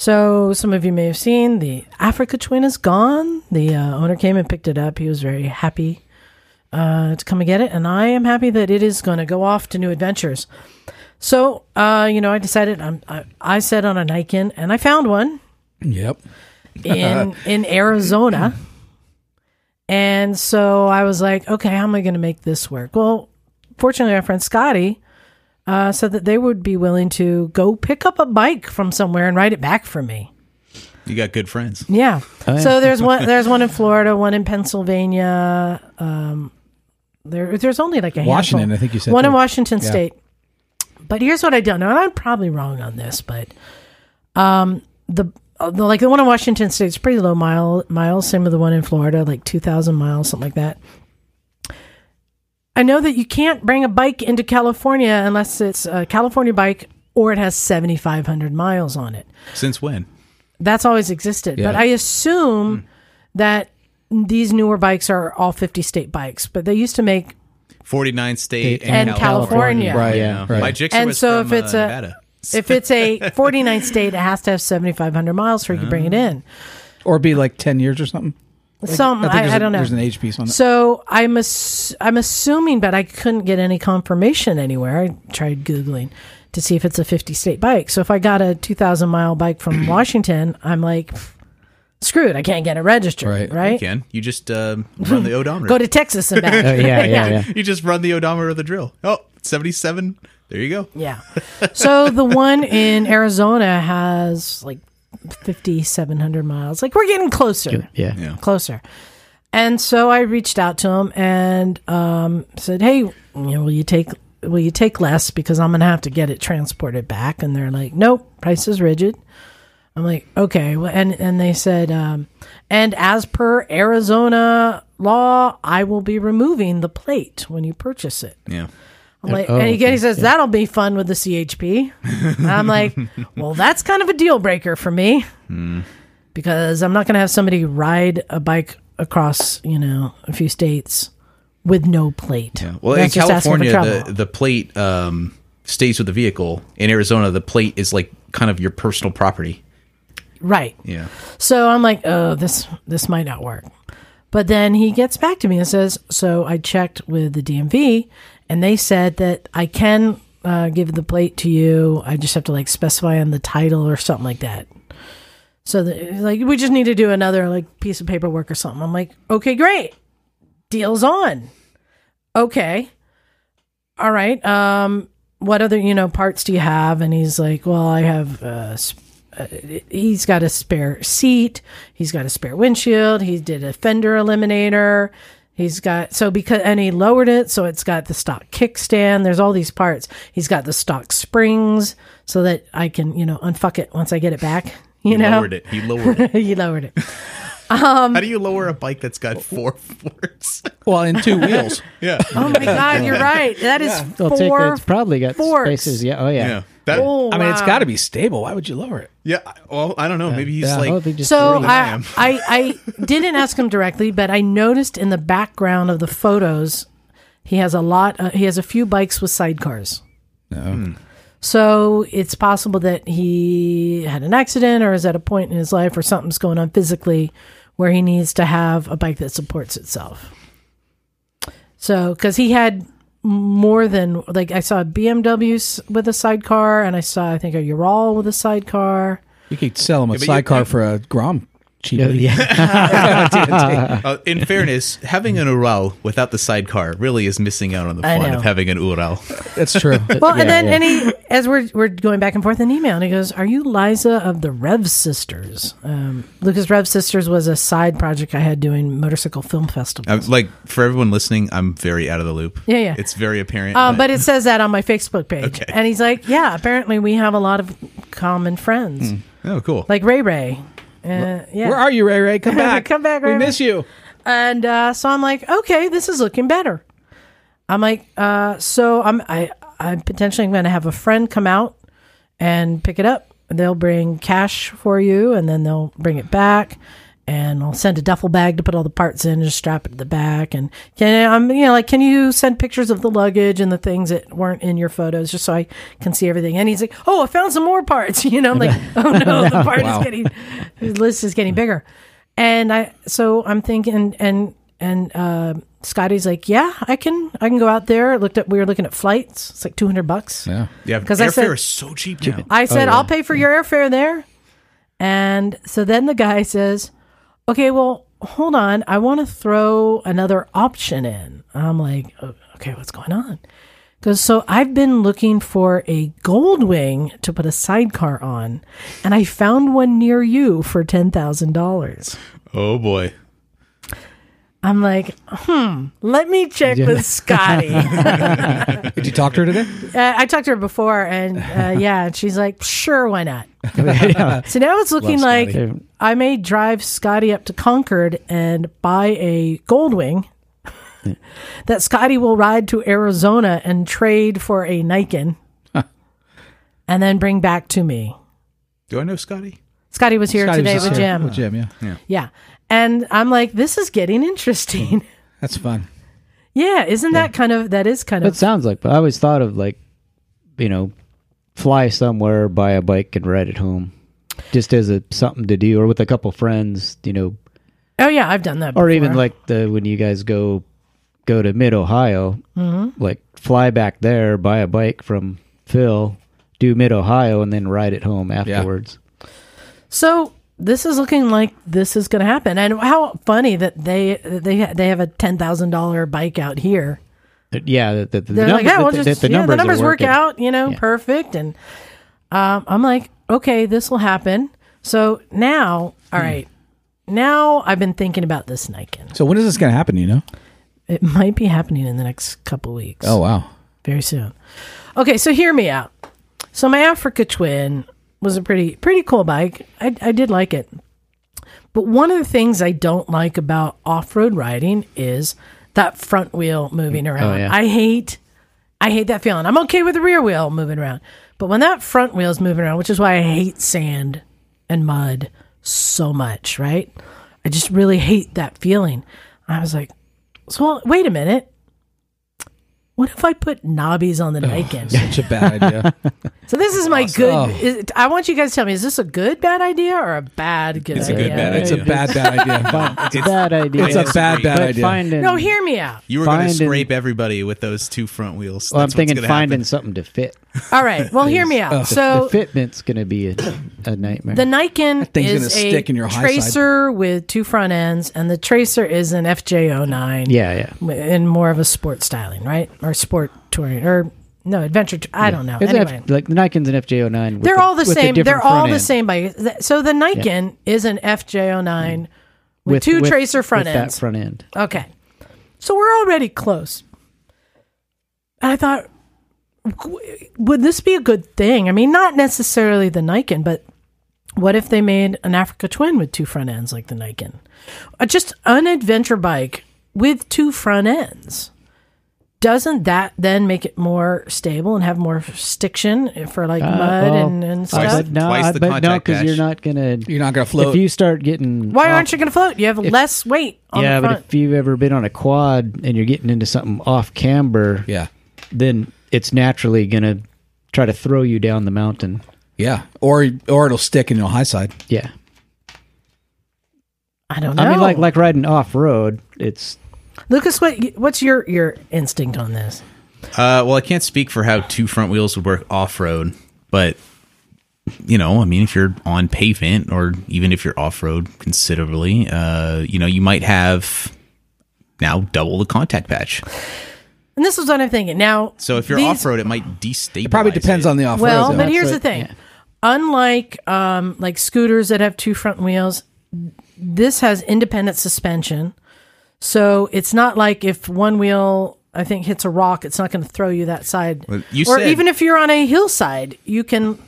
[SPEAKER 2] So, some of you may have seen the Africa Twin is gone. The uh, owner came and picked it up. He was very happy uh, to come and get it, and I am happy that it is going to go off to new adventures. So, um, uh, you know, I decided I'm, I, I set on a Nikin, and I found one.
[SPEAKER 4] Yep.
[SPEAKER 2] in in Arizona. And so I was like, okay, how am I going to make this work? Well, fortunately, my friend Scotty uh, said that they would be willing to go pick up a bike from somewhere and ride it back for me.
[SPEAKER 1] You got good friends.
[SPEAKER 2] Yeah.
[SPEAKER 5] Oh, yeah.
[SPEAKER 2] So there's one there's one in Florida, one in Pennsylvania. Um, there there's only like a handful.
[SPEAKER 4] Washington, I think you said
[SPEAKER 2] one in
[SPEAKER 4] there.
[SPEAKER 2] Washington
[SPEAKER 4] Yeah.
[SPEAKER 2] State. But here's what I don't know, and I'm probably wrong on this, but um, the, uh, the like the one in Washington State's pretty low mile miles. Same with the one in Florida, like two thousand miles, something like that. I know that you can't bring a bike into California unless it's a California bike or it has 7,500 miles on it
[SPEAKER 1] Since when?
[SPEAKER 2] that's always existed. But
[SPEAKER 1] Yeah.
[SPEAKER 2] I assume
[SPEAKER 4] Hmm.
[SPEAKER 2] that these newer bikes are all 50 state bikes, but they used to make.
[SPEAKER 1] 49 state
[SPEAKER 2] And
[SPEAKER 1] and,
[SPEAKER 2] California.
[SPEAKER 4] Right,
[SPEAKER 1] Yeah.
[SPEAKER 4] right.
[SPEAKER 1] My jigsaw
[SPEAKER 2] And
[SPEAKER 1] was
[SPEAKER 2] so
[SPEAKER 1] from,
[SPEAKER 2] if it's
[SPEAKER 1] uh,
[SPEAKER 2] a-
[SPEAKER 1] Nevada.
[SPEAKER 2] If it's a 49 state, it has to have 7,500 miles for you to bring it in.
[SPEAKER 4] or be like ten years or something.
[SPEAKER 2] Some I,
[SPEAKER 4] Ah. there's
[SPEAKER 2] I,
[SPEAKER 4] a-
[SPEAKER 2] don't know.
[SPEAKER 4] There's an age piece on that.
[SPEAKER 2] So I'm ass- I'm assuming, but I couldn't get any confirmation anywhere. I tried googling to see if it's a 50 state bike. So if I got a 2,000 mile bike from Washington, I'm like, screwed. I can't get it registered.
[SPEAKER 4] Right.
[SPEAKER 2] Right.
[SPEAKER 1] You can. You just um, run the odometer.
[SPEAKER 2] Go to Texas and back.
[SPEAKER 5] Oh, yeah, yeah, yeah.
[SPEAKER 1] you just run the odometer of the drill. Oh, 77. There you go.
[SPEAKER 2] Yeah. So the one in Arizona has like 5,700 miles. Like we're getting closer,
[SPEAKER 5] Yeah.
[SPEAKER 1] Yeah.
[SPEAKER 2] closer. And so I reached out to him and um, said, "Hey, you know, will you take will you take less because I'm going to have to get it transported back?" And they're like, "Nope, price is rigid." I'm like, "Okay." Well, and and they said, um, "And as per Arizona law, I will be removing the plate when you purchase it."
[SPEAKER 1] Yeah.
[SPEAKER 2] I'm like,
[SPEAKER 5] oh,
[SPEAKER 2] and he,
[SPEAKER 5] okay,
[SPEAKER 2] he says that'll be fun with the CHP. And I'm like, well, that's kind of a deal breaker for me
[SPEAKER 1] Hmm.
[SPEAKER 2] because I'm not going to have somebody ride a bike across, you know, a few states with no plate.
[SPEAKER 1] Yeah. Well,
[SPEAKER 2] That's
[SPEAKER 1] in
[SPEAKER 2] just asking for
[SPEAKER 1] California, the,
[SPEAKER 2] trouble.
[SPEAKER 1] the plate um, stays with the vehicle. In Arizona, the plate is like kind of your personal property.
[SPEAKER 2] right.
[SPEAKER 1] Yeah.
[SPEAKER 2] So I'm like, oh, this this might not work. But then he gets back to me and says, so I checked with the DMV, and they said that I can uh, give the plate to you. I just have to like specify on the title or something like that. So the, like, we just need to do another like piece of paperwork or something. I'm like, okay, great, deal's on. Okay, all right. Um, what other you know parts do you have? And he's like, well, I have uh, sp- he's got a spare seat. He's got a spare windshield. He did a fender eliminator. He's got so because and he lowered it, so it's got the stock kickstand. There's all these parts. He's got the stock springs so that I can you know unfuck it once I get it back. You
[SPEAKER 1] He
[SPEAKER 2] know, Um,
[SPEAKER 1] lowered it. He lowered it.
[SPEAKER 2] he lowered it.
[SPEAKER 1] How do you lower a bike that's got four forks?
[SPEAKER 4] Well, in two wheels.
[SPEAKER 1] yeah.
[SPEAKER 2] Oh my God, you're right. That is
[SPEAKER 5] Well, take
[SPEAKER 2] four.
[SPEAKER 5] that. It's probably got
[SPEAKER 2] forks.
[SPEAKER 5] spaces. Yeah. Oh, yeah.
[SPEAKER 1] Yeah. That,
[SPEAKER 2] Oh,
[SPEAKER 4] I mean, it's
[SPEAKER 2] wow.
[SPEAKER 4] got to be stable. Why would you lower it?
[SPEAKER 1] Yeah. I- Well, I don't know. Maybe he's like,
[SPEAKER 5] oh, they just
[SPEAKER 2] So
[SPEAKER 5] threw it.
[SPEAKER 2] I, I I didn't ask him directly, but I noticed in the background of the photos, he has a lot. Uh, he has a few bikes with sidecars. So it's possible that he had an accident, or is at a point in his life, or something's going on physically, where he needs to have a bike that supports itself. So because he had more than like I saw a BMW s- with a sidecar, and I saw I think a Ural with a sidecar.
[SPEAKER 4] You could sell them a
[SPEAKER 1] but you-
[SPEAKER 4] sidecar for a Grom
[SPEAKER 5] Yeah,
[SPEAKER 4] cheaply.
[SPEAKER 5] yeah.
[SPEAKER 1] uh, in fairness, having an Ural without the sidecar really is missing out on the
[SPEAKER 2] I
[SPEAKER 1] fun
[SPEAKER 2] know.
[SPEAKER 1] of having an Ural.
[SPEAKER 4] That's true.
[SPEAKER 2] Well, and
[SPEAKER 5] Yeah,
[SPEAKER 2] then and he, as we're we're going back and forth in email, and he goes, "Are you Liza of the Rev Sisters?" Um, Lucas Rev Sisters was a side project I had doing motorcycle film festival. Um,
[SPEAKER 1] I'm, like for everyone listening, I'm very out of the loop.
[SPEAKER 2] Yeah, yeah.
[SPEAKER 1] It's very apparent.
[SPEAKER 2] Um, but it says that on my Facebook page,
[SPEAKER 1] Okay.
[SPEAKER 2] and he's like, "Yeah, apparently we have a lot of common friends,
[SPEAKER 1] oh, cool.
[SPEAKER 2] like Ray Ray." Uh, yeah.
[SPEAKER 4] Where are you, Ray Ray? Come back.
[SPEAKER 2] Come back, Ray
[SPEAKER 4] We
[SPEAKER 2] Ray.
[SPEAKER 4] miss you.
[SPEAKER 2] And uh, so I'm like, okay, this is looking better. I'm like, uh, so I'm I I'm potentially going to have a friend come out and pick it up. They'll bring cash for you, and then they'll bring it back. And I'll send a duffel bag to put all the parts in, and just strap it to the back. And can I'm you know like, can you send pictures of the luggage and the things that weren't in your photos, just so I can see everything? And he's like, oh, I found some more parts. You know, I'm like, oh no, the part is getting, the list is getting bigger. And I so I'm thinking and and uh, Scotty's like, yeah, I can I can go out there. Looked up, we were looking at flights. It's like two hundred bucks.
[SPEAKER 1] yeah,
[SPEAKER 2] 'Cause
[SPEAKER 1] because
[SPEAKER 2] I said-
[SPEAKER 1] airfare is so cheap now.
[SPEAKER 2] I said, I'll pay for your airfare there. And so then the guy says, okay, well, hold on. I want to throw another option in. I'm like, "Oh, okay, what's going on? Because so I've been looking for a gold wing to put a sidecar on, and I found one near you for $10,000.
[SPEAKER 1] Oh boy.
[SPEAKER 2] I'm like, hmm, let me check with Scotty.
[SPEAKER 4] Did you talk to her today?
[SPEAKER 2] Uh, I talked to her before, and uh, yeah, and she's like, sure, why not?
[SPEAKER 5] Yeah.
[SPEAKER 2] So now it's looking like
[SPEAKER 5] Scotty.
[SPEAKER 2] I may drive Scotty up to Concord and buy a Goldwing that Scotty will ride to Arizona and trade for a Nikon and then bring back to me.
[SPEAKER 1] Do I know Scotty?
[SPEAKER 2] Scotty was here
[SPEAKER 4] Scotty was
[SPEAKER 2] today
[SPEAKER 4] just
[SPEAKER 2] with
[SPEAKER 4] here
[SPEAKER 2] Jim.
[SPEAKER 4] With Jim, yeah.
[SPEAKER 2] Yeah. And I'm like, this is getting interesting.
[SPEAKER 4] That's fun.
[SPEAKER 2] yeah. Isn't that kind of, that is kind
[SPEAKER 5] That
[SPEAKER 2] of,
[SPEAKER 5] sounds like. But I always thought of like, you know, fly somewhere, buy a bike, and ride it home, just as a something to do, or with a couple friends, you know,
[SPEAKER 2] oh, yeah, I've done that.
[SPEAKER 5] or even
[SPEAKER 2] before.
[SPEAKER 5] like the when you guys go go to mid Ohio,
[SPEAKER 2] Mm-hmm.
[SPEAKER 5] like fly back there, buy a bike from Phil, do mid Ohio, and then ride it home afterwards.
[SPEAKER 2] So this is looking like this is going to happen, and how funny that they that they ha- they have a ten thousand dollar bike out here.
[SPEAKER 5] Uh, Yeah, that the, the,
[SPEAKER 2] They're like,
[SPEAKER 5] numbers-
[SPEAKER 2] yeah, we'll
[SPEAKER 5] that-
[SPEAKER 2] just
[SPEAKER 5] that the
[SPEAKER 2] yeah,
[SPEAKER 5] numbers,
[SPEAKER 2] the numbers
[SPEAKER 5] are
[SPEAKER 2] work
[SPEAKER 5] working.
[SPEAKER 2] out, you know,
[SPEAKER 5] Yeah.
[SPEAKER 2] perfect. And um, I'm like, okay, this will happen. So now,
[SPEAKER 5] Hmm.
[SPEAKER 2] all right, now I've been thinking about this Nikon.
[SPEAKER 4] So when is this going to happen? You know?
[SPEAKER 2] It might be happening in the next couple weeks.
[SPEAKER 4] Oh wow.
[SPEAKER 2] very soon. Okay, so hear me out. So my Africa Twin was a pretty pretty cool bike. I, I did like it, but one of the things I don't like about off road riding is that front wheel moving around.
[SPEAKER 5] yeah.
[SPEAKER 2] I hate I hate that feeling. I'm okay with the rear wheel moving around, but when that front wheel's moving around, which is why I hate sand and mud so much, right? I just really hate that feeling. I was like, so wait a minute. What if I put knobbies on the Nikon?
[SPEAKER 4] Such a bad idea.
[SPEAKER 2] So this is my good.
[SPEAKER 4] Oh.
[SPEAKER 2] Is, I want you guys to tell me: is this a good bad idea or a bad good
[SPEAKER 1] It's a
[SPEAKER 2] idea?
[SPEAKER 1] good bad
[SPEAKER 4] it's a
[SPEAKER 1] idea.
[SPEAKER 4] bad bad idea.
[SPEAKER 5] It's a bad idea.
[SPEAKER 4] It's a bad bad
[SPEAKER 5] but
[SPEAKER 4] idea.
[SPEAKER 5] finding.
[SPEAKER 2] No, hear me out.
[SPEAKER 1] You were going to
[SPEAKER 5] Finding-
[SPEAKER 1] scrape everybody with those two front wheels.
[SPEAKER 5] well, I'm
[SPEAKER 1] That's what's
[SPEAKER 5] thinking
[SPEAKER 1] gonna
[SPEAKER 5] finding
[SPEAKER 1] happen.
[SPEAKER 5] something to fit.
[SPEAKER 2] All right. Well, hear me out. So
[SPEAKER 5] the fitment's going to be a, a nightmare.
[SPEAKER 2] the Nikon
[SPEAKER 4] thing's
[SPEAKER 2] is
[SPEAKER 4] gonna
[SPEAKER 2] a
[SPEAKER 4] stick in your high side.
[SPEAKER 2] tracer with two front ends, and the tracer is an FJ09.
[SPEAKER 5] yeah, yeah.
[SPEAKER 2] in more of a sport styling, right? Or sport touring, or no adventure. tou- I don't know.
[SPEAKER 5] It's an F-
[SPEAKER 2] anyway,
[SPEAKER 5] like the Nikon's and FJ09. with
[SPEAKER 2] they're all the
[SPEAKER 5] with
[SPEAKER 2] same. they're
[SPEAKER 5] different
[SPEAKER 2] all
[SPEAKER 5] front
[SPEAKER 2] the
[SPEAKER 5] end.
[SPEAKER 2] same bike. Th- So the Nikon is an FJ09 with,
[SPEAKER 5] With-
[SPEAKER 2] two
[SPEAKER 5] with-
[SPEAKER 2] tracer front
[SPEAKER 5] with
[SPEAKER 2] ends.
[SPEAKER 5] That front end.
[SPEAKER 2] Okay. So we're already close. And I thought, w- would this be a good thing? I mean, not necessarily the Nikon, but what if they made an Africa Twin with two front ends like the Nikon? Uh, just an adventure bike with two front ends. Doesn't that then make it more stable and have more stiction for like mud
[SPEAKER 5] Uh, well,
[SPEAKER 2] and, and
[SPEAKER 5] I
[SPEAKER 2] stuff?
[SPEAKER 5] bet no,
[SPEAKER 1] Twice
[SPEAKER 5] I
[SPEAKER 1] the
[SPEAKER 5] bet no,
[SPEAKER 1] contact
[SPEAKER 5] because you're
[SPEAKER 1] patch.
[SPEAKER 5] not gonna.
[SPEAKER 4] You're not going
[SPEAKER 5] If
[SPEAKER 4] to float.
[SPEAKER 5] you start getting,
[SPEAKER 2] Why
[SPEAKER 5] off-
[SPEAKER 2] aren't you going to float? You have less weight on
[SPEAKER 5] yeah,
[SPEAKER 2] the
[SPEAKER 5] but
[SPEAKER 2] front.
[SPEAKER 5] if you've ever been on a quad and you're getting into something off camber,
[SPEAKER 4] yeah.
[SPEAKER 5] then it's naturally gonna try to throw you down the mountain.
[SPEAKER 4] Yeah. Or or it'll stick in your high side.
[SPEAKER 5] Yeah,
[SPEAKER 2] I don't know.
[SPEAKER 5] I mean, like like riding off road, it's
[SPEAKER 2] Lucas, what what's your your instinct on this?
[SPEAKER 1] Uh, well, I can't speak for how two front wheels would work off road, but you know, I mean, if you're on pavement or even if you're off road considerably, uh, you know, you might have now double the contact patch.
[SPEAKER 2] And this is what I'm thinking now.
[SPEAKER 1] So if you're
[SPEAKER 2] these-
[SPEAKER 1] off road, it might destabilize. It
[SPEAKER 4] Probably depends on the off road.
[SPEAKER 2] well, but
[SPEAKER 5] that's
[SPEAKER 2] here's
[SPEAKER 5] what-
[SPEAKER 2] the thing. Unlike um, like scooters that have two front wheels, this has independent suspension, so it's not like if one wheel I think hits a rock, it's not going to throw you that side.
[SPEAKER 1] Well, you
[SPEAKER 2] or
[SPEAKER 1] said-
[SPEAKER 2] even if you're on a hillside, you can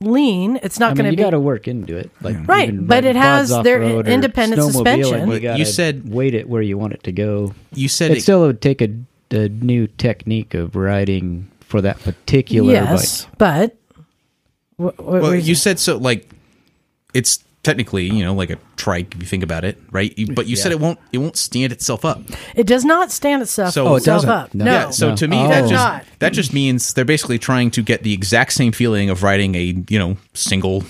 [SPEAKER 2] lean. It's not
[SPEAKER 5] I mean,
[SPEAKER 2] going
[SPEAKER 5] you
[SPEAKER 2] to be.
[SPEAKER 5] got to work into it, like
[SPEAKER 2] Right,
[SPEAKER 5] even
[SPEAKER 2] but
[SPEAKER 5] riding
[SPEAKER 2] it
[SPEAKER 5] quads
[SPEAKER 2] has their
[SPEAKER 5] off-road or
[SPEAKER 2] independent
[SPEAKER 5] snowmobiling,
[SPEAKER 2] suspension.
[SPEAKER 5] You, gotta
[SPEAKER 1] you said-
[SPEAKER 5] weight it where you want it to go.
[SPEAKER 1] You said
[SPEAKER 5] It
[SPEAKER 1] it,
[SPEAKER 5] still would take a, a new technique of riding for that particular
[SPEAKER 2] yes,
[SPEAKER 5] bike.
[SPEAKER 2] but. What, what
[SPEAKER 1] Well,
[SPEAKER 2] were
[SPEAKER 1] you said so. Like it's technically, you know, like a trike if you think about it, right? You, but you said it won't. It won't stand itself up.
[SPEAKER 2] It does not stand itself,
[SPEAKER 1] So- Oh, it
[SPEAKER 2] itself
[SPEAKER 4] doesn't.
[SPEAKER 2] up. No.
[SPEAKER 1] yeah. So
[SPEAKER 5] no.
[SPEAKER 1] to me,
[SPEAKER 4] Oh.
[SPEAKER 1] that
[SPEAKER 4] Does
[SPEAKER 1] just
[SPEAKER 2] not.
[SPEAKER 1] that just means they're basically trying to get the exact same feeling of riding a you know single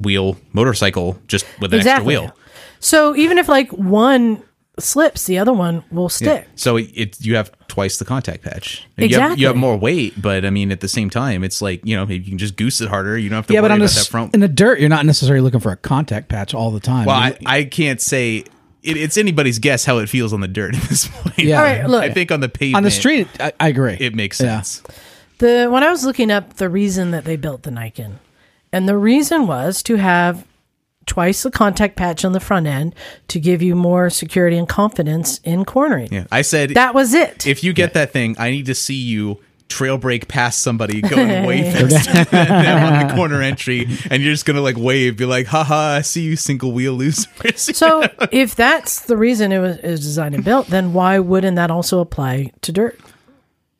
[SPEAKER 1] wheel motorcycle just with an extra wheel.
[SPEAKER 2] So even if like one slips, the other one will
[SPEAKER 1] Yeah.
[SPEAKER 2] stick.
[SPEAKER 1] So it, it you have twice the contact patch. And You have, you have
[SPEAKER 2] Exactly.
[SPEAKER 1] more weight, but I mean, at the same time, it's like you know you can just goose it harder. You don't have to
[SPEAKER 4] yeah,
[SPEAKER 1] worry
[SPEAKER 4] but on
[SPEAKER 1] about
[SPEAKER 4] the
[SPEAKER 1] that
[SPEAKER 4] s-
[SPEAKER 1] front.
[SPEAKER 4] in the dirt, you're not necessarily looking for a contact patch all the time.
[SPEAKER 1] well,
[SPEAKER 4] You-
[SPEAKER 1] I, I can't say it, it's anybody's guess how it feels on the dirt at this point.
[SPEAKER 4] Yeah. All right,
[SPEAKER 2] look.
[SPEAKER 1] I think on the pavement,
[SPEAKER 4] on the street, I, I agree.
[SPEAKER 1] it makes
[SPEAKER 4] Yeah.
[SPEAKER 1] sense.
[SPEAKER 2] The when I was looking up the reason that they built the Nikon, and the reason was to have twice the contact patch on the front end to give you more security and confidence in cornering.
[SPEAKER 1] Yeah, I said
[SPEAKER 2] That was it.
[SPEAKER 1] if you get that thing, I need to see you trail break past somebody going way faster than them on the corner entry, and you're just gonna like wave, be like, haha, I see you single wheel losers.
[SPEAKER 2] so if that's the reason it was, it was designed and built, then why wouldn't that also apply to dirt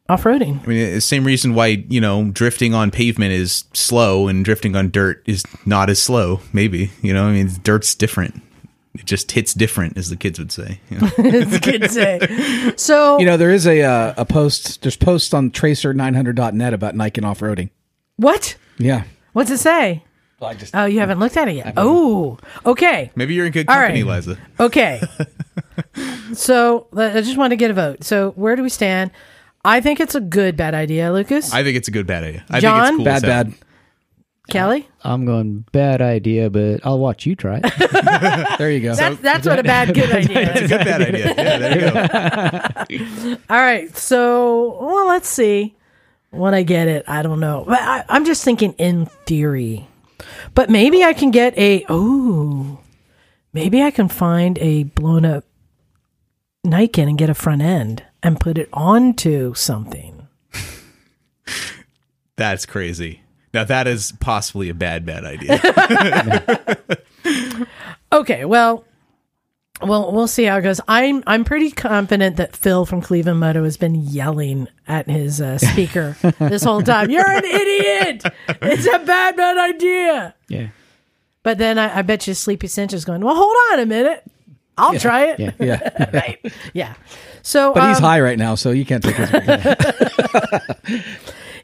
[SPEAKER 2] off roading?
[SPEAKER 1] I mean, it's the same reason why you know drifting on pavement is slow and drifting on dirt is not as slow. Maybe you know, I mean, dirt's different. It just hits different, as the kids would say. you know.
[SPEAKER 2] As the kids say. So
[SPEAKER 4] You know, there is a uh, a post. There's posts on tracer900.net about Nike and off roading.
[SPEAKER 2] what?
[SPEAKER 4] Yeah.
[SPEAKER 2] What's it say? oh, you haven't looked at it yet. Oh, okay.
[SPEAKER 1] Maybe you're in good
[SPEAKER 2] All
[SPEAKER 1] company,
[SPEAKER 2] right.
[SPEAKER 1] Liza.
[SPEAKER 2] Okay. so I I just want to get a vote. So where do we stand? I think it's a good bad idea, Lucas.
[SPEAKER 1] I think it's a good bad idea. I think
[SPEAKER 2] John?
[SPEAKER 1] it's cool.
[SPEAKER 4] Bad,
[SPEAKER 1] as hell.
[SPEAKER 4] bad.
[SPEAKER 2] Kelly,
[SPEAKER 5] I'm going bad idea, but I'll watch you try it.
[SPEAKER 4] There you go.
[SPEAKER 2] that's that's what a bad good idea.
[SPEAKER 1] It's
[SPEAKER 2] is.
[SPEAKER 1] a good bad idea. Yeah, there you go.
[SPEAKER 2] All right. So well, let's see. When I get it, I don't know. But I, I'm just thinking in theory. But maybe I can get a oh, maybe I can find a blown up Nikon and get a front end and put it onto something.
[SPEAKER 1] That's crazy. Now that is possibly a bad bad idea.
[SPEAKER 2] Okay, well, well, we'll see how it goes. I'm I'm pretty confident that Phil from Cleveland Moto has been yelling at his uh, speaker this whole time. You're an idiot! It's a bad bad idea.
[SPEAKER 5] yeah.
[SPEAKER 2] But then I, I bet you Sleepy Cinch is going. Well, hold on a minute. I'll try it.
[SPEAKER 5] yeah.
[SPEAKER 4] Yeah.
[SPEAKER 2] right. Yeah. So,
[SPEAKER 4] But he's
[SPEAKER 2] um,
[SPEAKER 4] high right now, so you can't take his.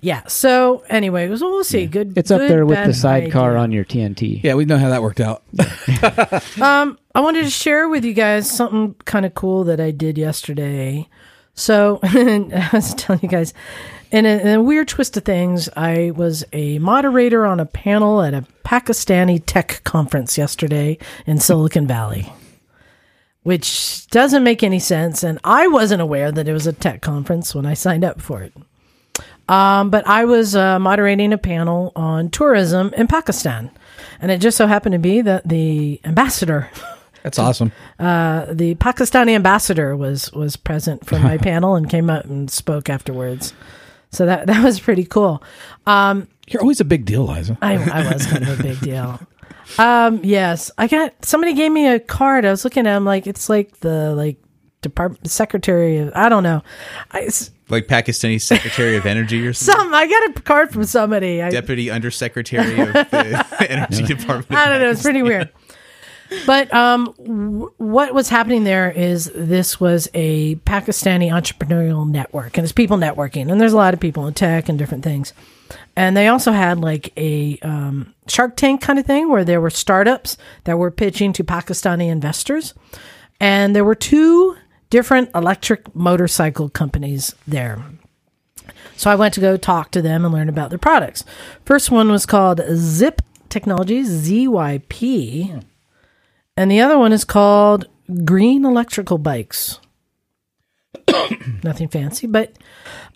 [SPEAKER 2] Yeah. So anyway, so we'll see. Good.
[SPEAKER 5] It's up
[SPEAKER 2] good,
[SPEAKER 5] there with
[SPEAKER 2] bad
[SPEAKER 5] the sidecar
[SPEAKER 2] idea.
[SPEAKER 5] on your TNT.
[SPEAKER 4] yeah, we know how that worked out.
[SPEAKER 2] I wanted to share with you guys something kind of cool that I did yesterday. So I was telling you guys, in a, in a weird twist of things, I was a moderator on a panel at a Pakistani tech conference yesterday in Silicon Valley, which doesn't make any sense. And I wasn't aware that it was a tech conference when I signed up for it. Um, but I was uh, moderating a panel on tourism in Pakistan. And it just so happened to be that the ambassador
[SPEAKER 4] That's awesome.
[SPEAKER 2] the Pakistani ambassador was was present for my panel and came up and spoke afterwards. So that that was pretty cool.
[SPEAKER 4] You're always a big deal, Liza.
[SPEAKER 2] I, I was kind of a big deal. Um, yes, I got somebody gave me a card. I was looking at. it, I'm like, it's like the like department secretary of I don't know. I s-
[SPEAKER 1] like Pakistani Secretary of Energy or something.
[SPEAKER 2] some I got a card from somebody. I,
[SPEAKER 1] Deputy Undersecretary of the Energy Department.
[SPEAKER 2] I don't know. It's pretty weird. But um, w- what was happening there is this was a Pakistani entrepreneurial network, and it's people networking, and there's a lot of people in tech and different things. And they also had like a um, Shark Tank kind of thing where there were startups that were pitching to Pakistani investors, and there were two different electric motorcycle companies there. So I went to go talk to them and learn about their products. First one was called Zip Technologies, ZYP. And the other one is called Green Electrical Bikes. Nothing fancy, but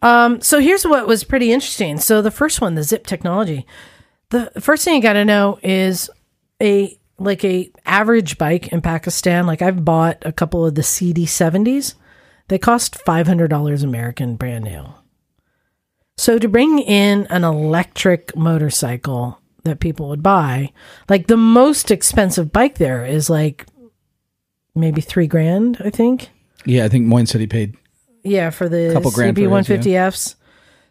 [SPEAKER 2] um, so here's what was pretty interesting. So the first one, the Zip Technology, the first thing you got to know is a like a average bike in Pakistan. Like I've bought a couple of the CD seventies. They cost five hundred dollars American, brand new. So to bring in an electric motorcycle that people would buy, like the most expensive bike there is like maybe three grand, I think.
[SPEAKER 4] Yeah, I think Moines City paid.
[SPEAKER 2] Yeah, for the
[SPEAKER 4] Couple grand for
[SPEAKER 2] CB
[SPEAKER 4] his,
[SPEAKER 2] one fifty Fs.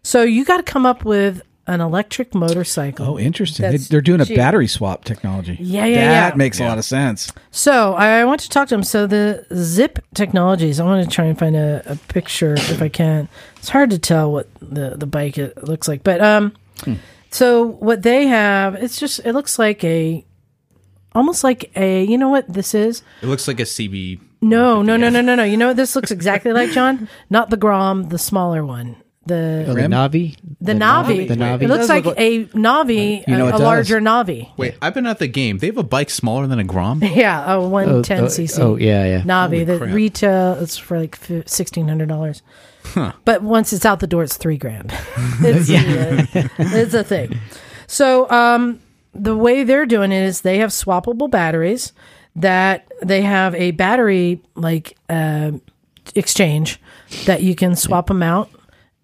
[SPEAKER 2] So you got to come up with an electric motorcycle.
[SPEAKER 4] Oh, interesting. They,
[SPEAKER 2] That's
[SPEAKER 4] they're doing a
[SPEAKER 2] cheap.
[SPEAKER 4] battery swap technology.
[SPEAKER 2] Yeah, yeah,
[SPEAKER 4] that
[SPEAKER 2] yeah.
[SPEAKER 4] makes a lot of sense.
[SPEAKER 2] So I, I want to talk to him. So the Zip Technologies. I want to try and find a, a picture if I can. It's hard to tell what the the bike it looks like, but um, so what they have, it's just it looks like a, almost like a. You know what this is?
[SPEAKER 1] It looks like a CB
[SPEAKER 2] No, no, no, no, no, no. You know what this looks exactly like, John? Not the Grom, the smaller one. The
[SPEAKER 5] Oh, the Navi.
[SPEAKER 2] the Navi.
[SPEAKER 5] The Navi.
[SPEAKER 2] It looks
[SPEAKER 4] does
[SPEAKER 2] like,
[SPEAKER 4] look
[SPEAKER 2] a Navi,
[SPEAKER 4] You know,
[SPEAKER 2] a,
[SPEAKER 4] it does.
[SPEAKER 2] larger Navi.
[SPEAKER 1] Wait, I've been at the game. They have a bike smaller than a Grom.
[SPEAKER 2] Yeah, a
[SPEAKER 5] Oh,
[SPEAKER 2] 110cc.
[SPEAKER 5] oh, oh, yeah, yeah.
[SPEAKER 1] Holy
[SPEAKER 2] Navi that
[SPEAKER 1] crap.
[SPEAKER 2] retail it's for like $1,600. But once it's out the door, it's three grand. it's, yeah. it's a thing. So um, the way they're doing it is they have swappable batteries that they have a battery like uh, exchange that you can swap them out.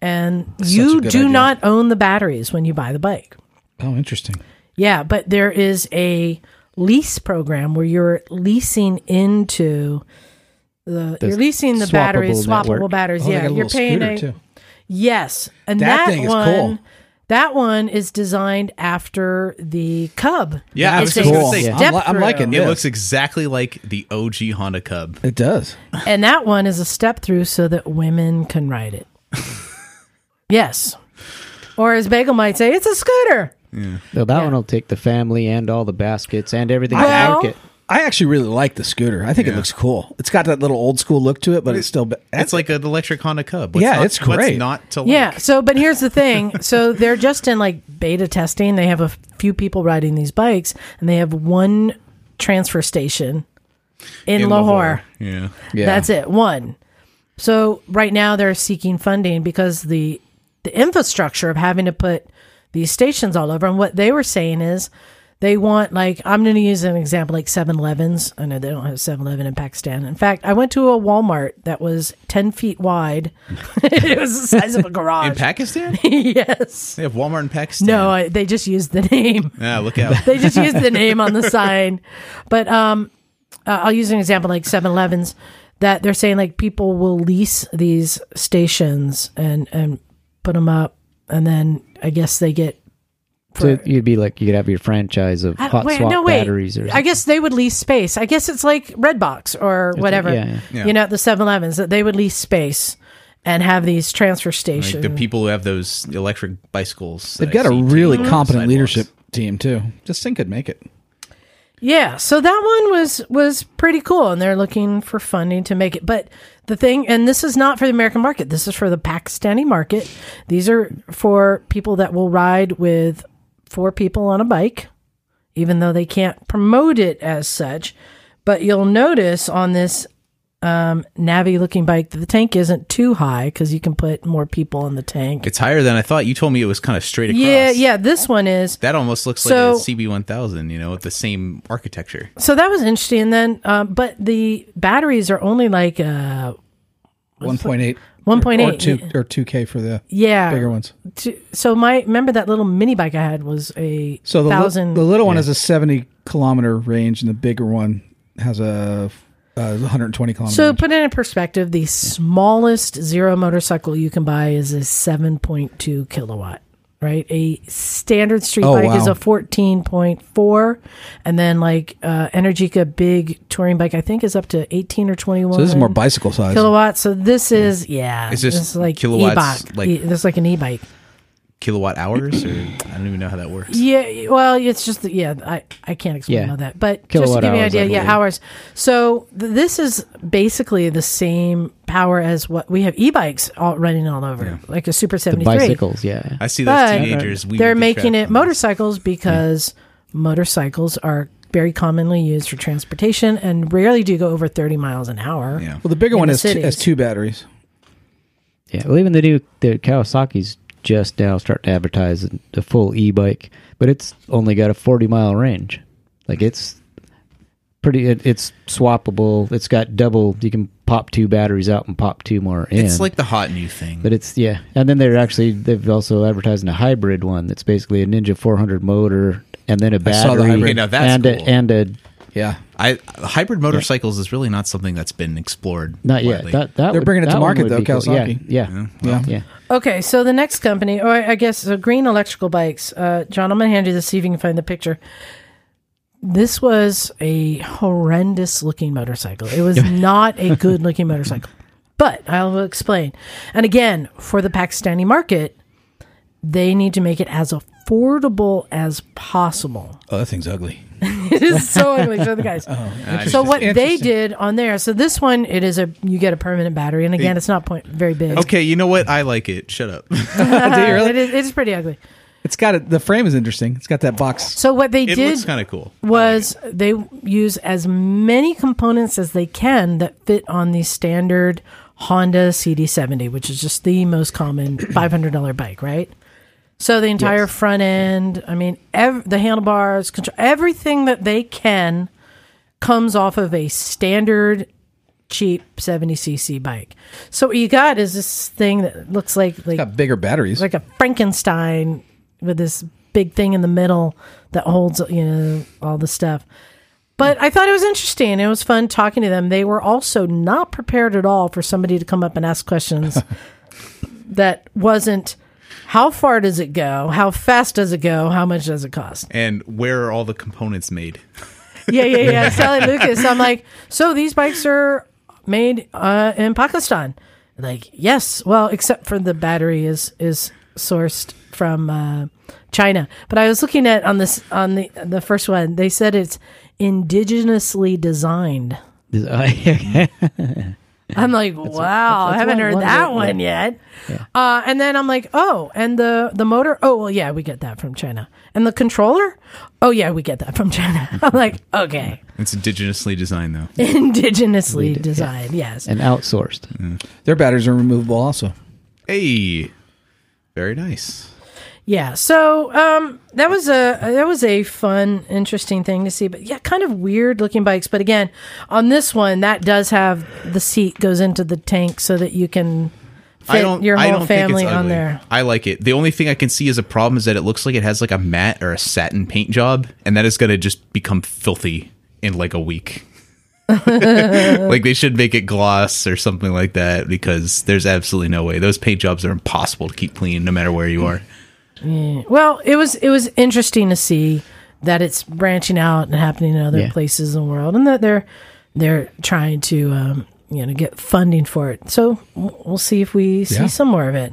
[SPEAKER 2] And you
[SPEAKER 4] good
[SPEAKER 2] do
[SPEAKER 4] idea.
[SPEAKER 2] not own the batteries when you buy the bike.
[SPEAKER 4] Oh, interesting.
[SPEAKER 2] Yeah, but there is a lease program where you're leasing into the, you're leasing the
[SPEAKER 5] swappable
[SPEAKER 2] batteries, swappable
[SPEAKER 5] network.
[SPEAKER 2] batteries.
[SPEAKER 4] Oh, they
[SPEAKER 2] yeah,
[SPEAKER 4] got a
[SPEAKER 2] you're
[SPEAKER 4] little
[SPEAKER 2] paying
[SPEAKER 4] scooter
[SPEAKER 2] a
[SPEAKER 4] too.
[SPEAKER 2] yes, and
[SPEAKER 4] That
[SPEAKER 2] that,
[SPEAKER 4] thing is
[SPEAKER 2] one.
[SPEAKER 4] cool.
[SPEAKER 2] That one is designed after the Cub.
[SPEAKER 1] Yeah, I
[SPEAKER 2] It's
[SPEAKER 1] was just
[SPEAKER 2] a
[SPEAKER 1] gonna say,
[SPEAKER 2] step
[SPEAKER 4] I'm li- I'm
[SPEAKER 2] through.
[SPEAKER 4] liking
[SPEAKER 1] It
[SPEAKER 4] Yes.
[SPEAKER 1] looks exactly like the OG Honda Cub.
[SPEAKER 4] It does.
[SPEAKER 2] and that one is a step through so that women can ride it. yes, or as Bagel might say, it's a scooter.
[SPEAKER 5] Well, that one will take the family and all the baskets and everything to
[SPEAKER 2] Well-
[SPEAKER 5] market.
[SPEAKER 4] I actually really like the scooter. I think it looks cool. It's got that little old school look to it, but it's still. Be-
[SPEAKER 1] It's like an electric Honda Cub. What's
[SPEAKER 4] Yeah,
[SPEAKER 1] not,
[SPEAKER 4] it's
[SPEAKER 1] What's
[SPEAKER 4] great.
[SPEAKER 1] not to like?
[SPEAKER 2] Yeah. So, but here's the thing. So they're just in like beta testing. They have a few people riding these bikes, and they have one transfer station in, Lahore.
[SPEAKER 1] Yeah.
[SPEAKER 2] That's it. One. So right now they're seeking funding because the the infrastructure of having to put these stations all over. And what they were saying is they want like I'm going to use an example like 7-Elevens. I know they don't have 7-Eleven in Pakistan. In fact, I went to a Walmart that was 10 feet wide. it was the size of a
[SPEAKER 1] In
[SPEAKER 2] garage.
[SPEAKER 1] Pakistan,
[SPEAKER 2] yes.
[SPEAKER 1] they have Walmart in Pakistan.
[SPEAKER 2] No, I, they just used the name
[SPEAKER 1] Yeah, look out.
[SPEAKER 2] they just used the name on the sign. But um, uh, I'll use an example like 7 Elevens that they're saying like people will lease these stations and, and put them up. And then I guess they get.
[SPEAKER 5] So you'd be like, you could have your franchise of
[SPEAKER 2] I don't-
[SPEAKER 5] hot
[SPEAKER 2] wait,
[SPEAKER 5] swap
[SPEAKER 2] no, wait.
[SPEAKER 5] batteries or
[SPEAKER 2] I
[SPEAKER 5] something.
[SPEAKER 2] guess they would lease space. I guess it's like Redbox or whatever.
[SPEAKER 5] yeah, yeah.
[SPEAKER 1] Yeah.
[SPEAKER 2] You know, the 7 Elevens that they would lease space and have these transfer
[SPEAKER 1] Like
[SPEAKER 2] stations.
[SPEAKER 1] the people who have those electric bicycles.
[SPEAKER 4] They've got a really competent leadership team too. This thing could make it.
[SPEAKER 2] Yeah, so that one was was pretty cool, and they're looking for funding to make it. But the thing, and this is not for the American market. This is for the Pakistani market. These are for people that will ride with four people on a bike, even though they can't promote it as such. But you'll notice on this um, Navi looking bike that the tank isn't too high because you can put more people in the tank.
[SPEAKER 1] It's higher than I thought. You told me it was kind of straight across.
[SPEAKER 2] Yeah, yeah. This one is
[SPEAKER 1] That almost looks
[SPEAKER 2] So-
[SPEAKER 1] like a CB1000, you know, with the same architecture.
[SPEAKER 2] so that was interesting. And then, um, but the batteries are only like uh,
[SPEAKER 4] One point eight.
[SPEAKER 2] One point
[SPEAKER 4] Or
[SPEAKER 2] eight.
[SPEAKER 4] two or two K for the
[SPEAKER 2] Yeah.
[SPEAKER 4] bigger ones.
[SPEAKER 2] Two- So my remember that little mini bike I had was a
[SPEAKER 4] So the, li-
[SPEAKER 2] thousand.
[SPEAKER 4] the little one has a seventy kilometer range, and the bigger one has a, uh one hundred twenty kilometer.
[SPEAKER 2] so
[SPEAKER 4] range.
[SPEAKER 2] put it in perspective, the smallest zero motorcycle you can buy is a seven point two kilowatt. Right, a standard street
[SPEAKER 4] Oh,
[SPEAKER 2] bike is
[SPEAKER 4] wow.
[SPEAKER 2] a fourteen point four, and then like uh, Energica big touring bike I think is up to eighteen or twenty one.
[SPEAKER 4] So this is more bicycle size.
[SPEAKER 2] kilowatts. So this is yeah,
[SPEAKER 1] It's just
[SPEAKER 2] this is like
[SPEAKER 1] kilowatts,
[SPEAKER 2] e-bike.
[SPEAKER 1] like-
[SPEAKER 2] E- this is like an e bike.
[SPEAKER 1] Kilowatt hours, or I don't even know how that works.
[SPEAKER 2] Yeah, well, it's just that- yeah, I I can't explain
[SPEAKER 5] Yeah.
[SPEAKER 2] all that, but just to
[SPEAKER 5] Kilowatt
[SPEAKER 2] give you an
[SPEAKER 5] hours,
[SPEAKER 2] idea,
[SPEAKER 5] I
[SPEAKER 2] yeah,
[SPEAKER 5] believe.
[SPEAKER 2] hours. So th- this is basically the same power as what we have e-bikes all running all over, like a Super
[SPEAKER 5] The
[SPEAKER 2] seventy three.
[SPEAKER 5] bicycles, yeah.
[SPEAKER 1] I see those
[SPEAKER 2] But
[SPEAKER 1] teenagers. weaving
[SPEAKER 2] They're
[SPEAKER 1] the
[SPEAKER 2] making
[SPEAKER 1] track
[SPEAKER 2] it
[SPEAKER 1] on
[SPEAKER 2] motorcycles because motorcycles are very commonly used for transportation and rarely do go over thirty miles an hour.
[SPEAKER 1] Yeah.
[SPEAKER 4] well, the bigger
[SPEAKER 2] in
[SPEAKER 4] one
[SPEAKER 2] the
[SPEAKER 4] has, two,
[SPEAKER 2] cities.
[SPEAKER 4] has two batteries.
[SPEAKER 5] Yeah, well, even the new the Kawasaki's just now starting to advertise a full e-bike, but it's only got a forty mile range. Like it's pretty. It, it's swappable. It's got double. You can pop two batteries out and pop two more in.
[SPEAKER 1] It's like the hot new thing.
[SPEAKER 5] But it's yeah, and then they're actually they've also advertising a hybrid one that's basically a Ninja 400 motor and then a
[SPEAKER 4] saw the
[SPEAKER 5] battery
[SPEAKER 4] hybrid.
[SPEAKER 1] Okay, now that's
[SPEAKER 5] and
[SPEAKER 1] cool.
[SPEAKER 5] a, and a
[SPEAKER 4] Yeah,
[SPEAKER 1] I hybrid motorcycles is really not something that's been explored.
[SPEAKER 5] not yet
[SPEAKER 1] widely.
[SPEAKER 5] that that
[SPEAKER 4] They're
[SPEAKER 5] would-
[SPEAKER 4] bringing it to
[SPEAKER 5] that one
[SPEAKER 4] market,
[SPEAKER 5] would
[SPEAKER 4] though,
[SPEAKER 5] be cool.
[SPEAKER 4] Kawasaki.
[SPEAKER 5] Yeah, yeah,
[SPEAKER 4] yeah.
[SPEAKER 5] yeah.
[SPEAKER 2] Okay, so the next company, or I guess so green electrical bikes. Uh, John, I'm going to hand you this, see if you can find the picture. This was a horrendous looking motorcycle. It was not a good looking motorcycle, but I will explain. And again, for the Pakistani market, they need to make it as affordable as possible.
[SPEAKER 4] Oh, that thing's ugly.
[SPEAKER 2] it is so ugly for the guys. so what they did on there, so this one it is a you get a permanent battery, and again, it's not point very big.
[SPEAKER 1] Okay, you know what? I like it. Shut up.
[SPEAKER 2] Uh-huh. it is, it's pretty ugly.
[SPEAKER 4] It's got it. The frame is interesting. It's got that box.
[SPEAKER 2] So what they
[SPEAKER 1] It
[SPEAKER 2] did
[SPEAKER 1] looks kind of cool.
[SPEAKER 2] was they use as many components as they can that fit on the standard Honda CD70, which is just the most common $500 bike, right? So the entire front end, I mean, ev- the handlebars, control, everything that they can comes off of a standard cheap 70cc bike. So what you got is this thing that looks like like
[SPEAKER 4] Got bigger batteries.
[SPEAKER 2] like a Frankenstein with this big thing in the middle that holds you know all the stuff. But I thought it was interesting. It was fun talking to them. They were also not prepared at all for somebody to come up and ask questions that wasn't how far does it go? How fast does it go? How much does it cost?
[SPEAKER 1] And where are all the components made?
[SPEAKER 2] yeah, yeah, yeah. I was telling Lucas, I'm like, so these bikes are made uh, in Pakistan. Like, yes, well, except for the battery is is sourced from uh, China. But I was looking at on this on the the first one, they said it's indigenously designed. I'm like, wow, I haven't
[SPEAKER 5] one-
[SPEAKER 2] heard
[SPEAKER 5] one of
[SPEAKER 2] that
[SPEAKER 5] the-
[SPEAKER 2] one yet. Uh, and then I'm like, oh, and the the motor, oh well, yeah, we get that from China. And the controller, oh yeah, we get that from China. I'm like, okay.
[SPEAKER 1] It's indigenously designed, though.
[SPEAKER 2] indigenously designed. Yes.
[SPEAKER 5] and outsourced.
[SPEAKER 4] Their batteries are removable also.
[SPEAKER 1] hey, very nice.
[SPEAKER 2] Yeah. So um, that was a that was a fun, interesting thing to see. But yeah, kind of weird looking bikes. But again, on this one, that does have the seat goes into the tank so that you can fit
[SPEAKER 1] I don't.
[SPEAKER 2] your
[SPEAKER 1] I
[SPEAKER 2] whole
[SPEAKER 1] don't
[SPEAKER 2] family
[SPEAKER 1] think it's
[SPEAKER 2] on
[SPEAKER 1] ugly.
[SPEAKER 2] there.
[SPEAKER 1] I like it. The only thing I can see as a problem is that it looks like it has like a matte or a satin paint job, and that is going to just become filthy in like a week. like they should make it gloss or something like that because there's absolutely no way those paint jobs are impossible to keep clean no matter where you are.
[SPEAKER 2] Well, it was it was interesting to see that it's branching out and happening in other
[SPEAKER 5] Yeah.
[SPEAKER 2] places in the world, and that they're they're trying to um, you know get funding for it. So w- we'll see if we see
[SPEAKER 4] Yeah.
[SPEAKER 2] some more of it.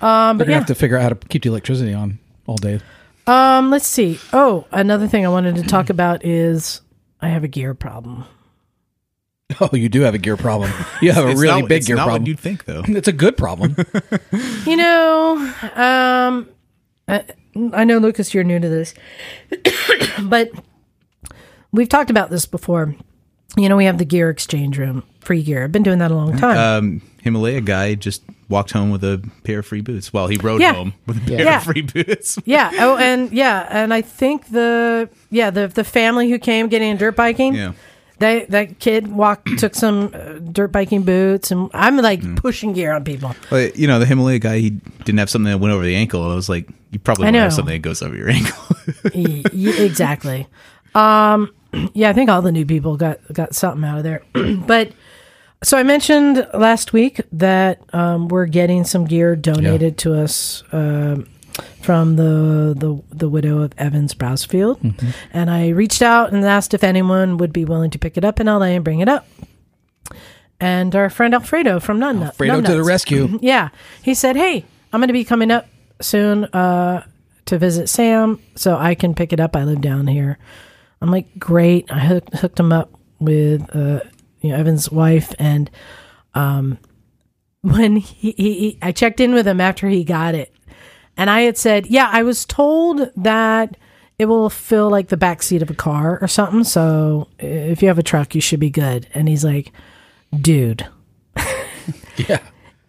[SPEAKER 4] They're gonna
[SPEAKER 2] yeah.
[SPEAKER 4] have to figure out how to keep the electricity on all day.
[SPEAKER 2] Um, let's see. Oh, another thing I wanted to talk about is I have a gear problem.
[SPEAKER 4] Oh, you do have a gear problem. You have a
[SPEAKER 1] It's
[SPEAKER 4] really
[SPEAKER 1] not-
[SPEAKER 4] big
[SPEAKER 1] it's
[SPEAKER 4] gear
[SPEAKER 1] not
[SPEAKER 4] problem.
[SPEAKER 1] What you'd think though.
[SPEAKER 4] it's a good problem.
[SPEAKER 2] You know, um, I, I know Lucas, you're new to this, but we've talked about this before. You know, we have the gear exchange room, free gear. I've been doing that a long time.
[SPEAKER 1] Um, Himalaya guy just walked home with a pair of free boots. Well, he rode
[SPEAKER 2] Yeah.
[SPEAKER 1] home with a pair
[SPEAKER 2] Yeah.
[SPEAKER 1] of free boots.
[SPEAKER 2] yeah. Oh, and yeah, and I think the yeah the the family who came getting in dirt biking.
[SPEAKER 1] Yeah.
[SPEAKER 2] They, that kid walked took some uh, dirt biking boots and I'm like
[SPEAKER 1] Mm.
[SPEAKER 2] pushing gear on people.
[SPEAKER 1] But you know, the Himalaya guy, he didn't have something that went over the ankle. I was like, you probably
[SPEAKER 2] I
[SPEAKER 1] want to have
[SPEAKER 2] know.
[SPEAKER 1] something that goes over your ankle.
[SPEAKER 2] Y- y- exactly. Um, yeah, I think all the new people got got something out of there. but so I mentioned last week that um, we're getting some gear donated to us um, from the, the the widow of Evans Browsfield,
[SPEAKER 4] Mm-hmm.
[SPEAKER 2] and I reached out and asked if anyone would be willing to pick it up in LA and bring it up. And our friend Alfredo from Nun Nut-
[SPEAKER 4] Fredo
[SPEAKER 2] Nun
[SPEAKER 4] to the
[SPEAKER 2] Nuts.
[SPEAKER 4] rescue.
[SPEAKER 2] Yeah. He said, Hey, I'm going to be coming up soon uh, to visit Sam so I can pick it up. I live down here. I'm like, Great. I hooked, hooked him up with uh, you know, Evan's wife. And um, when he, he, he, I checked in with him after he got it. And I had said, Yeah, I was told that it will fill like the back seat of a car or something. So if you have a truck, you should be good. And he's like, Dude
[SPEAKER 4] Yeah.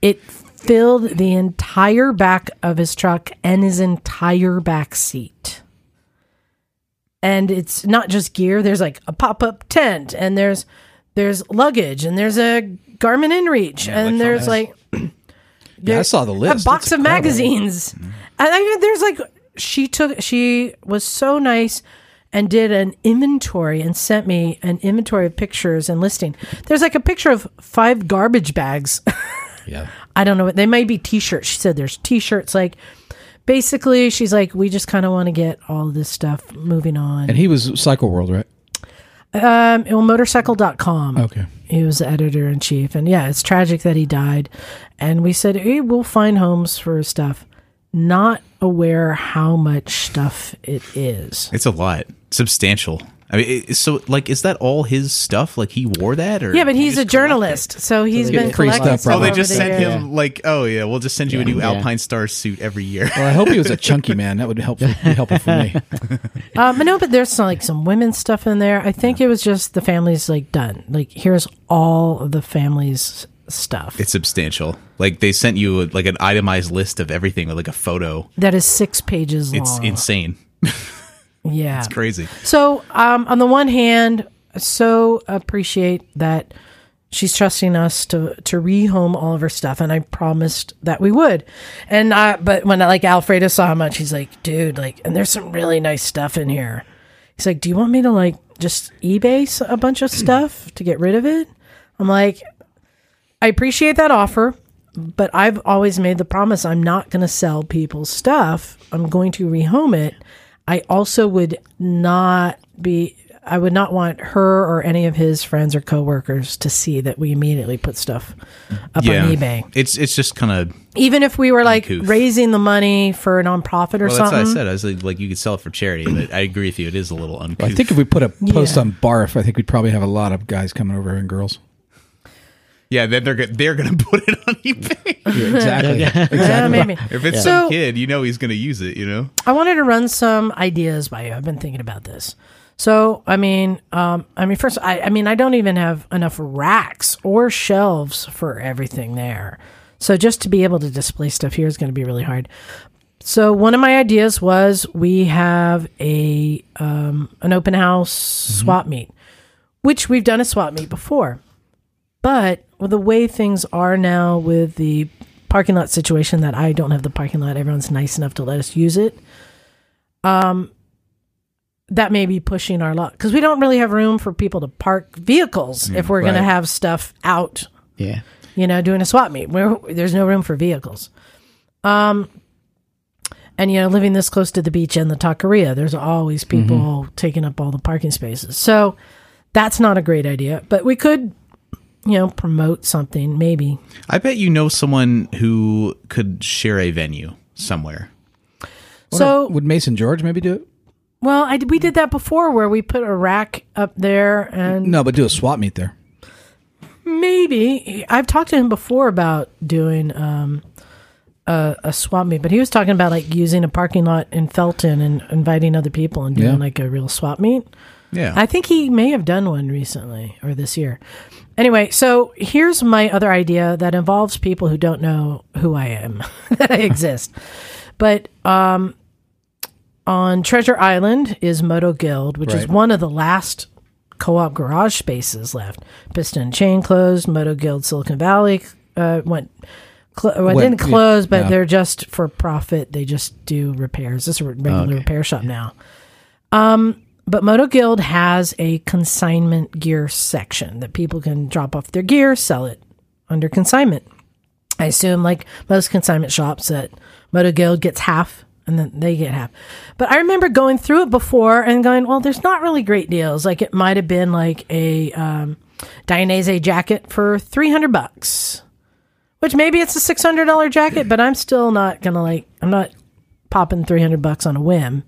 [SPEAKER 2] it filled the entire back of his truck and his entire back seat. And it's not just gear, there's like a pop-up tent and there's there's luggage and there's a Garmin InReach and there's like
[SPEAKER 4] Yeah, I saw the
[SPEAKER 2] a
[SPEAKER 4] list.
[SPEAKER 2] box
[SPEAKER 4] It's
[SPEAKER 2] of
[SPEAKER 4] incredible. Mm-hmm.
[SPEAKER 2] magazines. And I, there's like she took she was so nice and did an inventory and sent me an inventory of pictures and listing. There's like a picture of five garbage bags
[SPEAKER 4] Yeah.
[SPEAKER 2] I don't know. They might be t-shirts. She said there's t-shirts. Like basically, she's like, we just kind of want to get all this stuff moving on.
[SPEAKER 4] And he was Cycle World, right?
[SPEAKER 2] Um, well, motorcycle.com.
[SPEAKER 4] Okay.
[SPEAKER 2] He was the editor in chief, and yeah, it's tragic that he died. And we said, hey, we'll find homes for his stuff. not aware how much stuff it is.
[SPEAKER 1] It's a lot, substantial. I mean, it, so like, is that all his stuff? Like he wore that, or
[SPEAKER 2] Yeah, but he's a journalist, so he's
[SPEAKER 5] they
[SPEAKER 2] been
[SPEAKER 5] get free
[SPEAKER 2] collecting
[SPEAKER 4] stuff,
[SPEAKER 2] stuff.
[SPEAKER 4] right?
[SPEAKER 1] Oh, they
[SPEAKER 2] over
[SPEAKER 1] just
[SPEAKER 2] the
[SPEAKER 1] sent
[SPEAKER 2] years.
[SPEAKER 1] him like, oh yeah, we'll just send you a new
[SPEAKER 5] Yeah.
[SPEAKER 1] Alpine Star suit every year.
[SPEAKER 4] Well, I hope he was a chunky man. That would help be helpful for me.
[SPEAKER 2] Um, no, but there's some, like some women's stuff in there. I think it was just the family's like done. Like here's all of the family's stuff.
[SPEAKER 1] It's substantial. Like they sent you like an itemized list of everything with like a photo.
[SPEAKER 2] that is six pages long.
[SPEAKER 1] It's insane,
[SPEAKER 2] yeah.
[SPEAKER 1] crazy.
[SPEAKER 2] So, um, on the one hand, so appreciate that she's trusting us to to rehome all of her stuff, and I promised that we would. And I, but when like Alfredo saw how much, he's like, "Dude, like, and there's some really nice stuff in here." He's like, "Do you want me to like just eBay s- a bunch of stuff to get rid of it?" I'm like, "I appreciate that offer." But I've always made the promise I'm not going to sell people's stuff. I'm going to rehome it. I also would not be I would not want her or any of his friends or coworkers to see that we immediately put stuff up
[SPEAKER 1] Yeah,
[SPEAKER 2] on eBay.
[SPEAKER 1] it's it's just kind of.
[SPEAKER 2] Even if we were like
[SPEAKER 1] Uncouth.
[SPEAKER 2] raising the money for a nonprofit or
[SPEAKER 1] Well, that's what I
[SPEAKER 2] something.
[SPEAKER 1] said. I was like, like, you could sell it for charity, but I agree with you. It is a little uncouth.
[SPEAKER 4] I think if we put a post
[SPEAKER 2] Yeah.
[SPEAKER 4] on Barf, I think we'd probably have a lot of guys coming over and girls.
[SPEAKER 1] yeah, then they're go- they're gonna put it on eBay.
[SPEAKER 4] exactly.
[SPEAKER 2] Yeah, maybe.
[SPEAKER 1] if it's
[SPEAKER 2] So-
[SPEAKER 1] some kid, you know he's gonna use it. You know,
[SPEAKER 2] I wanted to run some ideas by you. I've been thinking about this. So, I mean, um, I mean, first, I, I mean, I don't even have enough racks or shelves for everything there. So, just to be able to display stuff here is going to be really hard. So, one of my ideas was we have a um, an open house swap meet, which we've done a swap meet before. But with the way things are now with the parking lot situation that I don't have the parking lot, everyone's nice enough to let us use it. Um that may be pushing our luck because we don't really have room for people to park vehicles if we're going
[SPEAKER 4] right.
[SPEAKER 2] to have stuff out,
[SPEAKER 5] Yeah.
[SPEAKER 2] you know, doing a swap meet. We're, there's no room for vehicles. Um, and, you know, living this close to the beach and the taqueria, there's always people taking up all the parking spaces. So that's not a great idea, but we could, you know, promote something maybe.
[SPEAKER 1] I bet you know someone who could share a venue somewhere.
[SPEAKER 2] so
[SPEAKER 4] would Mason George maybe do it?
[SPEAKER 2] Well, I, d- we did that before where we put a rack up there and
[SPEAKER 4] No, but do a swap meet there.
[SPEAKER 2] maybe I've talked to him before about doing um, a, a swap meet, but he was talking about like using a parking lot in Felton and inviting other people and doing
[SPEAKER 4] Yeah.
[SPEAKER 2] like a real swap meet.
[SPEAKER 1] Yeah,
[SPEAKER 2] I think he may have done one recently or this year. Anyway, so here's my other idea that involves people who don't know who I am, that I exist. But um, on Treasure Island is Moto Guild, which is
[SPEAKER 4] Right.
[SPEAKER 2] one of the last co op garage spaces left. Piston and Chain closed, Moto Guild Silicon Valley uh, went. Cl- well, it
[SPEAKER 4] Went,
[SPEAKER 2] didn't
[SPEAKER 4] yeah,
[SPEAKER 2] close, but
[SPEAKER 4] yeah.
[SPEAKER 2] they're just for profit. They just do repairs. This is a regular repair shop now. Um, But Moto Guild has a consignment gear section that people can drop off their gear, sell it under consignment. I assume, like most consignment shops, that Moto Guild gets half and then they get half. But I remember going through it before and going, well, there's not really great deals. Like it might have been like a um, Dainese jacket for 300 bucks, which maybe it's a $600 jacket, but I'm still not going to like, I'm not popping 300 bucks on a whim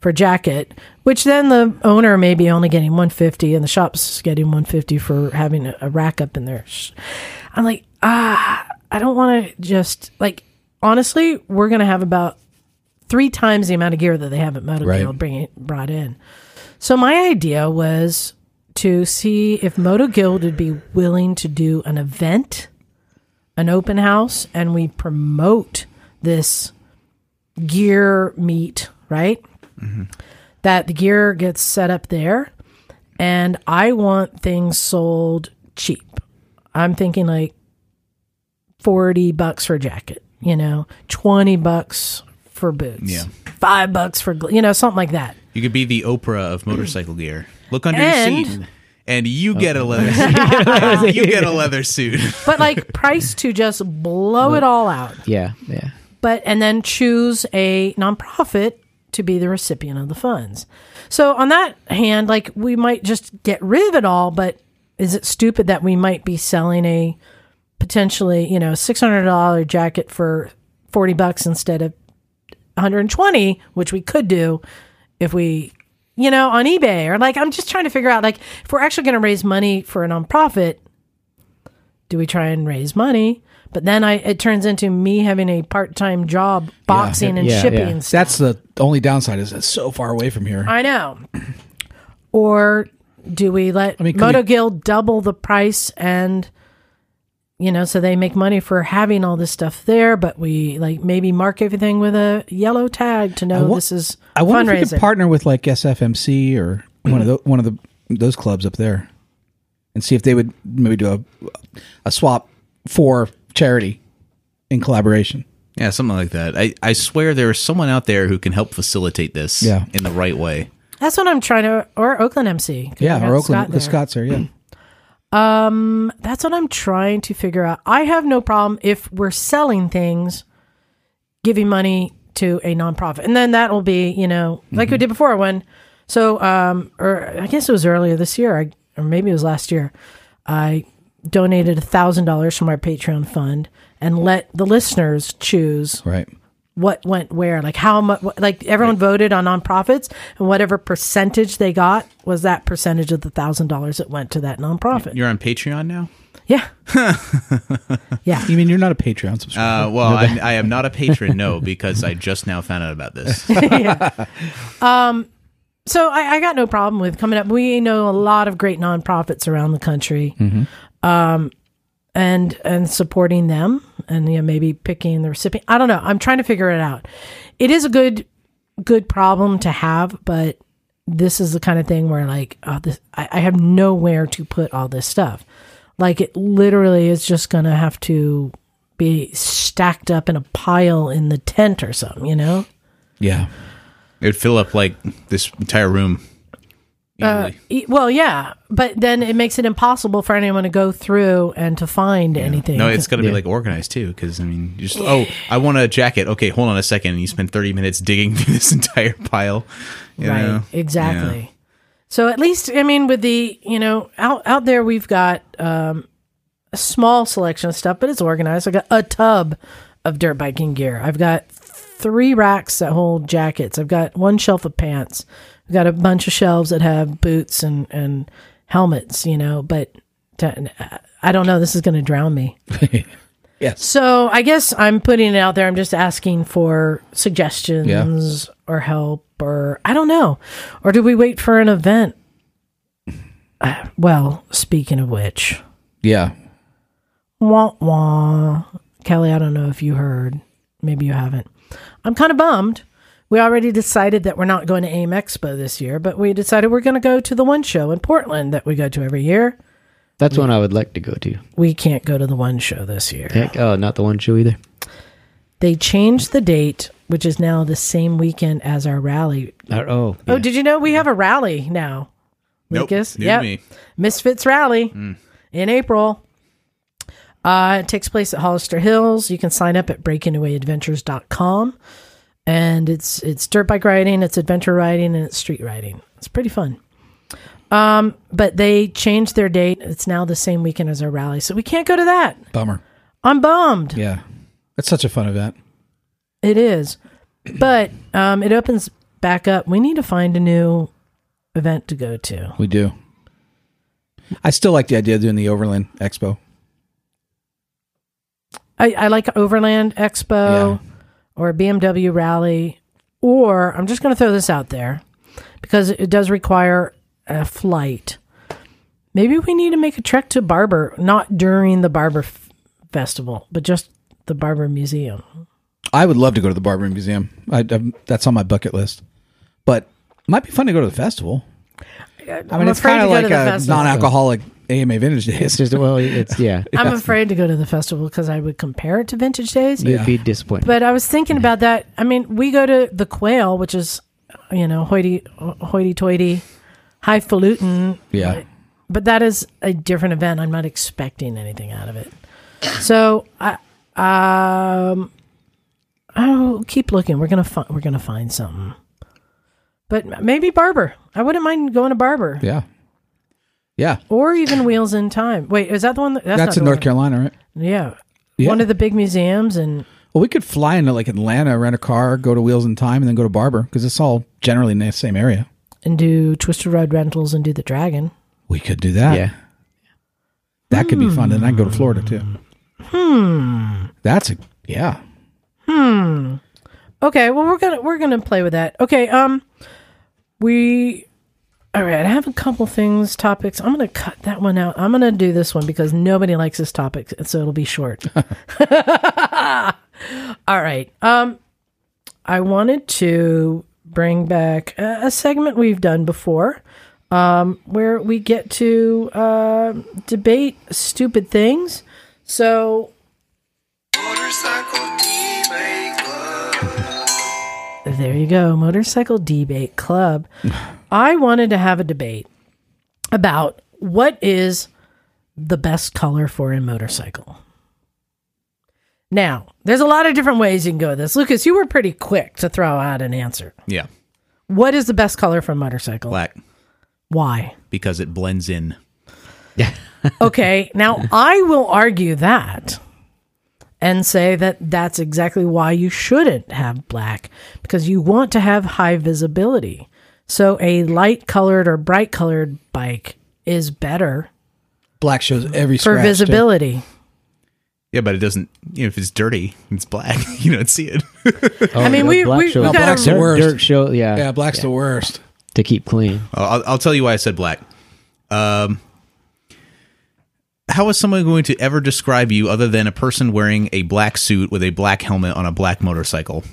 [SPEAKER 2] for jacket, which then the owner may be only getting 150 and the shop's getting 150 for having a, a rack up in there. Sh- I'm like, ah, I don't want to just like honestly, we're going to have about three times the amount of gear that they have at Motor
[SPEAKER 4] Right.
[SPEAKER 2] Guild bring it, brought in. So my idea was to see if Moto Guild would be willing to do an event, an open house, and we promote this gear meet, right? That the gear gets set up there, and I want things sold cheap. I'm thinking like 40 bucks for a jacket, you know, 20 bucks for boots,
[SPEAKER 1] Yeah.
[SPEAKER 2] five bucks for, gl- you know, something like that.
[SPEAKER 1] you could be the Oprah of motorcycle gear. Look under
[SPEAKER 2] And- Oh.
[SPEAKER 1] your seat, and you get a leather. suit. you get a leather suit.
[SPEAKER 2] but like price to just blow it all out
[SPEAKER 5] Yeah. Yeah.
[SPEAKER 2] but and then choose a nonprofit to be the recipient of the funds so on that hand like we might just get rid of it all but is it stupid that we might be selling a potentially you know $600 jacket for 40 bucks instead of 120, which we could do if we, you know, on eBay or like I'm just trying to figure out like if we're actually going to raise money for a nonprofit, do we try and raise money? But then I it turns into me having a part time job boxing and
[SPEAKER 5] yeah,
[SPEAKER 2] shipping
[SPEAKER 5] yeah.
[SPEAKER 2] and stuff.
[SPEAKER 4] That's the only downside is it's so far away from here.
[SPEAKER 2] I know. Or do we let
[SPEAKER 4] mean, could
[SPEAKER 2] Moto
[SPEAKER 4] we-
[SPEAKER 2] Guild double the price and you know, so they make money for having all this stuff there, but we like maybe mark everything with a yellow tag to know
[SPEAKER 4] wa-
[SPEAKER 2] this is
[SPEAKER 4] I wonder if we
[SPEAKER 2] fundraising.
[SPEAKER 4] could partner with like SFMC or one of the, one of the those clubs up there, and see if they would maybe do a a swap for charity in collaboration.
[SPEAKER 1] Yeah, something like that. I, I swear there is someone out there who can help facilitate this
[SPEAKER 4] Yeah.
[SPEAKER 1] in the right way.
[SPEAKER 2] That's what I'm trying to, or Oakland MC. 'cause we
[SPEAKER 4] Yeah,
[SPEAKER 2] got
[SPEAKER 4] or Oakland,
[SPEAKER 2] Scott
[SPEAKER 4] the
[SPEAKER 2] there.
[SPEAKER 4] Scots are yeah.
[SPEAKER 2] That's what I'm trying to figure out. I have no problem if we're selling things, giving money to a nonprofit, and then that will be, you know, like we did before when, so, um, or I guess it was earlier this year, I, or maybe it was last year, I donated a thousand dollars from our Patreon fund and let the listeners choose
[SPEAKER 4] Right.
[SPEAKER 2] what went where like how much like everyone voted on nonprofits and whatever percentage they got was that percentage of the thousand dollars that went to that nonprofit
[SPEAKER 1] You're on Patreon now?
[SPEAKER 2] yeah yeah
[SPEAKER 4] You mean you're not a Patreon subscriber?
[SPEAKER 1] Uh, well, I, I am not a patron, no, because I just now found out about this.
[SPEAKER 2] so I, I got no problem with coming up we know a lot of great nonprofits around the country um and and supporting them and you know maybe picking the recipient i don't know i'm trying to figure it out it is a good good problem to have but this is the kind of thing where like oh, this, I, I have nowhere to put all this stuff. Like it literally is just gonna have to be stacked up in a pile in the tent or something, you know?
[SPEAKER 4] yeah.
[SPEAKER 1] It'd fill up like this entire room. easily.
[SPEAKER 2] E- Well, yeah, but then it makes it impossible for anyone to go through and to find anything.
[SPEAKER 1] no, it's got to be like organized too, because I mean, you just oh, I want a jacket. Okay, hold on a second. And you spend thirty minutes digging through this entire pile. you
[SPEAKER 2] right,
[SPEAKER 1] know?
[SPEAKER 2] exactly. So at least I mean, with the you know out out there, we've got um, a small selection of stuff, but it's organized. I got a tub of dirt biking gear. I've got three racks that hold jackets. I've got one shelf of pants. I've got a bunch of shelves that have boots and and helmets. You know, but to, I don't know. This is going to drown me.
[SPEAKER 4] Yes.
[SPEAKER 2] So I guess I'm putting it out there. I'm just asking for suggestions or help or I don't know. Or do we wait for an event? Uh, well, speaking of which,
[SPEAKER 4] Yeah.
[SPEAKER 2] wah wah. Kelly, I don't know if you heard. Maybe you haven't. I'm kind of bummed. We already decided that we're not going to AIM Expo this year, but we decided we're going to go to the one show in Portland that we go to every year.
[SPEAKER 5] That's one I would like to go to.
[SPEAKER 2] We can't go to the one show this year.
[SPEAKER 5] Heck, oh, not the one show either.
[SPEAKER 2] They changed the date, which is now the same weekend as our rally.
[SPEAKER 5] Uh, oh,
[SPEAKER 2] Oh, did you know we have a rally now?
[SPEAKER 1] Nope,
[SPEAKER 2] Lucas?
[SPEAKER 1] new to
[SPEAKER 2] Yep.
[SPEAKER 1] me.
[SPEAKER 2] Misfits Rally in April. Uh, it takes place at Hollister Hills. You can sign up at breakingawayadventures.com. And it's it's dirt bike riding, it's adventure riding, and it's street riding. It's pretty fun. Um, but they changed their date. It's now the same weekend as our rally. So we can't go to that.
[SPEAKER 4] Bummer.
[SPEAKER 2] I'm bummed.
[SPEAKER 4] Yeah. That's such a fun event.
[SPEAKER 2] It is. But um, it opens back up. We need to find a new event to go to.
[SPEAKER 4] We do. I still like the idea of doing the Overland Expo.
[SPEAKER 2] I, I like Overland Expo or BMW Rally, or I'm just going to throw this out there because it does require a flight. Maybe we need to make a trek to Barber, not during the Barber f- Festival, but just the Barber Museum.
[SPEAKER 4] I would love to go to the Barber Museum. I, I, that's on my bucket list. But it might be fun to go to the festival. I mean,
[SPEAKER 2] I'm
[SPEAKER 4] it's
[SPEAKER 2] afraid
[SPEAKER 4] kind
[SPEAKER 2] to
[SPEAKER 4] of
[SPEAKER 2] go to
[SPEAKER 4] like
[SPEAKER 2] the
[SPEAKER 4] a
[SPEAKER 2] festival.
[SPEAKER 4] non-alcoholic AMA Vintage Days.
[SPEAKER 5] it's just well, it's yeah,
[SPEAKER 2] I'm afraid to go to the festival because I would compare it to Vintage Days.
[SPEAKER 5] you'd be disappointed.
[SPEAKER 2] But I was thinking about that. I mean, we go to the Quail, which is, you know, hoity hoity toity, highfalutin.
[SPEAKER 4] Yeah.
[SPEAKER 2] But that is a different event. I'm not expecting anything out of it. So I um I'll keep looking. We're gonna find we're gonna find something. But maybe Barber. I wouldn't mind going to Barber.
[SPEAKER 4] Yeah. Yeah.
[SPEAKER 2] Or even Wheels in Time. Wait, is that the one? That, that's
[SPEAKER 4] That's
[SPEAKER 2] not
[SPEAKER 4] in
[SPEAKER 2] the
[SPEAKER 4] North
[SPEAKER 2] one.
[SPEAKER 4] Carolina, right?
[SPEAKER 2] Yeah.
[SPEAKER 4] Yeah.
[SPEAKER 2] one of the big museums, and
[SPEAKER 4] Well, we could fly into like Atlanta, rent a car, go to Wheels in Time, and then go to Barber because it's all generally in the same area.
[SPEAKER 2] and do Twisted Road rentals and do the Dragon.
[SPEAKER 4] We could do that.
[SPEAKER 5] Yeah.
[SPEAKER 4] That could be fun. And I'd go to Florida too. Hmm.
[SPEAKER 2] Hmm.
[SPEAKER 4] That's a, yeah.
[SPEAKER 2] Okay, well we're gonna we're gonna play with that. Okay, um, we all right. I have a couple things topics. I'm gonna cut that one out. I'm gonna do this one because nobody likes this topic, so it'll be short. all right. Um, I wanted to bring back a, a segment we've done before, um, where we get to uh, debate stupid things. So
[SPEAKER 6] Motorcycle D-Bay Club.
[SPEAKER 2] There you go, Motorcycle Debate Club. I wanted to have a debate about what is the best color for a motorcycle. Now, there's a lot of different ways you can go with this. Lucas, you were pretty quick to throw out an answer.
[SPEAKER 1] Yeah,
[SPEAKER 2] What is the best color for a motorcycle?
[SPEAKER 1] black
[SPEAKER 2] Why?
[SPEAKER 1] because it blends in.
[SPEAKER 2] Okay, now I will argue that and say that that's exactly why you shouldn't have black because you want to have high visibility. So a light colored or bright colored bike is better
[SPEAKER 4] Black shows every
[SPEAKER 2] for
[SPEAKER 4] scratch, too.
[SPEAKER 2] visibility.
[SPEAKER 1] Yeah, but it doesn't. You know, if it's dirty, it's black. You don't see it.
[SPEAKER 5] Oh,
[SPEAKER 2] I mean, we, we, we
[SPEAKER 5] shows-
[SPEAKER 4] No,
[SPEAKER 2] got
[SPEAKER 4] black's
[SPEAKER 2] to
[SPEAKER 4] the
[SPEAKER 5] dirt,
[SPEAKER 4] worst.
[SPEAKER 5] dirt show, yeah,
[SPEAKER 4] Yeah, black's the worst.
[SPEAKER 5] to keep clean.
[SPEAKER 1] Uh, I'll, I'll tell you why I said black. Um, how is someone going to ever describe you other than a person wearing a black suit with a black helmet on a black motorcycle?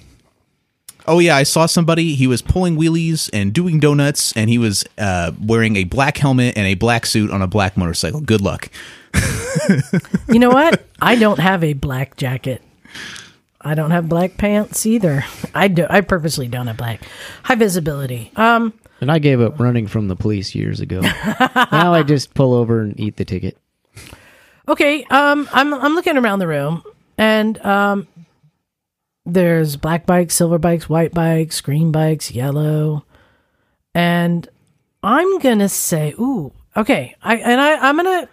[SPEAKER 1] Oh yeah, I saw somebody. He was pulling wheelies and doing donuts, and he was uh, wearing a black helmet and a black suit on a black motorcycle. Good luck.
[SPEAKER 2] you know what? I don't have a black jacket. I don't have black pants either. I do. I purposely don't have black. High visibility. Um,
[SPEAKER 5] And I gave up running from the police years ago. now I just pull over and eat the ticket.
[SPEAKER 2] Okay, um, I'm I'm looking around the room, and um, there's black bikes, silver bikes, white bikes, green bikes, yellow, and I'm gonna say, ooh, okay, I and I I'm gonna,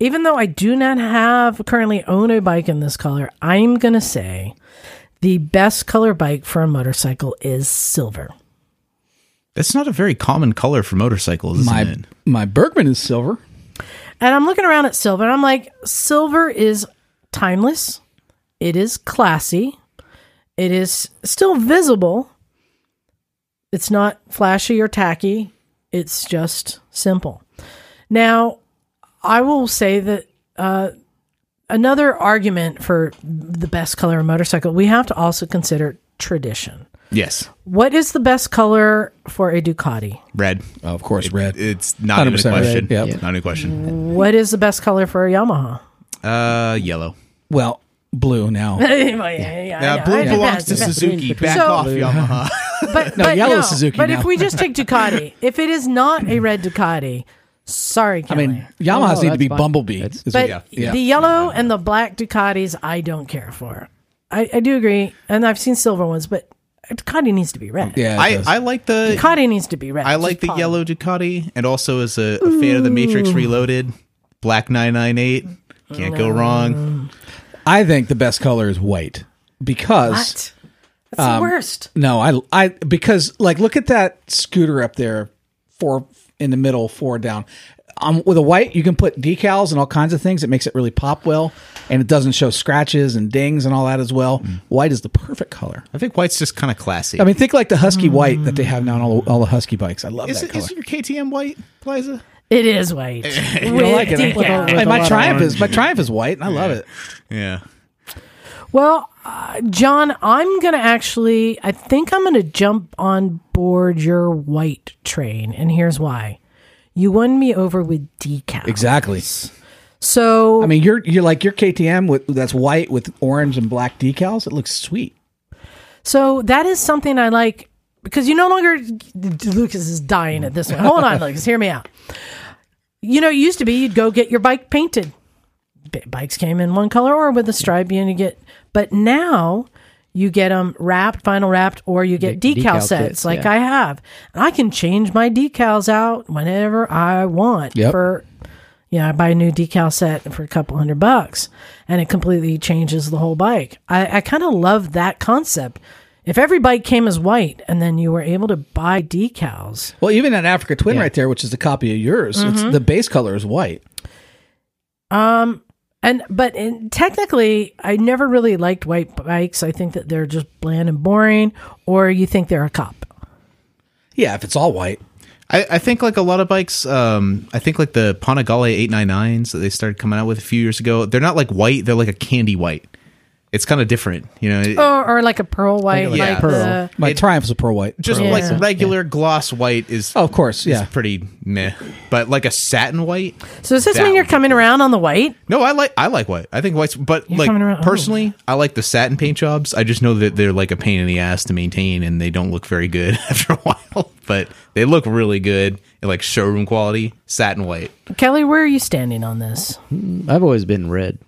[SPEAKER 2] even though I do not have currently own a bike in this color, I'm gonna say, the best color bike for a motorcycle is silver.
[SPEAKER 1] That's not a very common color for motorcycles, isn't
[SPEAKER 4] My
[SPEAKER 1] it?
[SPEAKER 4] my Bergman is silver.
[SPEAKER 2] And I'm looking around at silver and I'm like, silver is timeless. It is classy. It is still visible. It's not flashy or tacky. It's just simple. Now, I will say that uh, another argument for the best color of motorcycle, we have to also consider tradition.
[SPEAKER 1] Yes,
[SPEAKER 2] What is the best color for a Ducati?
[SPEAKER 1] red.
[SPEAKER 4] Oh, of course, red.
[SPEAKER 1] It's not even a
[SPEAKER 4] 100%
[SPEAKER 1] question.
[SPEAKER 4] red, yep.
[SPEAKER 1] Not even a question.
[SPEAKER 2] What is the best color for a Yamaha?
[SPEAKER 1] Uh, yellow.
[SPEAKER 4] well, blue now.
[SPEAKER 2] Well, yeah, yeah, yeah,
[SPEAKER 1] Now,
[SPEAKER 2] yeah,
[SPEAKER 1] blue
[SPEAKER 2] I-
[SPEAKER 1] belongs to
[SPEAKER 2] yeah, yeah.
[SPEAKER 1] Suzuki. Back
[SPEAKER 2] So-
[SPEAKER 1] off, Yamaha.
[SPEAKER 2] but, no, but
[SPEAKER 4] yellow
[SPEAKER 2] no.
[SPEAKER 4] Suzuki
[SPEAKER 2] But
[SPEAKER 4] now.
[SPEAKER 2] if we just take Ducati, if it is not a red Ducati, sorry,
[SPEAKER 4] I
[SPEAKER 2] Kelly.
[SPEAKER 4] mean, Yamahas
[SPEAKER 5] no,
[SPEAKER 4] need to be
[SPEAKER 5] that's fine.
[SPEAKER 4] Bumblebee.
[SPEAKER 5] That's-
[SPEAKER 4] is
[SPEAKER 2] Oh, but
[SPEAKER 4] what-
[SPEAKER 2] the yellow and the black Ducatis, I don't care for. I, I do agree, and I've seen silver ones, but a Ducati needs to be red.
[SPEAKER 4] yeah, it
[SPEAKER 1] I,
[SPEAKER 4] does.
[SPEAKER 1] I like the
[SPEAKER 2] Ducati needs to be red.
[SPEAKER 1] I
[SPEAKER 2] Just
[SPEAKER 1] like the
[SPEAKER 2] pop.
[SPEAKER 1] yellow Ducati, and also as a, a fan of the Matrix Reloaded, Black Nine Nine Eight can't go wrong.
[SPEAKER 4] I think the best color is white because
[SPEAKER 2] What? That's
[SPEAKER 4] Um,
[SPEAKER 2] the worst.
[SPEAKER 4] no, I I because like look at that scooter up there, four in the middle, four down. Um, with a white, you can put decals and all kinds of things. It makes it really pop well, and it doesn't show scratches and dings and all that as well.
[SPEAKER 1] Mm.
[SPEAKER 4] White is the perfect color.
[SPEAKER 1] I think white's just kind of classy.
[SPEAKER 4] I mean, think like the husky
[SPEAKER 2] Mm.
[SPEAKER 4] white that they have now on all, all the husky bikes. I love
[SPEAKER 1] is
[SPEAKER 4] that
[SPEAKER 1] it,
[SPEAKER 4] color.
[SPEAKER 1] is your KTM white, Liza?
[SPEAKER 2] It is white. you
[SPEAKER 4] like it, eh? Hey, my triumph is my triumph is white, and I love it.
[SPEAKER 1] Yeah,
[SPEAKER 2] Well, uh, John, I'm going to actually, I think I'm going to jump on board your white train. And here's why you won me over with decals.
[SPEAKER 4] Exactly.
[SPEAKER 2] So,
[SPEAKER 4] I mean, you're you're like your KTM with that's white with orange and black decals. It looks sweet.
[SPEAKER 2] so that is something I like because you no longer, Lucas is dying at this one. Hold on, Lucas, hear me out. You know, it used to be you'd go get your bike painted. B- Bikes came in one color or with a stripe, you know, you get, but now you get them wrapped, vinyl wrapped, or you get
[SPEAKER 5] Get
[SPEAKER 2] decal,
[SPEAKER 5] decal
[SPEAKER 2] sets
[SPEAKER 5] kits,
[SPEAKER 2] like
[SPEAKER 5] yeah.
[SPEAKER 2] I have. And I can change my decals out whenever I want
[SPEAKER 4] Yep.
[SPEAKER 2] for, You know, I buy a new decal set for a couple hundred bucks and it completely changes the whole bike. I, I kind of love that concept. If every bike came as white and then you were able to buy decals,
[SPEAKER 4] Well, even that Africa Twin right there, which is a copy of yours, it's, the base color is white.
[SPEAKER 2] And but in, technically, I never really liked white bikes. I think that they're just bland and boring, or you think they're a cop.
[SPEAKER 4] Yeah, if it's all white.
[SPEAKER 1] I, I think like a lot of bikes, um, I think like the Panigale 899s that they started coming out with a few years ago, they're not like white, they're like a candy white. It's kind of different, you know. it-
[SPEAKER 2] Or, or like a pearl white,
[SPEAKER 1] like
[SPEAKER 2] like
[SPEAKER 1] a pearl.
[SPEAKER 2] the-
[SPEAKER 4] My Triumph's a pearl white.
[SPEAKER 1] just
[SPEAKER 2] pearl. Yeah.
[SPEAKER 1] like regular gloss white is
[SPEAKER 4] Oh, of course, yeah.
[SPEAKER 1] is pretty meh. But like a satin white?
[SPEAKER 2] So does this mean
[SPEAKER 1] That
[SPEAKER 2] you're
[SPEAKER 1] one.
[SPEAKER 2] coming around on the white?
[SPEAKER 1] No, I like I like white. I think white's but
[SPEAKER 2] You're
[SPEAKER 1] like
[SPEAKER 2] coming around- oh.
[SPEAKER 1] personally, I like the satin paint jobs. I just know that they're like a pain in the ass to maintain and they don't look very good after a while. But they look really good, like showroom quality, satin white.
[SPEAKER 2] Kelly, where are you standing on this?
[SPEAKER 5] I've always been red.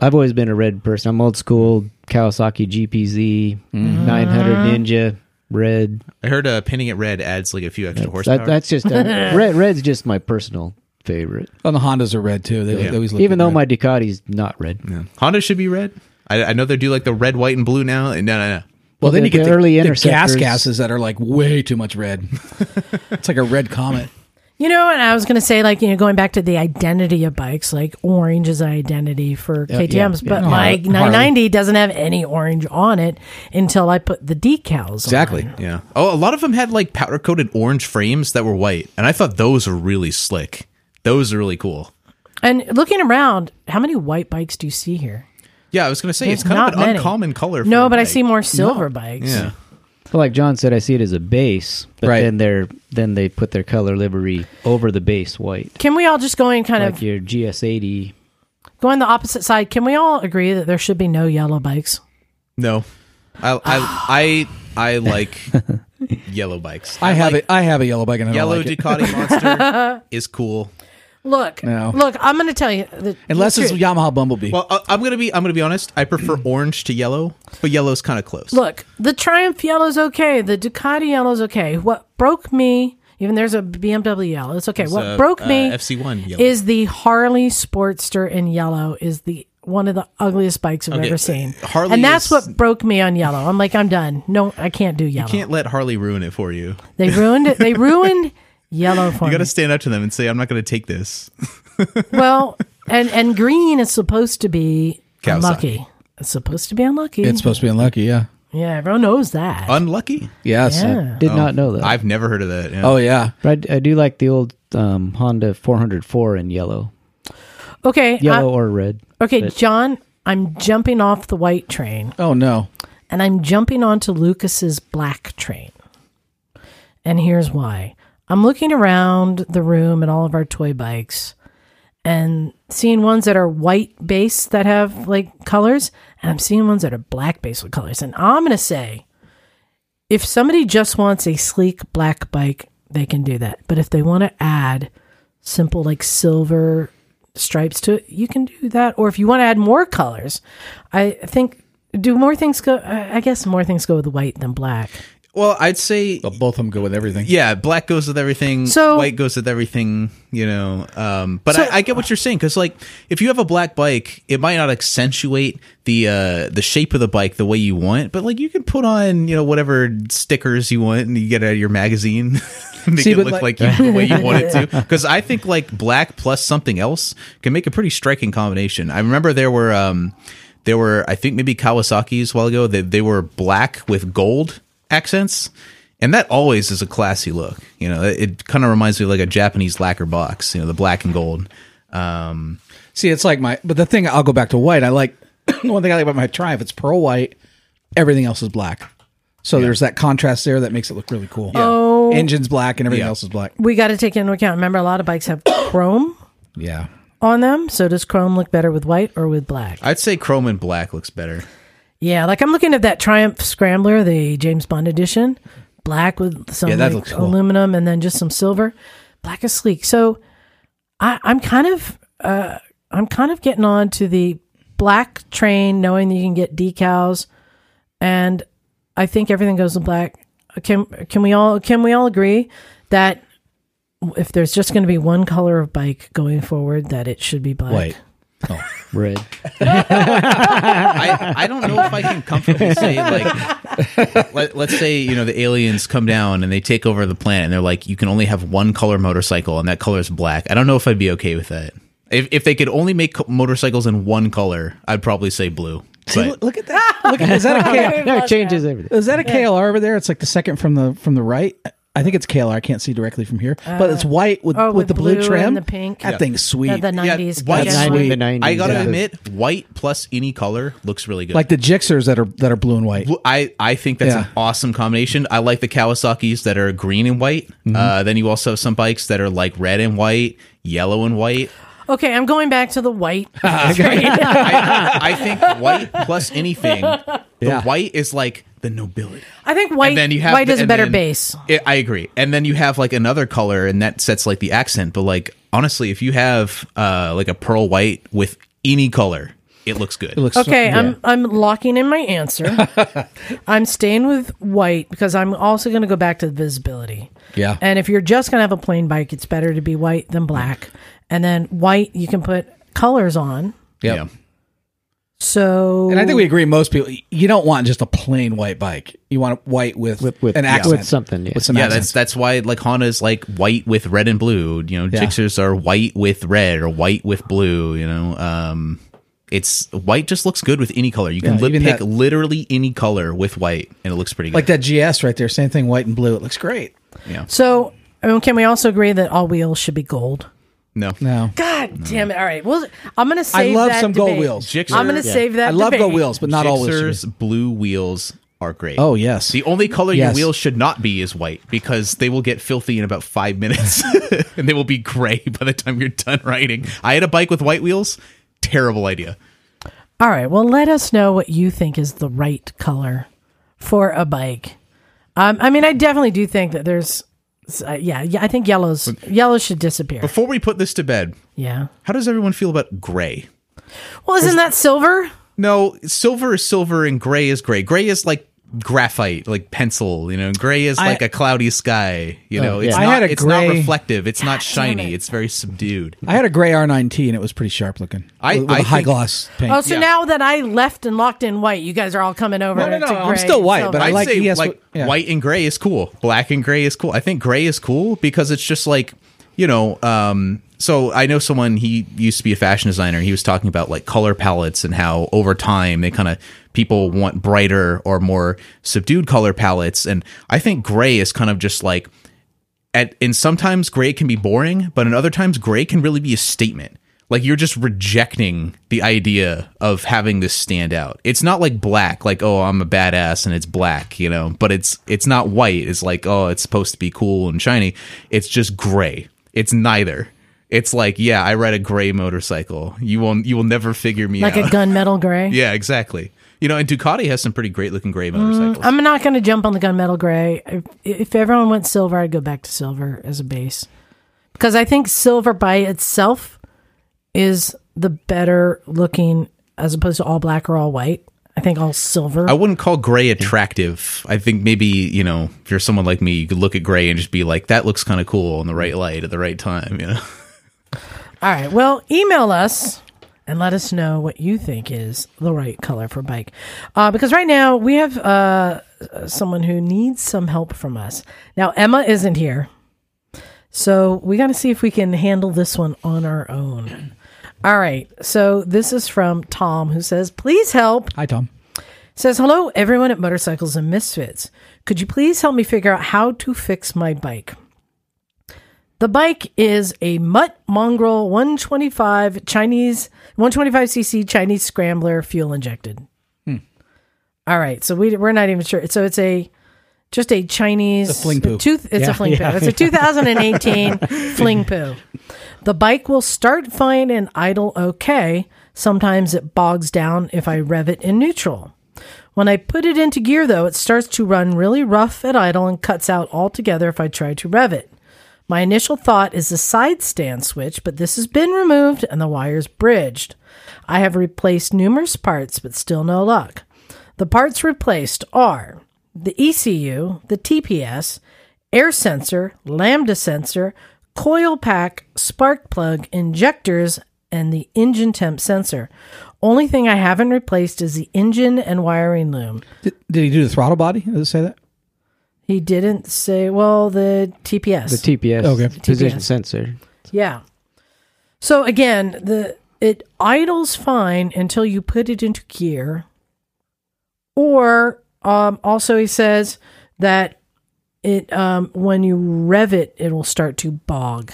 [SPEAKER 5] I've always been a red person. I'm old school Kawasaki GPZ 900
[SPEAKER 2] Uh-huh.
[SPEAKER 5] Ninja red.
[SPEAKER 1] I heard uh, painting it red adds like a few extra horsepower.
[SPEAKER 5] That, that's just uh red. Red's just my personal favorite.
[SPEAKER 4] And Oh, the Hondas are red too. They, they always look
[SPEAKER 5] Even
[SPEAKER 4] good
[SPEAKER 5] though
[SPEAKER 4] red.
[SPEAKER 5] my Ducati's not red.
[SPEAKER 1] Honda should be red. I, I know they do like the red, white, and blue now. No, no, no.
[SPEAKER 4] well, then
[SPEAKER 5] the-
[SPEAKER 4] you get
[SPEAKER 5] the
[SPEAKER 4] the,
[SPEAKER 5] early
[SPEAKER 4] the gas
[SPEAKER 5] interceptors-
[SPEAKER 4] gases that are like way too much red. it's like a red comet.
[SPEAKER 2] You know, and I was going to say, like, you know, going back to the identity of bikes, like orange is an identity for KTMs, but
[SPEAKER 4] yeah.
[SPEAKER 2] my
[SPEAKER 4] Harley.
[SPEAKER 2] 990 doesn't have any orange on it until I put the decals on.
[SPEAKER 1] Yeah. Oh, a lot of them had like powder coated orange frames that were white, and I thought those were really slick. Those are really cool.
[SPEAKER 2] And looking around, how many white bikes do you see here?
[SPEAKER 1] Yeah, I was gonna say it's
[SPEAKER 2] There's
[SPEAKER 1] kind of
[SPEAKER 2] not
[SPEAKER 1] an
[SPEAKER 2] many.
[SPEAKER 1] uncommon color. For
[SPEAKER 2] No,
[SPEAKER 1] a
[SPEAKER 2] but I
[SPEAKER 1] bike.
[SPEAKER 2] see more silver bikes.
[SPEAKER 1] Yeah.
[SPEAKER 5] Well, like John said, I see it as a base, but
[SPEAKER 4] Right.
[SPEAKER 5] then they're then they put their color livery over the base white,
[SPEAKER 2] Can we all just go in kind
[SPEAKER 5] like
[SPEAKER 2] of
[SPEAKER 5] your GS80.
[SPEAKER 2] go on the opposite side? Can we all agree that there should be no yellow bikes?
[SPEAKER 1] No. I I I, I like yellow bikes.
[SPEAKER 4] I have
[SPEAKER 1] like
[SPEAKER 4] it. I have a yellow bike and I
[SPEAKER 1] Yellow
[SPEAKER 4] don't like it.
[SPEAKER 1] Ducati Monster is cool.
[SPEAKER 2] Look,
[SPEAKER 4] No.
[SPEAKER 2] look, I'm going to tell you. The,
[SPEAKER 4] Unless
[SPEAKER 2] the
[SPEAKER 4] it's
[SPEAKER 2] truth.
[SPEAKER 4] Yamaha Bumblebee.
[SPEAKER 1] Well, I, I'm gonna be I'm gonna be honest. I prefer orange to yellow, but yellow's kind of close.
[SPEAKER 2] Mm. look, the Triumph yellow's okay. The Ducati yellow's okay. What broke me, even there's a BMW yellow. It's okay. what
[SPEAKER 1] uh,
[SPEAKER 2] broke
[SPEAKER 1] uh,
[SPEAKER 2] me
[SPEAKER 1] FC1 yellow.
[SPEAKER 2] is the Harley Sportster in yellow is the one of the ugliest bikes I've
[SPEAKER 1] Okay, uh,
[SPEAKER 2] ever seen.
[SPEAKER 1] Harley
[SPEAKER 2] and that's
[SPEAKER 1] is-
[SPEAKER 2] what broke me on yellow. I'm like, I'm done. No, I can't do yellow.
[SPEAKER 1] Can't let Harley ruin it for you.
[SPEAKER 2] They ruined it. They ruined yellow for
[SPEAKER 1] You got
[SPEAKER 2] me.
[SPEAKER 1] to stand up to them and say, "I'm not going to take this."
[SPEAKER 2] well, and and green is supposed to be
[SPEAKER 1] Kawasaki.
[SPEAKER 2] unlucky. It's supposed to be unlucky.
[SPEAKER 4] it's supposed to be unlucky. Yeah.
[SPEAKER 2] yeah, everyone knows that.
[SPEAKER 1] Unlucky.
[SPEAKER 4] Yes.
[SPEAKER 2] yeah.
[SPEAKER 5] Did
[SPEAKER 1] Oh,
[SPEAKER 5] not know that.
[SPEAKER 1] I've never heard of that. yeah.
[SPEAKER 4] Oh yeah.
[SPEAKER 5] but I, I do like the old um, Honda 404 in yellow,
[SPEAKER 2] Okay.
[SPEAKER 5] yellow
[SPEAKER 2] I-
[SPEAKER 5] or red.
[SPEAKER 2] okay, John. I'm jumping off the white train
[SPEAKER 4] Oh no.
[SPEAKER 2] and I'm jumping onto Lucas's black train. And here's why. I'm looking around the room at all of our toy bikes and seeing ones that are white base that have like colors, and I'm seeing ones that are black base with colors. And I'm going to say if somebody just wants a sleek black bike, they can do that. But if they want to add simple like silver stripes to it, you can do that. Or if you want to add more colors, I think do more things go. I I guess more things go with white than black.
[SPEAKER 1] Well, I'd say
[SPEAKER 4] But both of them go with everything.
[SPEAKER 1] yeah, black goes with everything.
[SPEAKER 2] So-
[SPEAKER 1] white goes with everything. You know, um, but
[SPEAKER 2] So-
[SPEAKER 1] I, I get what you're saying because like if you have a black bike, it might not accentuate the uh, the shape of the bike the way you want. But like you can put on you know whatever stickers you want and you get out of your magazine. Make
[SPEAKER 4] See,
[SPEAKER 1] it
[SPEAKER 4] but
[SPEAKER 1] look
[SPEAKER 4] like-
[SPEAKER 1] like, you, the way you want it to, because I think like black plus something else can make a pretty striking combination. I remember there were um, there were I think maybe Kawasaki's a while ago that they were black with gold accents, and that always is a classy look. You know, it, it kind of reminds me of like a Japanese lacquer box. You know, the black and gold. Um,
[SPEAKER 4] See, it's like my. But the thing I'll go back to white. I like the one thing I like about my Triumph. It's pearl white. Everything else is black. So there's that contrast there that makes it look really cool.
[SPEAKER 2] Oh.
[SPEAKER 4] Engine's black and everything
[SPEAKER 1] Yeah.
[SPEAKER 4] else is black.
[SPEAKER 2] We got to take into account. Remember, a lot of bikes have chrome
[SPEAKER 4] Yeah.
[SPEAKER 2] on them. So does chrome look better with white or with black?
[SPEAKER 1] I'd say chrome and black looks better.
[SPEAKER 2] Yeah, like I'm looking at that Triumph Scrambler, the James Bond edition, black with some
[SPEAKER 4] Yeah, that
[SPEAKER 2] like,
[SPEAKER 4] looks cool.
[SPEAKER 2] aluminum and then just some silver. Black is sleek. So I, I'm kind of uh, I'm kind of getting on to the black train, knowing that you can get decals, and I think everything goes in black. Can can we all can we all agree that if there's just going to be one color of bike going forward, that it should be black.
[SPEAKER 4] White.
[SPEAKER 5] Red.
[SPEAKER 1] I, I don't know if I can comfortably say like let, let's say you know the aliens come down and they take over the planet and they're like you can only have one color motorcycle and that color is black. I don't know if I'd be okay with that. If if they could only make co- motorcycles in one color, I'd probably say blue.
[SPEAKER 4] See,
[SPEAKER 1] But
[SPEAKER 4] look, look at that. Look at, is that a K-
[SPEAKER 5] no, it changes everything.
[SPEAKER 4] is that a KLR over there? It's like the second from the from the right. I think it's KLR. I can't see directly from here, but it's white with,
[SPEAKER 2] oh,
[SPEAKER 4] with, the blue, trim.
[SPEAKER 2] and the pink.
[SPEAKER 4] That
[SPEAKER 2] Yeah.
[SPEAKER 4] thing's sweet.
[SPEAKER 2] the nineties.
[SPEAKER 1] white-
[SPEAKER 5] That's
[SPEAKER 1] Sweet.
[SPEAKER 5] in the 90s.
[SPEAKER 1] I gotta
[SPEAKER 5] yeah.
[SPEAKER 1] admit, white plus any color looks really good.
[SPEAKER 4] like the Gixxers that are that are blue and white.
[SPEAKER 1] Well, I, I think that's an
[SPEAKER 4] Yeah.
[SPEAKER 1] awesome combination. I like the Kawasaki's that are green and white. Uh, then you also have some bikes that are like red and white, yellow and white.
[SPEAKER 2] Okay, I'm going back to the white.
[SPEAKER 1] I, I think white plus anything. The
[SPEAKER 4] Yeah.
[SPEAKER 1] white is like the nobility.
[SPEAKER 2] I think white.
[SPEAKER 1] And then you have
[SPEAKER 2] white
[SPEAKER 1] the-
[SPEAKER 2] is a
[SPEAKER 1] and
[SPEAKER 2] better
[SPEAKER 1] then-
[SPEAKER 2] base.
[SPEAKER 1] I- I agree. And then you have like another color, and that sets like the accent. But like honestly, if you have uh, like a pearl white with any color, it looks good.
[SPEAKER 4] It looks
[SPEAKER 2] Okay,
[SPEAKER 4] yeah.
[SPEAKER 2] I'm I'm locking in my answer. I'm staying with white because I'm also going to go back to visibility.
[SPEAKER 4] Yeah.
[SPEAKER 2] And if you're just going to have a plain bike, it's better to be white than black. And then white, you can put colors on.
[SPEAKER 4] Yep.
[SPEAKER 1] Yeah.
[SPEAKER 2] So
[SPEAKER 4] And I think we agree. Most people, you don't want just a plain white bike. You want a white with,
[SPEAKER 5] With- with-
[SPEAKER 4] an
[SPEAKER 5] yeah.
[SPEAKER 4] accent,
[SPEAKER 5] With something, yeah.
[SPEAKER 4] with some
[SPEAKER 1] yeah,
[SPEAKER 4] accents.
[SPEAKER 1] that's that's why like Honda is like white with red and blue. You know,
[SPEAKER 4] Yeah.
[SPEAKER 1] Gixxers are white with red or white with blue. You know, um, it's white just looks good with any color. You can
[SPEAKER 4] Yeah,
[SPEAKER 1] li-
[SPEAKER 4] even
[SPEAKER 1] pick
[SPEAKER 4] that-
[SPEAKER 1] literally any color with white, and it looks pretty good.
[SPEAKER 4] like that GS right there. Same thing, white and blue. It looks great.
[SPEAKER 2] so. I mean, can we also agree that all wheels should be gold?
[SPEAKER 1] no,
[SPEAKER 4] No,
[SPEAKER 2] God damn it! All right, well, I'm going to
[SPEAKER 4] I
[SPEAKER 2] save.
[SPEAKER 4] love
[SPEAKER 2] that
[SPEAKER 4] some gold
[SPEAKER 2] debate.
[SPEAKER 4] wheels.
[SPEAKER 1] Gixxer,
[SPEAKER 2] I'm going to save that.
[SPEAKER 4] I love
[SPEAKER 2] debate.
[SPEAKER 4] gold wheels, but not all wheels.
[SPEAKER 1] Gixxers blue wheels are great.
[SPEAKER 4] Oh yes,
[SPEAKER 1] The only color
[SPEAKER 4] Yes.
[SPEAKER 1] your wheels should not be is white because they will get filthy in about five minutes and they will be gray by the time you're done riding. I had a bike with white wheels. Terrible idea.
[SPEAKER 2] All right. Well, let us know what you think is the right color for a bike. Um, I mean, I definitely do think that there's, uh, yeah, yeah. I think yellows, yellows should disappear.
[SPEAKER 1] Before we put this to bed,
[SPEAKER 2] Yeah.
[SPEAKER 1] how does everyone feel about gray?
[SPEAKER 2] Well, isn't that silver?
[SPEAKER 1] No, silver is silver and gray is gray. Gray is like graphite, like pencil, you know. Gray is like a cloudy sky, you know. It's
[SPEAKER 5] yeah.
[SPEAKER 4] Oh, I
[SPEAKER 1] not
[SPEAKER 4] had a
[SPEAKER 1] it's not
[SPEAKER 4] gray-
[SPEAKER 1] reflective. It's not shiny.
[SPEAKER 2] it.
[SPEAKER 1] It's very subdued.
[SPEAKER 4] I had a gray R9T and it was pretty sharp looking.
[SPEAKER 1] I-
[SPEAKER 4] with, with
[SPEAKER 1] I
[SPEAKER 4] a high
[SPEAKER 1] think-
[SPEAKER 4] gloss paint.
[SPEAKER 2] Oh, so
[SPEAKER 1] Yeah.
[SPEAKER 2] now that I left and locked in white, you guys are all coming over.
[SPEAKER 4] No, no, no,
[SPEAKER 2] to
[SPEAKER 4] I'm
[SPEAKER 2] gray
[SPEAKER 4] still
[SPEAKER 2] and
[SPEAKER 4] white,
[SPEAKER 2] silver.
[SPEAKER 4] but I
[SPEAKER 1] I'd
[SPEAKER 4] like
[SPEAKER 1] say
[SPEAKER 4] ES
[SPEAKER 1] like
[SPEAKER 4] yeah.
[SPEAKER 1] white and gray is cool. Black and gray is cool. I think gray is cool because it's just like you know. Um, so I know someone he used to be a fashion designer. He was talking about like color palettes and how over time they kind of people want brighter or more subdued color palettes. And I think gray is kind of just like at and sometimes gray can be boring, but in other times gray can really be a statement. Like you're just rejecting the idea of having this stand out. It's not like black, like oh I'm a badass and it's black, you know. But it's it's not white. It's like oh it's supposed to be cool and shiny. It's just gray. It's neither. It's like yeah I ride a gray motorcycle. You won't you will never figure me
[SPEAKER 2] like a
[SPEAKER 1] out.
[SPEAKER 2] gunmetal gray.
[SPEAKER 1] yeah, exactly. You know, and Ducati has some pretty great looking gray motorcycles.
[SPEAKER 2] I'm not going to jump on the gunmetal gray. If, if everyone went silver, I'd go back to silver as a base because I think silver by itself is the better looking as opposed to all black or all white. I think all silver.
[SPEAKER 1] I wouldn't call gray attractive. I think maybe, you know, if you're someone like me, you could look at gray and just be like, that looks kind of cool in the right light at the right time, you know?
[SPEAKER 2] All right. Well, email us and let us know what you think is the right color for bike. Uh, because right now we have uh, someone who needs some help from us. Now, Emma isn't here. So we got to see if we can handle this one on our own. All right. So this is from Tom who says, please help
[SPEAKER 4] Hi Tom.
[SPEAKER 2] says hello everyone at motorcycles and misfits could you please help me figure out how to fix my bike the bike is a mutt mongrel 125 chinese 125cc chinese scrambler fuel injected
[SPEAKER 4] Hmm.
[SPEAKER 2] all right so we, we're not even sure so it's a just a chinese
[SPEAKER 4] It's a fling poo.
[SPEAKER 2] two- it's a fling poo it's a 2018 fling poo the bike will start fine and idle okay. Sometimes it bogs down if I rev it in neutral. When I put it into gear, though, it starts to run really rough at idle and cuts out altogether if I try to rev it. My initial thought is the side stand switch, but this has been removed and the wires bridged. I have replaced numerous parts, but still no luck. The parts replaced are E the ECU, the TPS, air sensor, lambda sensor, coil pack, spark plug, injectors, and the engine temp sensor. Only thing I haven't replaced is the engine and wiring loom.
[SPEAKER 4] Did, did he do the throttle body? Does it say that?
[SPEAKER 2] He didn't say, well, the TPS.
[SPEAKER 5] The TPS,
[SPEAKER 4] Okay.
[SPEAKER 5] position
[SPEAKER 2] TPS.
[SPEAKER 5] sensor.
[SPEAKER 2] Yeah. So again, the it idles fine until you put it into gear. Or um, also, he says that it um, when you rev it, it will start to bog.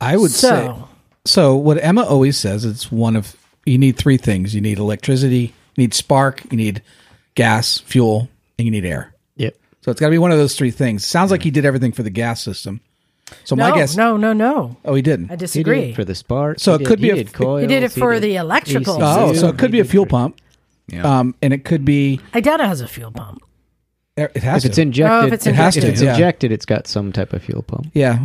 [SPEAKER 4] I would say
[SPEAKER 2] so
[SPEAKER 4] So what Emma always says, it's one of you need three things. You need electricity, you need spark, you need gas, fuel, and you need air.
[SPEAKER 5] Yep.
[SPEAKER 4] So it's got to be one of those three things. Sounds like he did everything for the gas system. So
[SPEAKER 2] no,
[SPEAKER 4] my guess,
[SPEAKER 2] no, no, no.
[SPEAKER 4] oh, he didn't.
[SPEAKER 2] I
[SPEAKER 5] He did
[SPEAKER 2] disagree.
[SPEAKER 5] it for the spark.
[SPEAKER 4] So
[SPEAKER 5] he
[SPEAKER 4] it
[SPEAKER 5] did-
[SPEAKER 4] could be
[SPEAKER 5] he
[SPEAKER 4] a-
[SPEAKER 5] did coils,
[SPEAKER 2] He did it for the uh, electrical.
[SPEAKER 4] oh,
[SPEAKER 5] ECU,
[SPEAKER 4] so it could be
[SPEAKER 5] he
[SPEAKER 4] a
[SPEAKER 5] did
[SPEAKER 4] fuel
[SPEAKER 5] for-
[SPEAKER 4] pump,
[SPEAKER 1] Yeah.
[SPEAKER 4] um, and it could be.
[SPEAKER 2] I doubt it has a fuel pump.
[SPEAKER 4] It has
[SPEAKER 5] If it's
[SPEAKER 4] to.
[SPEAKER 5] injected,
[SPEAKER 2] Oh, if it's It
[SPEAKER 4] has
[SPEAKER 5] if
[SPEAKER 4] to,
[SPEAKER 5] it's
[SPEAKER 4] yeah.
[SPEAKER 5] injected, it's got some type of fuel pump.
[SPEAKER 4] yeah,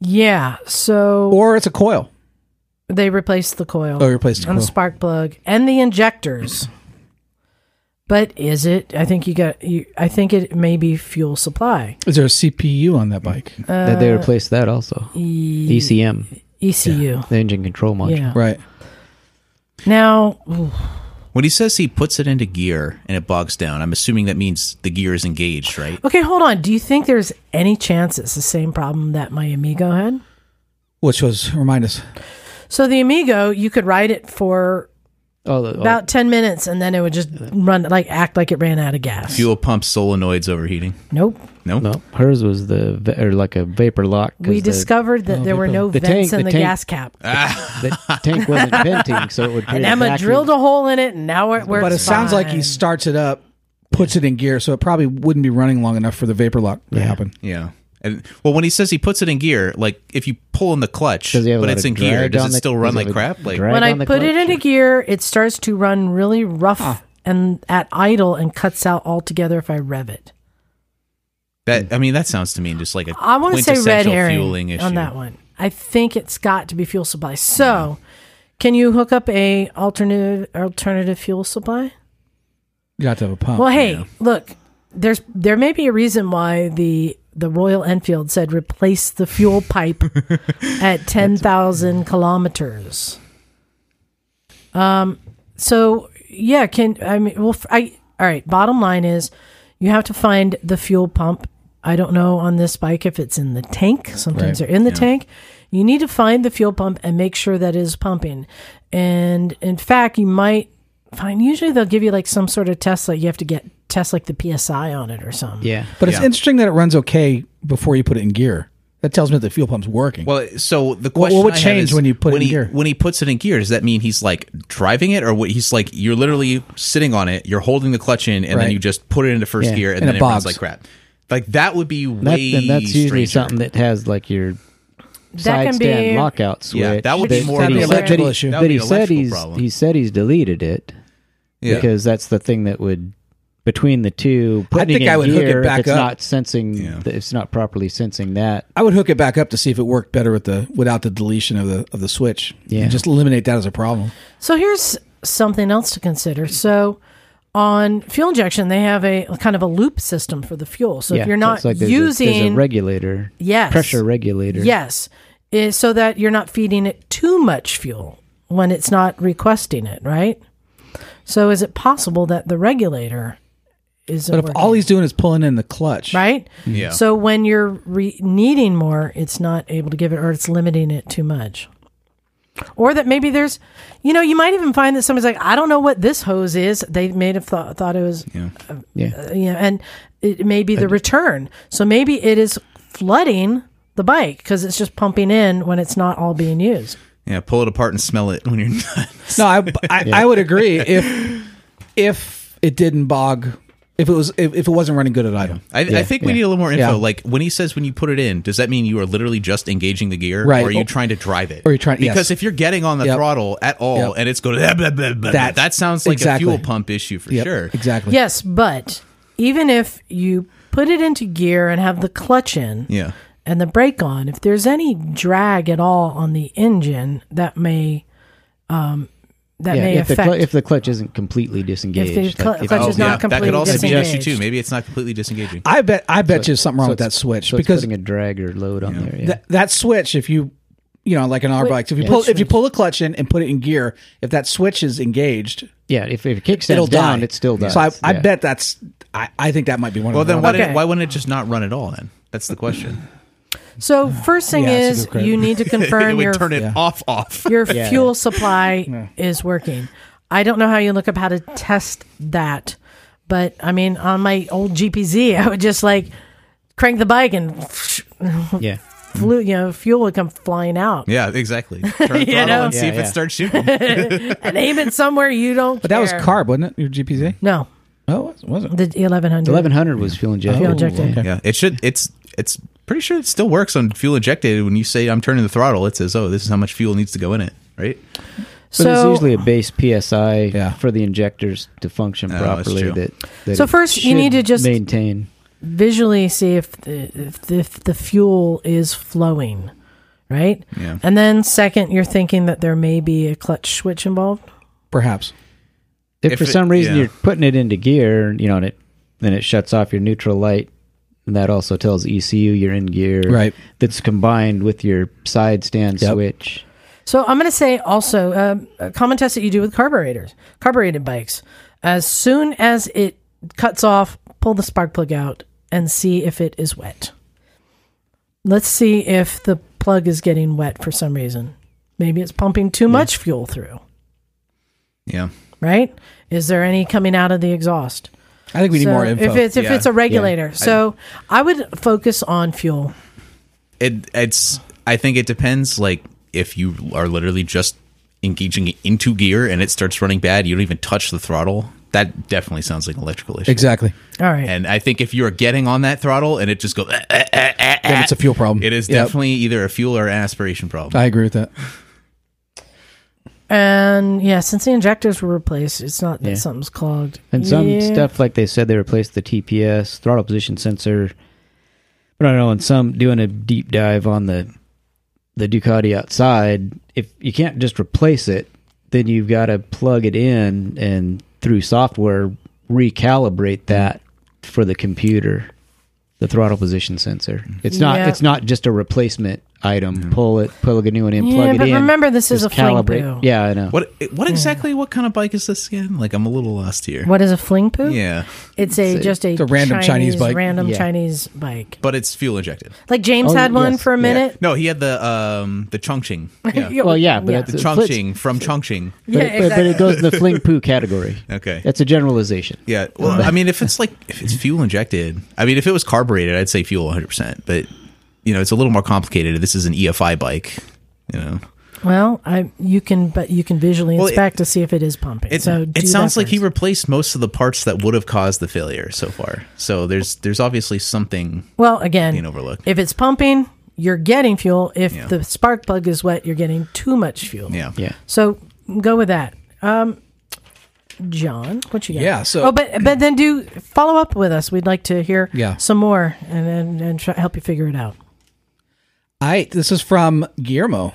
[SPEAKER 2] Yeah. So
[SPEAKER 4] or it's a coil.
[SPEAKER 2] they replaced the coil.
[SPEAKER 4] Oh, you replaced the
[SPEAKER 2] and the
[SPEAKER 4] coil.
[SPEAKER 2] spark plug and the injectors. but is it? I think you got. You, I think it may be fuel supply.
[SPEAKER 4] Is there a CPU on that bike?
[SPEAKER 2] Uh,
[SPEAKER 5] that they replaced that also. ECM,
[SPEAKER 2] E ECU.
[SPEAKER 5] the engine control module.
[SPEAKER 2] Yeah.
[SPEAKER 4] Right.
[SPEAKER 2] Now, ooh,
[SPEAKER 1] When he says he puts it into gear and it bogs down, I'm assuming that means the gear is engaged, right?
[SPEAKER 2] okay, hold on. Do you think there's any chance it's the same problem that my Amigo had?
[SPEAKER 4] Which was remind us.
[SPEAKER 2] So the Amigo, you could ride it for
[SPEAKER 5] Oh, the,
[SPEAKER 2] about 10 minutes and then it would just run, like act like it ran out of gas.
[SPEAKER 1] Fuel pump solenoids overheating.
[SPEAKER 2] Nope.
[SPEAKER 1] No,
[SPEAKER 5] no, hers was the va- or like a vapor lock. 'cause
[SPEAKER 2] We
[SPEAKER 5] the,
[SPEAKER 2] discovered that there were no
[SPEAKER 5] The
[SPEAKER 2] vents
[SPEAKER 5] tank-
[SPEAKER 2] in
[SPEAKER 5] the
[SPEAKER 2] the
[SPEAKER 5] tank-
[SPEAKER 2] gas cap.
[SPEAKER 5] the tank wasn't venting, so it would.
[SPEAKER 2] and
[SPEAKER 5] create a
[SPEAKER 2] Emma
[SPEAKER 5] vacuum.
[SPEAKER 2] drilled a hole in it and now it works.
[SPEAKER 4] But it sounds like he
[SPEAKER 2] fine.
[SPEAKER 4] starts it up, puts it in gear, so it probably wouldn't be running long enough for the vapor lock to happen.
[SPEAKER 1] Yeah. And well, when he says he puts it in gear, like if you pull in the clutch,
[SPEAKER 5] Does he have a
[SPEAKER 1] but
[SPEAKER 5] lot
[SPEAKER 1] it's
[SPEAKER 5] of
[SPEAKER 1] in gear,
[SPEAKER 5] drag
[SPEAKER 1] does
[SPEAKER 5] on
[SPEAKER 1] it
[SPEAKER 5] the-
[SPEAKER 1] still
[SPEAKER 5] does
[SPEAKER 1] run
[SPEAKER 5] it
[SPEAKER 1] like
[SPEAKER 5] have a
[SPEAKER 1] crap? Like
[SPEAKER 5] drag?
[SPEAKER 2] when
[SPEAKER 5] Right
[SPEAKER 2] I
[SPEAKER 5] on the
[SPEAKER 2] put it
[SPEAKER 5] clutch.
[SPEAKER 2] into gear, it starts to run really rough and at idle and cuts out altogether if I rev it.
[SPEAKER 1] that, I mean, that sounds to me just like a
[SPEAKER 2] I want to say red
[SPEAKER 1] quintessential
[SPEAKER 2] herring
[SPEAKER 1] fueling issue.
[SPEAKER 2] on that one. I think it's got to be fuel supply. So, can you hook up a alternative alternative fuel supply?
[SPEAKER 4] You have to have a pump.
[SPEAKER 2] Well, hey, look, there's there may be a reason why the the Royal Enfield said replace the fuel pipe at ten thousand kilometers. Um. So yeah, can I mean? Well, f- I all right. Bottom line is, you have to find the fuel pump. I don't know on this bike if it's in the tank. Sometimes they're in the tank. You need to find the fuel pump and make sure that it is pumping. And in fact, you might Fine. Usually they'll give you like some sort of test, like you have to get test like the psi on it or something.
[SPEAKER 5] Yeah,
[SPEAKER 4] But it's
[SPEAKER 1] Yeah.
[SPEAKER 4] interesting that it runs okay before you put it in gear. That tells me that the fuel pump's working.
[SPEAKER 1] Well, so the question
[SPEAKER 4] what would
[SPEAKER 1] I have
[SPEAKER 4] change
[SPEAKER 1] is,
[SPEAKER 4] when you put it
[SPEAKER 1] when
[SPEAKER 4] in
[SPEAKER 1] he,
[SPEAKER 4] gear?
[SPEAKER 1] When he puts it in gear, does that mean he's like driving it, or what? He's like you're literally sitting on it, you're holding the clutch in, and
[SPEAKER 4] Right.
[SPEAKER 1] then you just put it into first
[SPEAKER 5] Yeah.
[SPEAKER 1] gear, and,
[SPEAKER 4] And
[SPEAKER 1] then
[SPEAKER 4] it
[SPEAKER 1] it, runs
[SPEAKER 4] bobs.
[SPEAKER 1] like crap. Like that would be
[SPEAKER 5] that,
[SPEAKER 1] way.
[SPEAKER 5] and that's usually
[SPEAKER 1] stranger.
[SPEAKER 5] something that has like your
[SPEAKER 2] That
[SPEAKER 5] side
[SPEAKER 2] can
[SPEAKER 5] stand
[SPEAKER 2] be
[SPEAKER 5] lockout switch.
[SPEAKER 1] Yeah, that would be
[SPEAKER 5] that-
[SPEAKER 1] more
[SPEAKER 5] that
[SPEAKER 1] of
[SPEAKER 5] he
[SPEAKER 1] an
[SPEAKER 5] said that
[SPEAKER 4] electrical
[SPEAKER 5] he-
[SPEAKER 4] issue.
[SPEAKER 1] That
[SPEAKER 5] That,
[SPEAKER 1] would be
[SPEAKER 5] he
[SPEAKER 1] an
[SPEAKER 5] said
[SPEAKER 1] electrical
[SPEAKER 5] he's
[SPEAKER 1] problem.
[SPEAKER 5] he said he's deleted it
[SPEAKER 1] Yeah.
[SPEAKER 5] because that's the thing that would between the two.
[SPEAKER 4] I
[SPEAKER 5] putting
[SPEAKER 4] think
[SPEAKER 5] in
[SPEAKER 4] I would hook it
[SPEAKER 5] gear, if
[SPEAKER 4] back
[SPEAKER 5] it's
[SPEAKER 4] up.
[SPEAKER 5] Not sensing, the, it's not properly sensing that.
[SPEAKER 4] I would hook it back up to see if it worked better with the without the deletion of the of the switch.
[SPEAKER 5] Yeah.
[SPEAKER 4] And just eliminate that as a problem.
[SPEAKER 2] So here's something else to consider. So on fuel injection, they have a kind of a loop system for the fuel. So
[SPEAKER 5] Yeah,
[SPEAKER 2] if you're
[SPEAKER 5] so
[SPEAKER 2] not
[SPEAKER 5] it's like there's a- there's
[SPEAKER 2] using
[SPEAKER 5] a regulator,
[SPEAKER 2] Yes.
[SPEAKER 5] pressure regulator.
[SPEAKER 2] Yes, is so that you're not feeding it too much fuel when it's not requesting it, right? So is it possible that the regulator isn't?
[SPEAKER 4] But if
[SPEAKER 2] working,
[SPEAKER 4] all he's doing is pulling in the clutch,
[SPEAKER 2] right,
[SPEAKER 1] Yeah.
[SPEAKER 2] So when you're re- needing more, it's not able to give it, or it's limiting it too much. Or that maybe there's, you know, you might even find that somebody's like, I don't know what this hose is. They may have thought thought it was,
[SPEAKER 1] Yeah.
[SPEAKER 5] yeah.
[SPEAKER 2] uh, you know, and it may be the return. So maybe it is flooding the bike because it's just pumping in when it's not all being used.
[SPEAKER 1] yeah, pull it apart and smell it when you're done.
[SPEAKER 4] No, I I, I would agree if if it didn't bog, if it was if, if it wasn't running good at idle.
[SPEAKER 1] I, I think we
[SPEAKER 5] yeah.
[SPEAKER 1] need a little more info.
[SPEAKER 4] Yeah.
[SPEAKER 1] Like when he says when you put it in, does that mean you are literally just engaging the gear,
[SPEAKER 4] Right.
[SPEAKER 1] Or are you
[SPEAKER 4] Oh.
[SPEAKER 1] trying to drive it?
[SPEAKER 4] Or you're trying- yes.
[SPEAKER 1] because if you're getting on the
[SPEAKER 4] Yep.
[SPEAKER 1] throttle at all
[SPEAKER 4] Yep.
[SPEAKER 1] and it's going blah, blah, blah, blah,
[SPEAKER 4] That's-
[SPEAKER 1] that sounds like
[SPEAKER 4] exactly.
[SPEAKER 1] a fuel pump issue for
[SPEAKER 4] Yep,
[SPEAKER 1] sure.
[SPEAKER 4] Exactly.
[SPEAKER 2] Yes, but even if you put it into gear and have the clutch in,
[SPEAKER 1] Yeah,
[SPEAKER 2] and the brake on, if there's any drag at all on the engine, that may um, that
[SPEAKER 5] yeah,
[SPEAKER 2] may
[SPEAKER 5] if the,
[SPEAKER 2] affect
[SPEAKER 5] cl- if the clutch isn't completely disengaged,
[SPEAKER 2] cl-
[SPEAKER 5] like, if
[SPEAKER 2] clutch
[SPEAKER 5] it's-
[SPEAKER 2] is
[SPEAKER 4] Oh,
[SPEAKER 2] not
[SPEAKER 1] Oh, that
[SPEAKER 2] completely
[SPEAKER 1] could also be an issue
[SPEAKER 2] disengaged.
[SPEAKER 1] too. Maybe it's not completely disengaging.
[SPEAKER 4] I bet I bet you something wrong
[SPEAKER 5] so
[SPEAKER 4] with that
[SPEAKER 5] it's-
[SPEAKER 4] switch
[SPEAKER 5] so it's
[SPEAKER 4] because
[SPEAKER 5] putting a drag or load on there. Yeah.
[SPEAKER 4] that, that switch if you you know like on our bikes if you
[SPEAKER 2] yeah,
[SPEAKER 4] pull if you
[SPEAKER 2] switch.
[SPEAKER 4] pull the clutch in and put it in gear if that switch is engaged
[SPEAKER 5] yeah, if, if it kicks
[SPEAKER 4] it'll
[SPEAKER 5] down,
[SPEAKER 4] die
[SPEAKER 5] it still dies.
[SPEAKER 4] so I, I
[SPEAKER 5] Yeah.
[SPEAKER 4] bet that's I, I think that might be one
[SPEAKER 1] well,
[SPEAKER 4] of the
[SPEAKER 1] then why,
[SPEAKER 2] Okay.
[SPEAKER 1] did, why wouldn't it just not run at all? Then that's the question.
[SPEAKER 2] So first thing
[SPEAKER 4] Yeah, that's a
[SPEAKER 2] is
[SPEAKER 4] good question.
[SPEAKER 2] you need to
[SPEAKER 1] it
[SPEAKER 2] confirm
[SPEAKER 1] would
[SPEAKER 2] your
[SPEAKER 1] turn it
[SPEAKER 4] yeah.
[SPEAKER 1] off, off.
[SPEAKER 2] your fuel supply is working. I don't know how you look up how to test that, but I mean, on my old GPZ, I would just like crank the bike and
[SPEAKER 5] Yeah.
[SPEAKER 2] flu, you know, fuel would come flying out
[SPEAKER 1] Yeah, exactly. Turn the throttle
[SPEAKER 2] know?
[SPEAKER 1] and see
[SPEAKER 5] Yeah,
[SPEAKER 1] if
[SPEAKER 5] yeah.
[SPEAKER 1] it starts shooting.
[SPEAKER 2] and aim it somewhere you don't.
[SPEAKER 4] but that was
[SPEAKER 2] care.
[SPEAKER 4] carb wasn't it your GPZ
[SPEAKER 2] No,
[SPEAKER 4] oh was it Oh,
[SPEAKER 2] the 1100.
[SPEAKER 5] Eleven hundred was fuel injected.
[SPEAKER 2] Fuel injected.
[SPEAKER 4] okay.
[SPEAKER 1] yeah, it should. It's it's pretty sure it still works on fuel injected. When you say I'm turning the throttle, it says, "Oh, this is how much fuel needs to go in it." Right?
[SPEAKER 5] So, there's usually a base PSI
[SPEAKER 4] Yeah.
[SPEAKER 5] for the injectors to function
[SPEAKER 1] Oh, that's
[SPEAKER 5] properly.
[SPEAKER 1] true.
[SPEAKER 5] That, that
[SPEAKER 2] So
[SPEAKER 5] it
[SPEAKER 2] first you need
[SPEAKER 5] should
[SPEAKER 2] to just-
[SPEAKER 5] maintain.
[SPEAKER 2] visually see if the, if the, if the fuel is flowing, right?
[SPEAKER 1] Yeah.
[SPEAKER 2] And then second, you're thinking that there may be a clutch switch involved.
[SPEAKER 4] perhaps
[SPEAKER 5] If,
[SPEAKER 1] If
[SPEAKER 5] for
[SPEAKER 1] it-
[SPEAKER 5] some reason
[SPEAKER 1] yeah.
[SPEAKER 5] you're putting it into gear, you know, and it then it shuts off your neutral light, and that also tells ECU you're in gear.
[SPEAKER 4] Right.
[SPEAKER 5] That's combined with your side stand switch.
[SPEAKER 2] So I'm going to say also um, a common test that you do with carburetors, carbureted bikes. As soon as it cuts off, pull the spark plug out and see if it is wet. Let's see if the plug is getting wet for some reason. Maybe it's pumping too much fuel through,
[SPEAKER 1] Yeah.
[SPEAKER 2] right? Is there any coming out of the exhaust?
[SPEAKER 4] I think we need
[SPEAKER 2] So
[SPEAKER 4] more info
[SPEAKER 2] If it's if
[SPEAKER 1] Yeah.
[SPEAKER 2] it's a regulator, so I, would focus on fuel.
[SPEAKER 1] It it's. I think it depends. Like if you are literally just engaging it into gear and it starts running bad, you don't even touch the throttle. That definitely sounds like an electrical issue.
[SPEAKER 4] exactly
[SPEAKER 2] All right,
[SPEAKER 1] And I think if you're getting on that throttle and it just goes, "Eh, eh, eh, eh,
[SPEAKER 4] then
[SPEAKER 1] eh,"
[SPEAKER 4] it's a fuel problem
[SPEAKER 1] it is
[SPEAKER 4] Yep.
[SPEAKER 1] definitely either a fuel or an aspiration problem.
[SPEAKER 4] I agree with that
[SPEAKER 2] and yeah, since the injectors were replaced, it's not that
[SPEAKER 5] Yeah.
[SPEAKER 2] something's clogged.
[SPEAKER 5] And some
[SPEAKER 2] Yeah.
[SPEAKER 5] stuff like they said they replaced the TPS throttle position sensor, but I don't know. And some doing a deep dive on the the Ducati outside, if you can't just replace it, then you've got to plug it in and through software
[SPEAKER 2] Mm-hmm.
[SPEAKER 5] recalibrate that for the computer, the throttle position sensor. It's not
[SPEAKER 2] Mm-hmm. Yeah.
[SPEAKER 5] it's not just a replacement item. Pull it, plug a new one in,
[SPEAKER 2] Yeah,
[SPEAKER 5] plug it
[SPEAKER 2] but
[SPEAKER 5] in.
[SPEAKER 2] remember this is a
[SPEAKER 5] just
[SPEAKER 2] fling poo.
[SPEAKER 5] Yeah, I know.
[SPEAKER 1] What what exactly? What kind of bike is this again? Like I'm a little lost here.
[SPEAKER 2] What is a fling poo?
[SPEAKER 1] Yeah,
[SPEAKER 2] It's a just a,
[SPEAKER 4] a random Chinese bike.
[SPEAKER 2] Random
[SPEAKER 5] Yeah.
[SPEAKER 2] Chinese bike.
[SPEAKER 1] but it's fuel injected.
[SPEAKER 2] Like James
[SPEAKER 5] Oh,
[SPEAKER 2] had one
[SPEAKER 5] yes,
[SPEAKER 2] for a
[SPEAKER 5] yeah.
[SPEAKER 2] minute.
[SPEAKER 1] No, he had the um the Chongqing. Yeah.
[SPEAKER 5] Well, yeah, but
[SPEAKER 1] the
[SPEAKER 5] it's-
[SPEAKER 1] Chongqing from Chongqing.
[SPEAKER 5] But,
[SPEAKER 2] Yeah,
[SPEAKER 5] it, but- but it goes in the fling poo category.
[SPEAKER 1] Okay.
[SPEAKER 5] That's a generalization.
[SPEAKER 1] Yeah. Well, I mean, if it's like if it's fuel injected, I mean, if it was carbureted, I'd say fuel 100. percent But you know, it's a little more complicated. This is an EFI bike. You know,
[SPEAKER 2] well, I you can but you can visually
[SPEAKER 1] Well, it-
[SPEAKER 2] inspect to see if it is pumping.
[SPEAKER 1] it,
[SPEAKER 2] so do
[SPEAKER 1] it sounds
[SPEAKER 2] that
[SPEAKER 1] like he
[SPEAKER 2] first.
[SPEAKER 1] replaced most of the parts that would have caused the failure so far. So there's there's obviously something
[SPEAKER 2] well again
[SPEAKER 1] being overlooked.
[SPEAKER 2] If it's pumping, you're getting fuel. If
[SPEAKER 1] Yeah.
[SPEAKER 2] the spark plug is wet, you're getting too much fuel.
[SPEAKER 1] yeah.
[SPEAKER 5] Yeah.
[SPEAKER 2] So go with that. Um, John, what you got?
[SPEAKER 4] Yeah, so-
[SPEAKER 2] oh, but but then do follow up with us. We'd like to hear
[SPEAKER 4] Yeah.
[SPEAKER 2] some more and and, and try, help you figure it out.
[SPEAKER 4] All right, this is from Guillermo.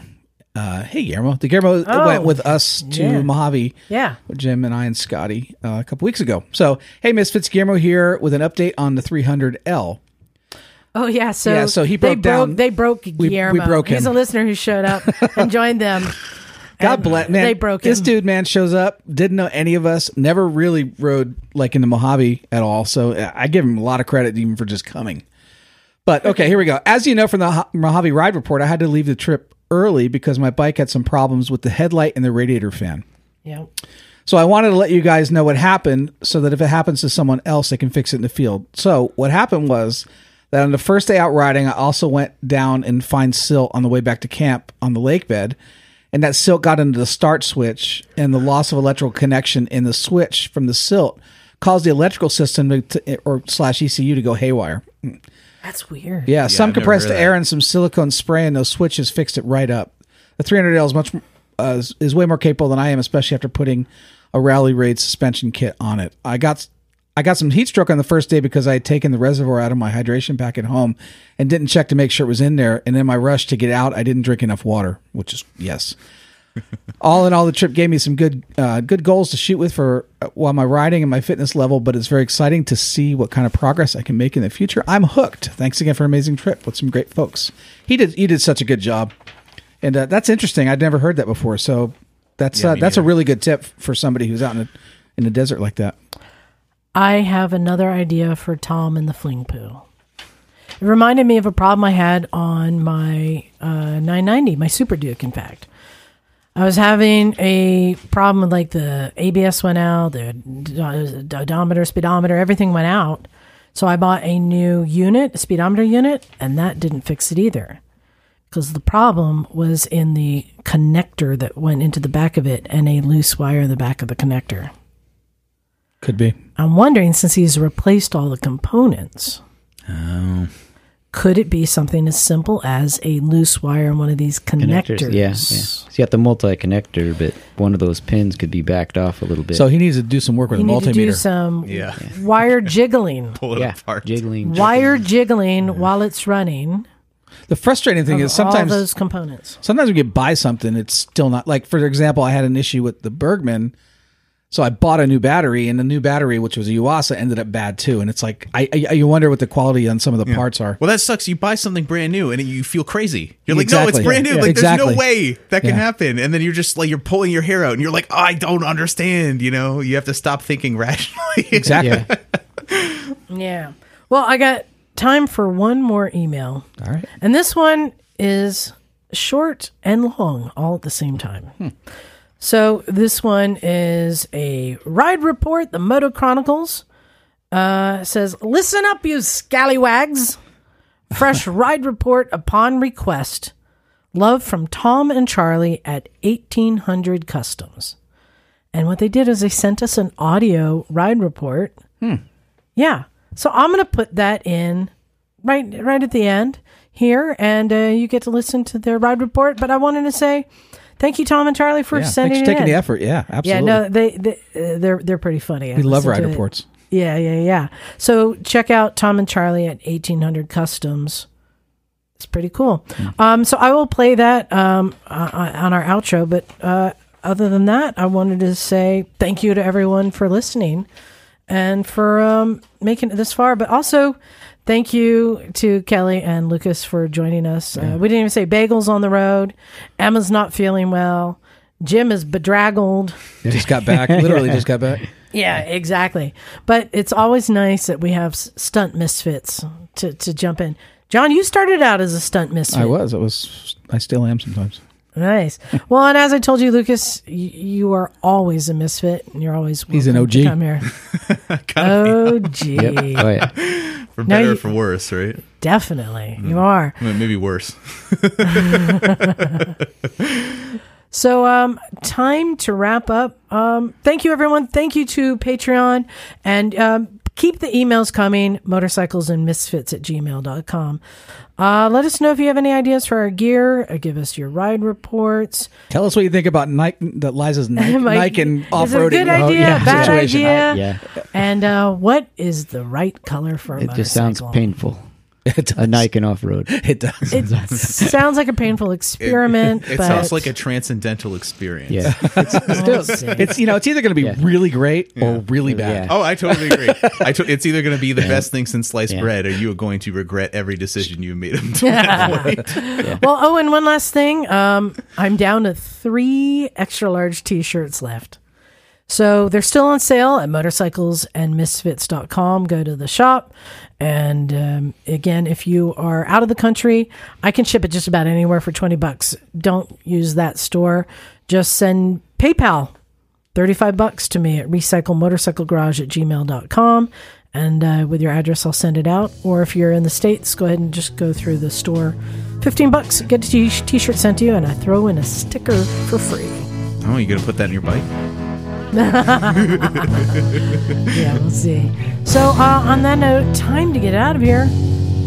[SPEAKER 4] Uh, hey, Guillermo. The Guillermo
[SPEAKER 2] Oh,
[SPEAKER 4] went with us to
[SPEAKER 2] yeah.
[SPEAKER 4] Mojave,
[SPEAKER 2] Yeah.
[SPEAKER 4] with Jim and I and Scotty uh, a couple weeks ago. So, hey, Misfits, Guillermo here with an update on the 300L.
[SPEAKER 2] Oh yeah, so
[SPEAKER 4] Yeah, so he
[SPEAKER 2] they
[SPEAKER 4] broke down-
[SPEAKER 2] they broke
[SPEAKER 4] we
[SPEAKER 2] Guillermo.
[SPEAKER 4] broke
[SPEAKER 2] He's
[SPEAKER 4] him.
[SPEAKER 2] a listener who showed up and joined them.
[SPEAKER 4] God
[SPEAKER 2] And
[SPEAKER 4] bless, man.
[SPEAKER 2] They broke
[SPEAKER 4] this
[SPEAKER 2] him.
[SPEAKER 4] dude, man, shows up, didn't know any of us, never really rode like in the Mojave at all. So uh, I give him a lot of credit even for just coming. But okay, here we go. As you know from the Ho- Mojave ride report, I had to leave the trip early because my bike had some problems with the headlight and the radiator fan.
[SPEAKER 2] Yeah.
[SPEAKER 4] So I wanted to let you guys know what happened so that if it happens to someone else, they can fix it in the field. So what happened was that on the first day out riding, I also went down and find silt on the way back to camp on the lake bed. And that silt got into the start switch and the loss of electrical connection in the switch from the silt caused the electrical system to, to or slash ECU to go haywire.
[SPEAKER 2] That's weird.
[SPEAKER 4] Yeah, some
[SPEAKER 1] I've never
[SPEAKER 4] compressed
[SPEAKER 1] heard of
[SPEAKER 4] air
[SPEAKER 1] that.
[SPEAKER 4] and some silicone spray and those switches fixed it right up. The 300L is much uh, is- is way more capable than I am, especially after putting a rally raid suspension kit on it. I got I got some heat stroke on the first day because I had taken the reservoir out of my hydration pack at home and didn't check to make sure it was in there. And in my rush to get out, I didn't drink enough water, which is yes. all in all, the trip gave me some good uh, good goals to shoot with for uh, while my riding and my fitness level. But it's very exciting to see what kind of progress I can make in the future. I'm hooked. Thanks again for an amazing trip with some great folks. He did you did such a good job, and uh, that's interesting. I'd never heard that before. So that's
[SPEAKER 1] Yeah,
[SPEAKER 4] uh,
[SPEAKER 1] me
[SPEAKER 4] that's a
[SPEAKER 1] neither.
[SPEAKER 4] really good tip for somebody who's out in the in the desert like that.
[SPEAKER 2] I have another idea for Tom and the Fling Poo. It reminded me of a problem I had on my uh, 990, my Super Duke, in fact. I was having a problem with like the ABS went out, the d- odometer, speedometer, everything went out. So I bought a new unit, a speedometer unit, and that didn't fix it either. Because the problem was in the connector that went into the back of it and a loose wire in the back of the connector.
[SPEAKER 4] Could be.
[SPEAKER 2] I'm wondering since he's replaced all the components,
[SPEAKER 1] Oh.
[SPEAKER 2] could it be something as simple as a loose wire in one of these connectors?
[SPEAKER 5] Yeah, yeah. So you got the multi connector, but one of those pins could be backed off a little bit.
[SPEAKER 4] So he needs to do some work with
[SPEAKER 2] You
[SPEAKER 4] a
[SPEAKER 2] need to do
[SPEAKER 4] multimeter.
[SPEAKER 2] some
[SPEAKER 1] Yeah. Yeah.
[SPEAKER 2] wire jiggling.
[SPEAKER 1] Pull it
[SPEAKER 5] yeah,
[SPEAKER 1] apart.
[SPEAKER 5] jiggling.
[SPEAKER 2] wire jiggling while it's running.
[SPEAKER 4] the frustrating thing
[SPEAKER 2] of
[SPEAKER 4] is sometimes
[SPEAKER 2] all those components.
[SPEAKER 4] sometimes when you buy something, it's still not like for example, I had an issue with the Bergman. So I bought a new battery, and the new battery, which was a Uasa, ended up bad too. And it's like I, I you wonder what the quality on some of the parts are.
[SPEAKER 1] Well, that sucks. You buy something brand new and you feel crazy. You're like, no,
[SPEAKER 4] Exactly.
[SPEAKER 1] it's brand new.
[SPEAKER 4] Yeah.
[SPEAKER 1] Like,
[SPEAKER 4] Exactly.
[SPEAKER 1] there's no way that can
[SPEAKER 4] Yeah.
[SPEAKER 1] happen. And then you're just like, you're pulling your hair out and you're like, I don't understand. You know, you have to stop thinking rationally.
[SPEAKER 4] Exactly.
[SPEAKER 5] Yeah.
[SPEAKER 2] Yeah. Well, I got time for one more email.
[SPEAKER 4] All right.
[SPEAKER 2] And this one is short and long all at the same time.
[SPEAKER 4] Hmm.
[SPEAKER 2] So this one is a ride report, the Moto Chronicles. Uh, it says, Listen up, you scallywags. Fresh ride report upon request. Love from Tom and Charlie at 1800 Customs. And what they did is they sent us an audio ride report.
[SPEAKER 4] Hmm.
[SPEAKER 2] Yeah. So I'm going to put that in right right at the end here, and uh, you get to listen to their ride report. But I wanted to say thank you, Tom and Charlie, for
[SPEAKER 4] Yeah. Thanks
[SPEAKER 2] sending
[SPEAKER 4] for
[SPEAKER 2] it
[SPEAKER 4] taking
[SPEAKER 2] in.
[SPEAKER 4] the effort. Yeah,
[SPEAKER 2] Yeah,
[SPEAKER 4] absolutely.
[SPEAKER 2] no, they, they uh, they're they're pretty funny. I
[SPEAKER 4] we love
[SPEAKER 2] listened
[SPEAKER 4] ride
[SPEAKER 2] to it.
[SPEAKER 4] reports.
[SPEAKER 2] Yeah, yeah, yeah. So check out Tom and Charlie at eighteen hundred customs. It's pretty cool. Um, so I will play that um, uh, on our outro. But uh, other than that, I wanted to say thank you to everyone for listening and for um, making it this far. But also, thank you to Kelly and Lucas for joining us. Uh, we didn't even say bagels on the road. Emma's not feeling well. Jim is bedraggled.
[SPEAKER 4] Just got back. Literally just got back.
[SPEAKER 2] Yeah, exactly. But it's always nice that we have s- stunt misfits to, to jump in. John, you started out as a stunt misfit.
[SPEAKER 4] I was. I was. I still am sometimes.
[SPEAKER 2] Nice. Well, and as I told you, Lucas, y- you are always a misfit, and you're always
[SPEAKER 4] He's an
[SPEAKER 2] welcome to
[SPEAKER 4] OG.
[SPEAKER 2] Come here,
[SPEAKER 1] Kind of
[SPEAKER 2] OG,
[SPEAKER 5] Oh, yeah.
[SPEAKER 1] for better
[SPEAKER 2] you-
[SPEAKER 1] or for worse, right?
[SPEAKER 2] definitely you are.
[SPEAKER 1] Well, Maybe worse.
[SPEAKER 2] So, um, time to wrap up. Um, thank you, everyone. Thank you to Patreon and um, keep the emails coming motorcycles and misfits at gmail.com. Uh, let us know if you have any ideas for our gear. Uh, give us your ride reports.
[SPEAKER 4] Tell us what you think about Nike. That Liza's Nike,
[SPEAKER 2] Am I-
[SPEAKER 4] Nike and off
[SPEAKER 2] Is it a
[SPEAKER 4] roading
[SPEAKER 2] good idea,
[SPEAKER 5] yeah.
[SPEAKER 2] bad
[SPEAKER 4] situation.
[SPEAKER 2] idea.
[SPEAKER 5] Yeah.
[SPEAKER 2] And uh, what is the right color for a
[SPEAKER 5] It just sounds
[SPEAKER 2] motorcycle?
[SPEAKER 5] painful.
[SPEAKER 4] It does.
[SPEAKER 5] A Nike and off road.
[SPEAKER 4] It does.
[SPEAKER 2] It sounds like a painful experiment.
[SPEAKER 1] It
[SPEAKER 2] but
[SPEAKER 1] sounds like a transcendental experience.
[SPEAKER 5] Yeah.
[SPEAKER 2] We'll see.
[SPEAKER 4] It's you know it's either going to be
[SPEAKER 5] Yeah.
[SPEAKER 4] really great or really bad.
[SPEAKER 5] Yeah.
[SPEAKER 1] Oh, I totally agree. I to- it's either going to be the best thing since sliced
[SPEAKER 5] Yeah.
[SPEAKER 1] bread, or you are going to regret every decision you made up to that point.
[SPEAKER 2] Well, oh, and one last thing. Um, I'm down to three extra large t-shirts left. So they're still on sale at motorcyclesandmisfits.com. Go to the shop. And um, again, if you are out of the country, I can ship it just about anywhere for 20 bucks. Don't use that store. Just send PayPal 35 bucks to me at recyclemotorcyclegarage at gmail.com. And uh, with your address, I'll send it out. Or if you're in the States, go ahead and just go through the store. 15 bucks, get a t shirt sent to you, and I throw in a sticker for free.
[SPEAKER 1] Oh, you going to put that in your bike?
[SPEAKER 2] Yeah, we'll see. So, uh, on that note, time to get out of here.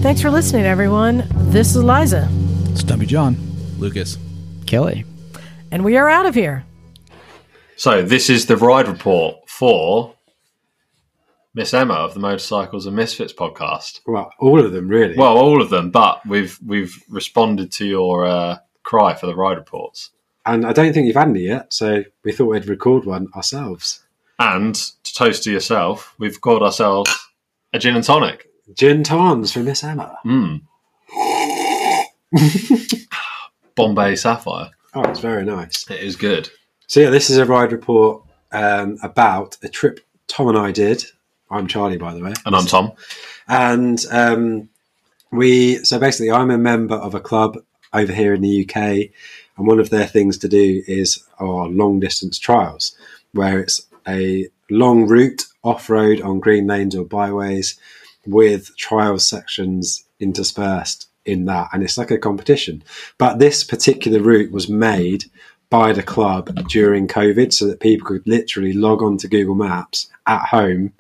[SPEAKER 2] Thanks for listening, everyone. This is Liza,
[SPEAKER 4] Stumpy John.
[SPEAKER 1] Lucas.
[SPEAKER 5] Kelly.
[SPEAKER 2] and we are out of here.
[SPEAKER 7] So this is the ride report for Miss Emma of the Motorcycles and Misfits podcast.
[SPEAKER 8] Well, all of them really.
[SPEAKER 7] Well, all of them, but we've we've responded to your uh, cry for the ride reports.
[SPEAKER 8] and I don't think you've had any yet. So we thought we'd record one ourselves.
[SPEAKER 7] And to toast to yourself, we've called ourselves a gin and tonic.
[SPEAKER 8] Gin tons for Miss Emma.
[SPEAKER 7] Mm. Bombay Sapphire.
[SPEAKER 8] Oh, it's very nice.
[SPEAKER 7] It is good.
[SPEAKER 8] So yeah, this is a ride report um, about a trip Tom and I did. I'm Charlie, by the way,
[SPEAKER 7] And I'm Tom.
[SPEAKER 8] and um, we so basically i'm a member of a club over here in the uk and one of their things to do is our long distance trials where it's a long route off road on green lanes or byways with trial sections interspersed in that and it's like a competition but this particular route was made by the club during covid so that people could literally log on to google maps at home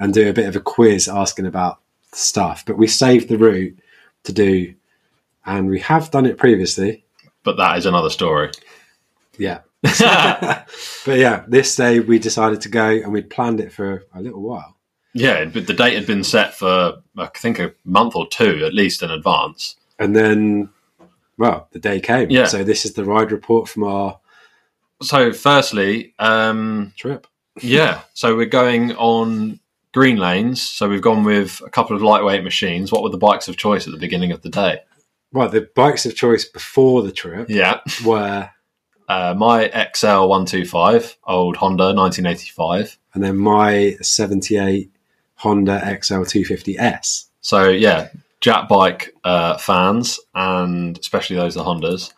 [SPEAKER 8] and do a bit of a quiz asking about stuff. But we saved the route to do, and we have done it previously.
[SPEAKER 7] But that is another story.
[SPEAKER 8] Yeah. but yeah, this day we decided to go and we'd planned it for a little while.
[SPEAKER 7] Yeah, but the date had been set for, I think, a month or two at least in advance.
[SPEAKER 8] And then, well, the day came.
[SPEAKER 7] Yeah.
[SPEAKER 8] So this is the ride report from our
[SPEAKER 7] So, firstly, um,
[SPEAKER 8] trip.
[SPEAKER 7] yeah, so we're going on green lanes. So, we've gone with a couple of lightweight machines. What were the bikes of choice at the beginning of the day?
[SPEAKER 8] Well, the bikes of choice before the trip
[SPEAKER 7] Yeah,
[SPEAKER 8] were,
[SPEAKER 7] uh, my XL125, old Honda 1985.
[SPEAKER 8] and then my 78 Honda XL250S.
[SPEAKER 7] So yeah, Jack bike uh, fans and especially those the Hondas.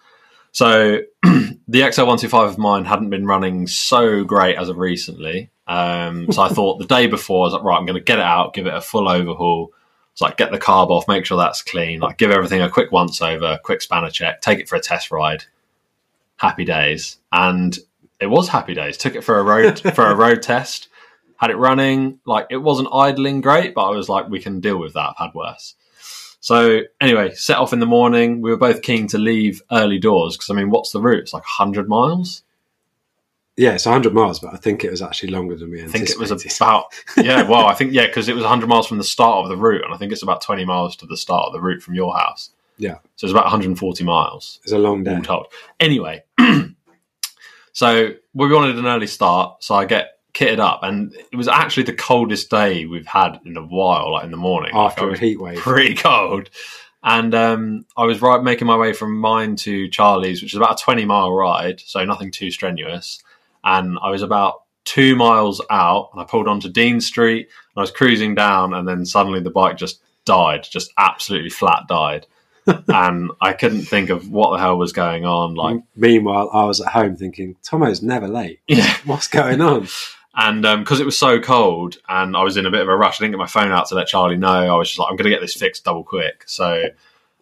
[SPEAKER 7] So the XL125 of mine hadn't been running so great as of recently. Um, so I thought the day before I was like, right, I'm going to get it out, give it a full overhaul. So like, get the carb off, make sure that's clean, like give everything a quick once over, quick spanner check, take it for a test ride. Happy days, and it was happy days. Took it for a road for a road test had it running. Like it wasn't idling great, but I was like, we can deal with that. I've had worse. So anyway, set off in the morning. We were both keen to leave early doors because I mean, what's the route? It's like hundred miles.
[SPEAKER 8] Yeah, it's 100 miles, but I think it was actually longer than we
[SPEAKER 7] I
[SPEAKER 8] anticipated.
[SPEAKER 7] think it was about yeah. Well, I think yeah because it was hundred miles from the start of the route, and I think it's about twenty miles to the start of the route from your house.
[SPEAKER 8] Yeah.
[SPEAKER 7] so it's about one hundred and forty miles.
[SPEAKER 8] It's a long day.
[SPEAKER 7] all told. Anyway, so we wanted an early start, so I get kitted up, and it was actually the coldest day we've had in a while, like in the morning.
[SPEAKER 8] After a
[SPEAKER 7] Like, I was
[SPEAKER 8] heat wave.
[SPEAKER 7] pretty cold. And um, I was right making my way from mine to Charlie's, which is about a twenty mile ride, so nothing too strenuous. And I was about two miles out, and I pulled onto Dean Street, and I was cruising down, and then suddenly the bike just died, just absolutely flat died, and I couldn't think of what the hell was going on. Like
[SPEAKER 8] Meanwhile, I was at home thinking, Tomo's never late.
[SPEAKER 7] Yeah.
[SPEAKER 8] What's going on?
[SPEAKER 7] And because it was so cold and I was in a bit of a rush, I didn't get my phone out to let Charlie know. I was just like, I'm going to get this fixed double quick. So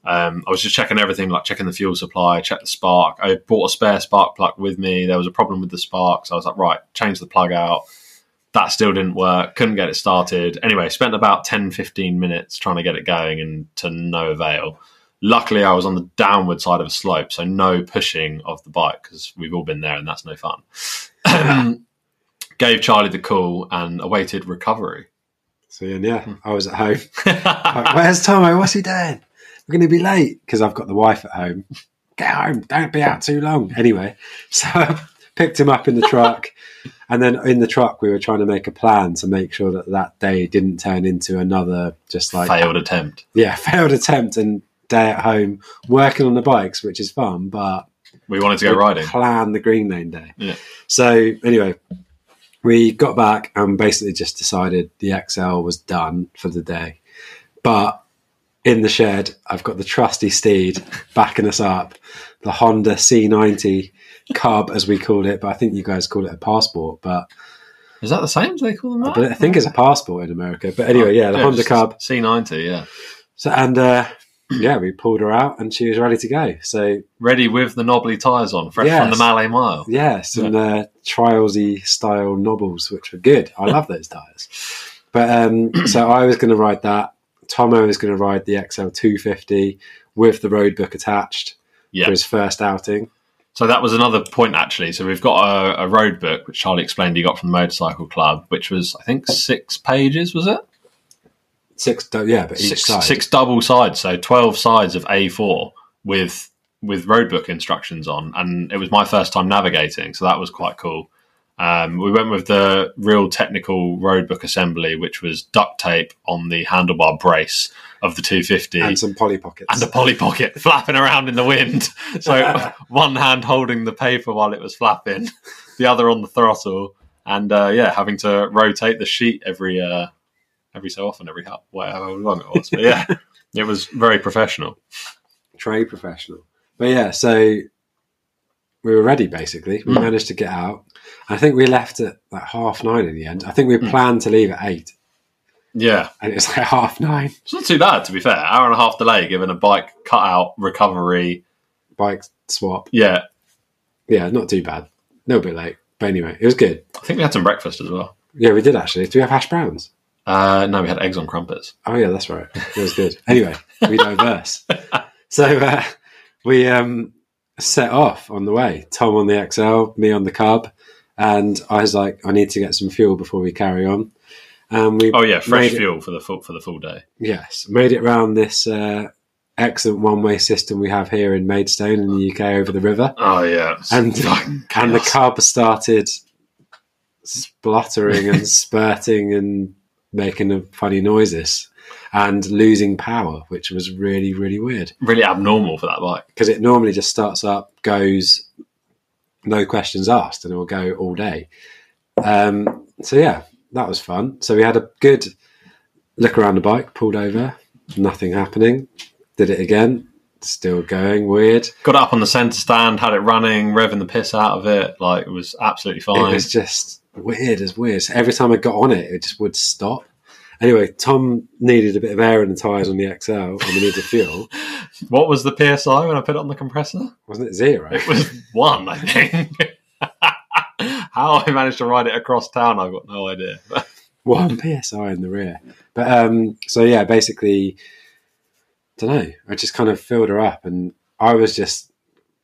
[SPEAKER 7] um, I was just checking everything, like checking the fuel supply, check the spark. I bought a spare spark plug with me. There was a problem with the spark. So I was like, right, change the plug out. That still didn't work. Couldn't get it started. Anyway, spent about 10, 15 minutes trying to get it going and to no avail. Luckily, I was on the downward side of a slope, so no pushing of the bike because we've all been there and that's no fun. gave Charlie the call and awaited recovery.
[SPEAKER 8] So then,
[SPEAKER 7] Hmm.
[SPEAKER 8] yeah, I was at home. Like, Where's Tomo? What's he doing? We're going to be late because I've got the wife at home. Get home. Don't be out too long. Anyway, so I picked him up in the truck. and then in the truck, we were trying to make a plan to make sure that that day didn't turn into another just like,
[SPEAKER 7] Failed attempt.
[SPEAKER 8] yeah, failed attempt and day at home working on the bikes, which is fun, but
[SPEAKER 7] We wanted to go riding.
[SPEAKER 8] Plan the Green Lane Day.
[SPEAKER 7] Yeah.
[SPEAKER 8] So anyway, we got back and basically just decided the XL was done for the day. But in the shed, I've got the trusty steed backing us up, the Honda C90 Cub, as we called it. But I think you guys call it a passport. But
[SPEAKER 7] Is that the same? Do they call them that?
[SPEAKER 8] but I think it's a passport in America. But anyway, yeah, the Honda
[SPEAKER 7] Oh, just
[SPEAKER 8] Cub.
[SPEAKER 7] C90, yeah.
[SPEAKER 8] So and uh, yeah, we pulled her out and she was ready to go. So
[SPEAKER 7] Ready with the knobbly tyres on, fresh from
[SPEAKER 8] Yes.
[SPEAKER 7] the Malay Mile.
[SPEAKER 8] Yeah, some uh, trialsy style novels, which were good. I love those tires. But um, so I was going to ride that. Tomo was going to ride the XL 250 with the road book attached
[SPEAKER 7] Yeah.
[SPEAKER 8] for his first outing.
[SPEAKER 7] So that was another point, actually. So we've got a, a road book, which Charlie explained he got from the motorcycle club, which was, I think, six pages, was it?
[SPEAKER 8] Six, do- yeah, but each
[SPEAKER 7] six,
[SPEAKER 8] side.
[SPEAKER 7] six double sides, so 12 sides of A4 with with roadbook instructions on, and it was my first time navigating, so that was quite cool. Um, we went with the real technical roadbook assembly, which was duct tape on the handlebar brace of the 250
[SPEAKER 8] and some Polly Pockets.
[SPEAKER 7] and a polly pocket flapping around in the wind. So one hand holding the paper while it was flapping, the other on the throttle, and uh, yeah, having to rotate the sheet every uh, every so often, every how, whatever long it was. But yeah, it was very professional.
[SPEAKER 8] trade professional. But yeah, so we were ready basically.
[SPEAKER 7] Hmm.
[SPEAKER 8] We managed to get out. I think we left at like half nine in the end. I think we
[SPEAKER 7] Hmm.
[SPEAKER 8] planned to leave at eight,
[SPEAKER 7] Yeah,
[SPEAKER 8] and it's like half nine.
[SPEAKER 7] it's not too bad to be fair. Hour and a half delay given a bike cutout recovery.
[SPEAKER 8] Bike swap.
[SPEAKER 7] Yeah,
[SPEAKER 8] Yeah, not too bad. A little bit late. But anyway, it was good.
[SPEAKER 7] I think we had some breakfast as well.
[SPEAKER 8] Yeah, we did actually. Do we have hash browns?
[SPEAKER 7] Uh, no, we had eggs on crumpets.
[SPEAKER 8] Oh yeah, that's right. It was good. anyway, we diverse. so uh, we um, set off on the way. Tom on the XL, me on the cub, and I was like, I need to get some fuel before we carry on. And we
[SPEAKER 7] Oh yeah, fresh
[SPEAKER 8] made it-
[SPEAKER 7] fuel for the full, for the full day.
[SPEAKER 8] yes, made it round this uh, excellent one-way system we have here in Maidstone in the UK over the river,
[SPEAKER 7] Oh yeah,
[SPEAKER 8] and and the
[SPEAKER 7] chaos.
[SPEAKER 8] cub started spluttering and spurting and making funny noises and losing power, which was really really weird
[SPEAKER 7] really abnormal for that bike.
[SPEAKER 8] because it normally just starts up, goes, no questions asked, and it will go all day. Um, so yeah, that was fun. So we had a good look around the bike, pulled over, nothing happening. Did it again, still going weird.
[SPEAKER 7] got it up on the centre stand, had it running, revving the piss out of it. Like it was absolutely
[SPEAKER 8] It
[SPEAKER 7] fine.
[SPEAKER 8] was just weird as weird. So every time I got on it, it just would stop. Anyway, Tom needed a bit of air in the tyres on the XL, and we needed fuel.
[SPEAKER 7] what was the psi when I put it on the compressor?
[SPEAKER 8] Wasn't it zero?
[SPEAKER 7] It was one, I think. How I managed to ride it across town, I've got no idea.
[SPEAKER 8] one psi in the rear. But um, so yeah, basically, don't know. I just kind of filled her up, and I was just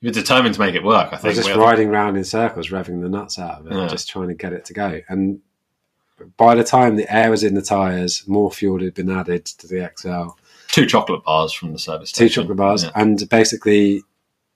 [SPEAKER 7] You're determined to make it work. I
[SPEAKER 8] I was
[SPEAKER 7] think.
[SPEAKER 8] just
[SPEAKER 7] We-
[SPEAKER 8] riding round in circles, revving the nuts out of it,
[SPEAKER 7] Yeah.
[SPEAKER 8] just trying to get it to go. And by the time the air was in the tires, more fuel had been added to the XL,
[SPEAKER 7] two chocolate bars from the service
[SPEAKER 8] two
[SPEAKER 7] station.
[SPEAKER 8] chocolate bars,
[SPEAKER 7] Yeah.
[SPEAKER 8] and basically.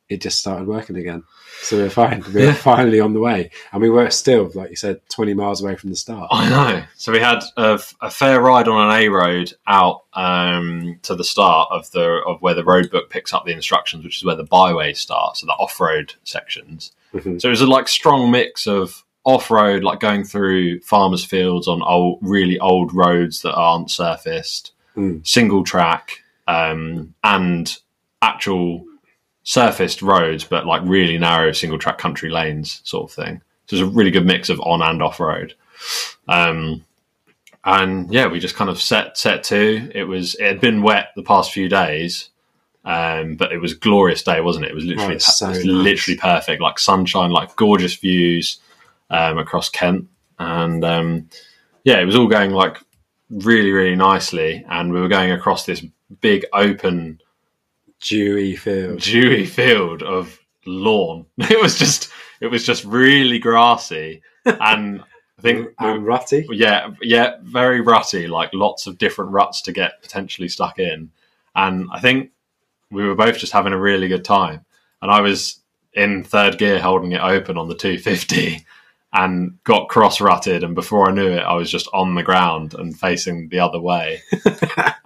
[SPEAKER 8] It just started working again, so we were fine. We were
[SPEAKER 7] Yeah.
[SPEAKER 8] finally on the way, and we were still, like you said, twenty miles away from the start.
[SPEAKER 7] I know. So we had a, a fair ride on an A road out um, to the start of the of where the road book picks up the instructions, which is where the byways start, so the off road sections.
[SPEAKER 8] Mhm.
[SPEAKER 7] So it was a like strong mix of off road, like going through farmers' fields on old, really old roads that aren't surfaced,
[SPEAKER 8] Mm.
[SPEAKER 7] single track, um, and actual surfaced roads, but like really narrow single track country lanes, sort of thing. So it's a really good mix of on and off road. Um, and yeah, we just kind of set set to. It was it had been wet the past few days, um, but it was a glorious day, wasn't it? It was literally
[SPEAKER 8] Oh, it's so
[SPEAKER 7] it was
[SPEAKER 8] nice.
[SPEAKER 7] literally perfect, like sunshine, like gorgeous views um, across Kent, and um, yeah, it was all going like really really nicely, and we were going across this big open
[SPEAKER 8] Dewy field,
[SPEAKER 7] dewy field of lawn. It was just it was just really grassy and I think
[SPEAKER 8] and rutty.
[SPEAKER 7] yeah, yeah, very rutty, like lots of different ruts to get potentially stuck in. And I think we were both just having a really good time. And I was in third gear holding it open on the 250 and got cross rutted. And before I knew it, I was just on the ground and facing the other way.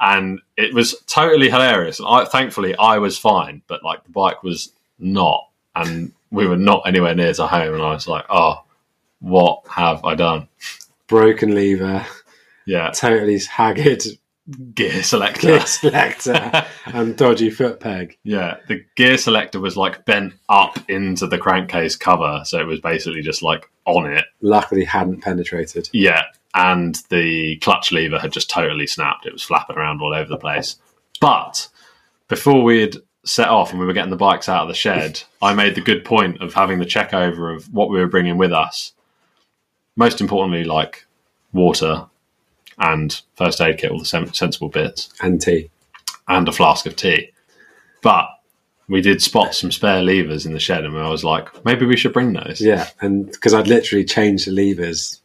[SPEAKER 7] and it was totally hilarious. And I, thankfully, I was fine, but like the bike was not. And we were not anywhere near to home. And I was like, oh, what have I done?
[SPEAKER 8] broken lever,
[SPEAKER 7] Yeah.
[SPEAKER 8] totally haggard
[SPEAKER 7] gear
[SPEAKER 8] gear
[SPEAKER 7] selector.
[SPEAKER 8] selector, and dodgy foot peg.
[SPEAKER 7] yeah, the gear selector was like bent up into the crankcase cover, so it was basically just like on it.
[SPEAKER 8] Luckily, hadn't penetrated.
[SPEAKER 7] Yeah, and the clutch lever had just totally snapped. It was flapping around all over the place. But before we had set off and we were getting the bikes out of the shed, I made the good point of having the check over of what we were bringing with us. Most importantly, like water and first aid kit, all the sen- sensible bits.
[SPEAKER 8] And tea.
[SPEAKER 7] and a flask of tea. But we did spot some spare levers in the shed, and I was like, maybe we should bring those.
[SPEAKER 8] Yeah, and because I'd literally changed the levers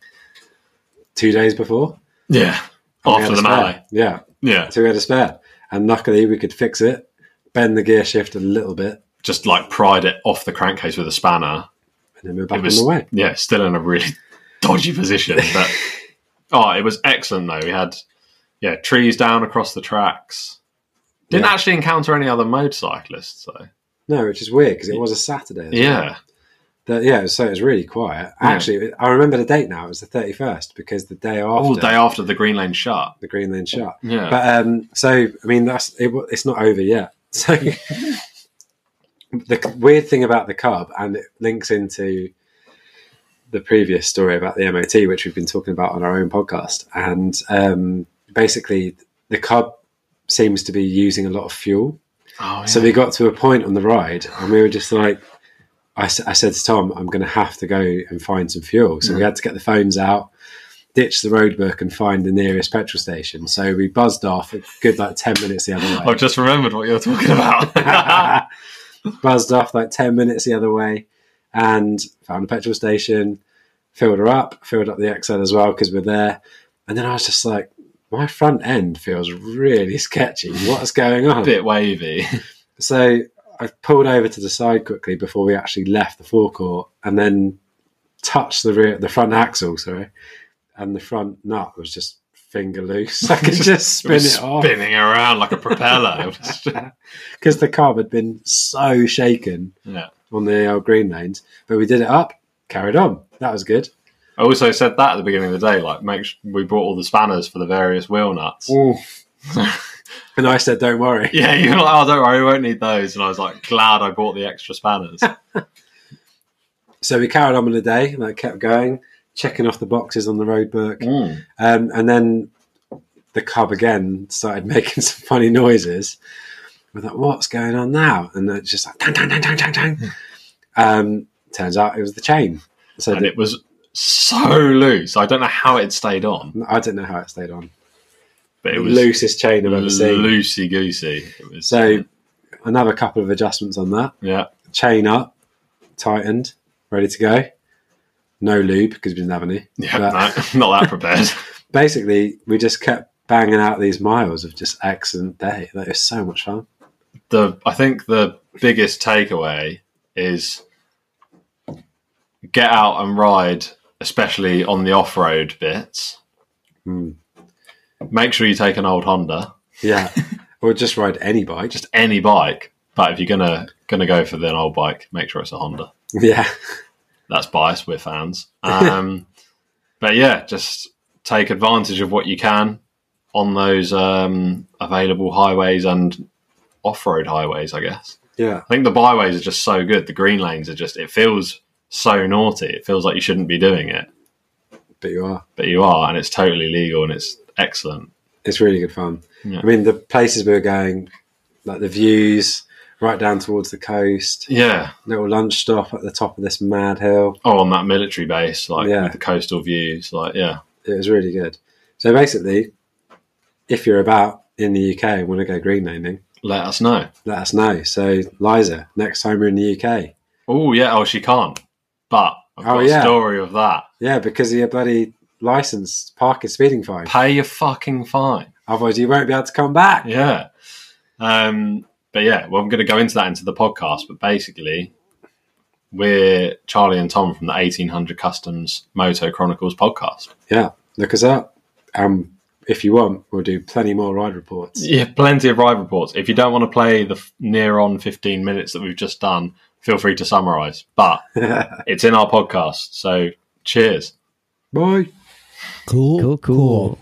[SPEAKER 8] two days before.
[SPEAKER 7] yeah.
[SPEAKER 8] We had
[SPEAKER 7] After
[SPEAKER 8] a
[SPEAKER 7] the
[SPEAKER 8] spare.
[SPEAKER 7] melee.
[SPEAKER 8] Yeah,
[SPEAKER 7] Yeah.
[SPEAKER 8] so we had a spare. And luckily, we could fix it, bend the gear shift a little bit,
[SPEAKER 7] just like pried it off the crankcase with a spanner.
[SPEAKER 8] and then we're back
[SPEAKER 7] it was
[SPEAKER 8] on the way.
[SPEAKER 7] yeah, still in a really dodgy position, but oh, it was excellent though. We had yeah trees down across the tracks. Didn't
[SPEAKER 8] Yeah.
[SPEAKER 7] actually encounter any other motorcyclists though.
[SPEAKER 8] No, which is weird because it was a Saturday. as well.
[SPEAKER 7] Yeah,
[SPEAKER 8] That- yeah, so it was really quiet.
[SPEAKER 7] Yeah.
[SPEAKER 8] Actually, I remember the date now. It was the 31st because the day after
[SPEAKER 7] all the Oh, day after the Green Lane shut.
[SPEAKER 8] the Green Lane shut.
[SPEAKER 7] Yeah.
[SPEAKER 8] But um, so, I mean, that's it, wa- it's not over yet. So the c- weird thing about the cub, and it links into the previous story about the MOT, which we've been talking about on our own podcast, and um, basically the cub seems to be using a lot of fuel.
[SPEAKER 7] Oh, yeah.
[SPEAKER 8] So we got to a point on the ride, and we were just like, I, s- I said to Tom, I'm going to have to go and find some fuel. So we had to get the phones out, ditch the road book, and find the nearest petrol station. So we buzzed off a good like 10 minutes the other
[SPEAKER 7] I've
[SPEAKER 8] way.
[SPEAKER 7] just remembered what you were talking about.
[SPEAKER 8] buzzed off like 10 minutes the other way and found a petrol station, filled her up, filled up the XL as well because we're there. And then I was just like, my front end feels really sketchy. What's going on?
[SPEAKER 7] bit wavy.
[SPEAKER 8] So I pulled over to the side quickly before we actually left the forecourt, and then touched the rear, the front axle, sorry, and the front nut was just finger loose. I could just
[SPEAKER 7] It
[SPEAKER 8] spin it,
[SPEAKER 7] was
[SPEAKER 8] off
[SPEAKER 7] spinning around like a propeller. It was just-
[SPEAKER 8] because the car had been so shaken
[SPEAKER 7] yeah.
[SPEAKER 8] on the old green lanes. But we did it up, carried on. That was good.
[SPEAKER 7] I also said that at the beginning of the day. Like, make sure we brought all the spanners for the various wheel nuts.
[SPEAKER 8] And I said, "Don't worry."
[SPEAKER 7] Yeah, you were like, oh, don't worry, we won't need those. And I was like, glad I bought the extra spanners.
[SPEAKER 8] So we carried on with the day, like kept going, checking off the boxes on the road book.
[SPEAKER 7] Mm.
[SPEAKER 8] Um, and then the cub again started making some funny noises. We're like, what's going on now? And it's just like, dang, dang, dang, dang, dang,
[SPEAKER 7] Hmm.
[SPEAKER 8] dang. Um, turns out it was the chain. So
[SPEAKER 7] And
[SPEAKER 8] the,
[SPEAKER 7] it was so loose. I don't know how it stayed on,
[SPEAKER 8] I don't know how it stayed on.
[SPEAKER 7] but it
[SPEAKER 8] The
[SPEAKER 7] was
[SPEAKER 8] loosest chain I've ever seen.
[SPEAKER 7] loosey goosey. It was
[SPEAKER 8] So another couple of adjustments on that.
[SPEAKER 7] yeah,
[SPEAKER 8] Chain up, tightened, ready to go. No lube because we didn't have any.
[SPEAKER 7] yeah,
[SPEAKER 8] But-
[SPEAKER 7] no, not that prepared.
[SPEAKER 8] basically, we just kept banging out these miles of just excellent day. That is so much fun.
[SPEAKER 7] the I think the biggest takeaway is get out and ride, especially on the off road bits.
[SPEAKER 8] Mm.
[SPEAKER 7] Make sure you take an old Honda,
[SPEAKER 8] Yeah. or just ride any bike.
[SPEAKER 7] just any bike. But if you're gonna gonna go for an old bike, make sure it's a Honda.
[SPEAKER 8] Yeah.
[SPEAKER 7] That's biased. We're fans. Um, but yeah, just take advantage of what you can on those um, available highways and off road highways, I guess.
[SPEAKER 8] Yeah.
[SPEAKER 7] I think the byways are just so good. The green lanes are just, it feels so naughty. It feels like you shouldn't be doing it,
[SPEAKER 8] But you are.
[SPEAKER 7] but you are, and it's totally legal and it's excellent.
[SPEAKER 8] It's really good fun.
[SPEAKER 7] Yeah.
[SPEAKER 8] I mean, the places we were going, like the views, right down towards the coast,
[SPEAKER 7] Yeah.
[SPEAKER 8] little lunch stop at the top of this mad hill.
[SPEAKER 7] Oh, on that military base, like
[SPEAKER 8] Yeah.
[SPEAKER 7] with the coastal views. Like, yeah.
[SPEAKER 8] It was really good. So basically, if you're about in the UK and want to go green laning,
[SPEAKER 7] Let us know.
[SPEAKER 8] let us know. So, Liza, next time you're in the UK,
[SPEAKER 7] Oh, yeah. Oh, she can't. But I've got
[SPEAKER 8] Oh,
[SPEAKER 7] a
[SPEAKER 8] yeah.
[SPEAKER 7] story of that.
[SPEAKER 8] yeah, because of your bloody license, parking speeding fine.
[SPEAKER 7] Pay your fucking fine.
[SPEAKER 8] Otherwise, you won't be able to come back.
[SPEAKER 7] Yeah. Um, but yeah, well, I'm going to go into that into the podcast. But basically, we're Charlie and Tom from the 1800 Customs Moto Chronicles podcast.
[SPEAKER 8] Yeah, look us up. Um, if you want, we'll do plenty more ride reports.
[SPEAKER 7] Yeah, plenty of ride reports. If you don't want to play the f- near on 15 minutes that we've just done, feel free to summarize. But it's in our podcast. So cheers.
[SPEAKER 8] Bye.
[SPEAKER 5] Cool, cool.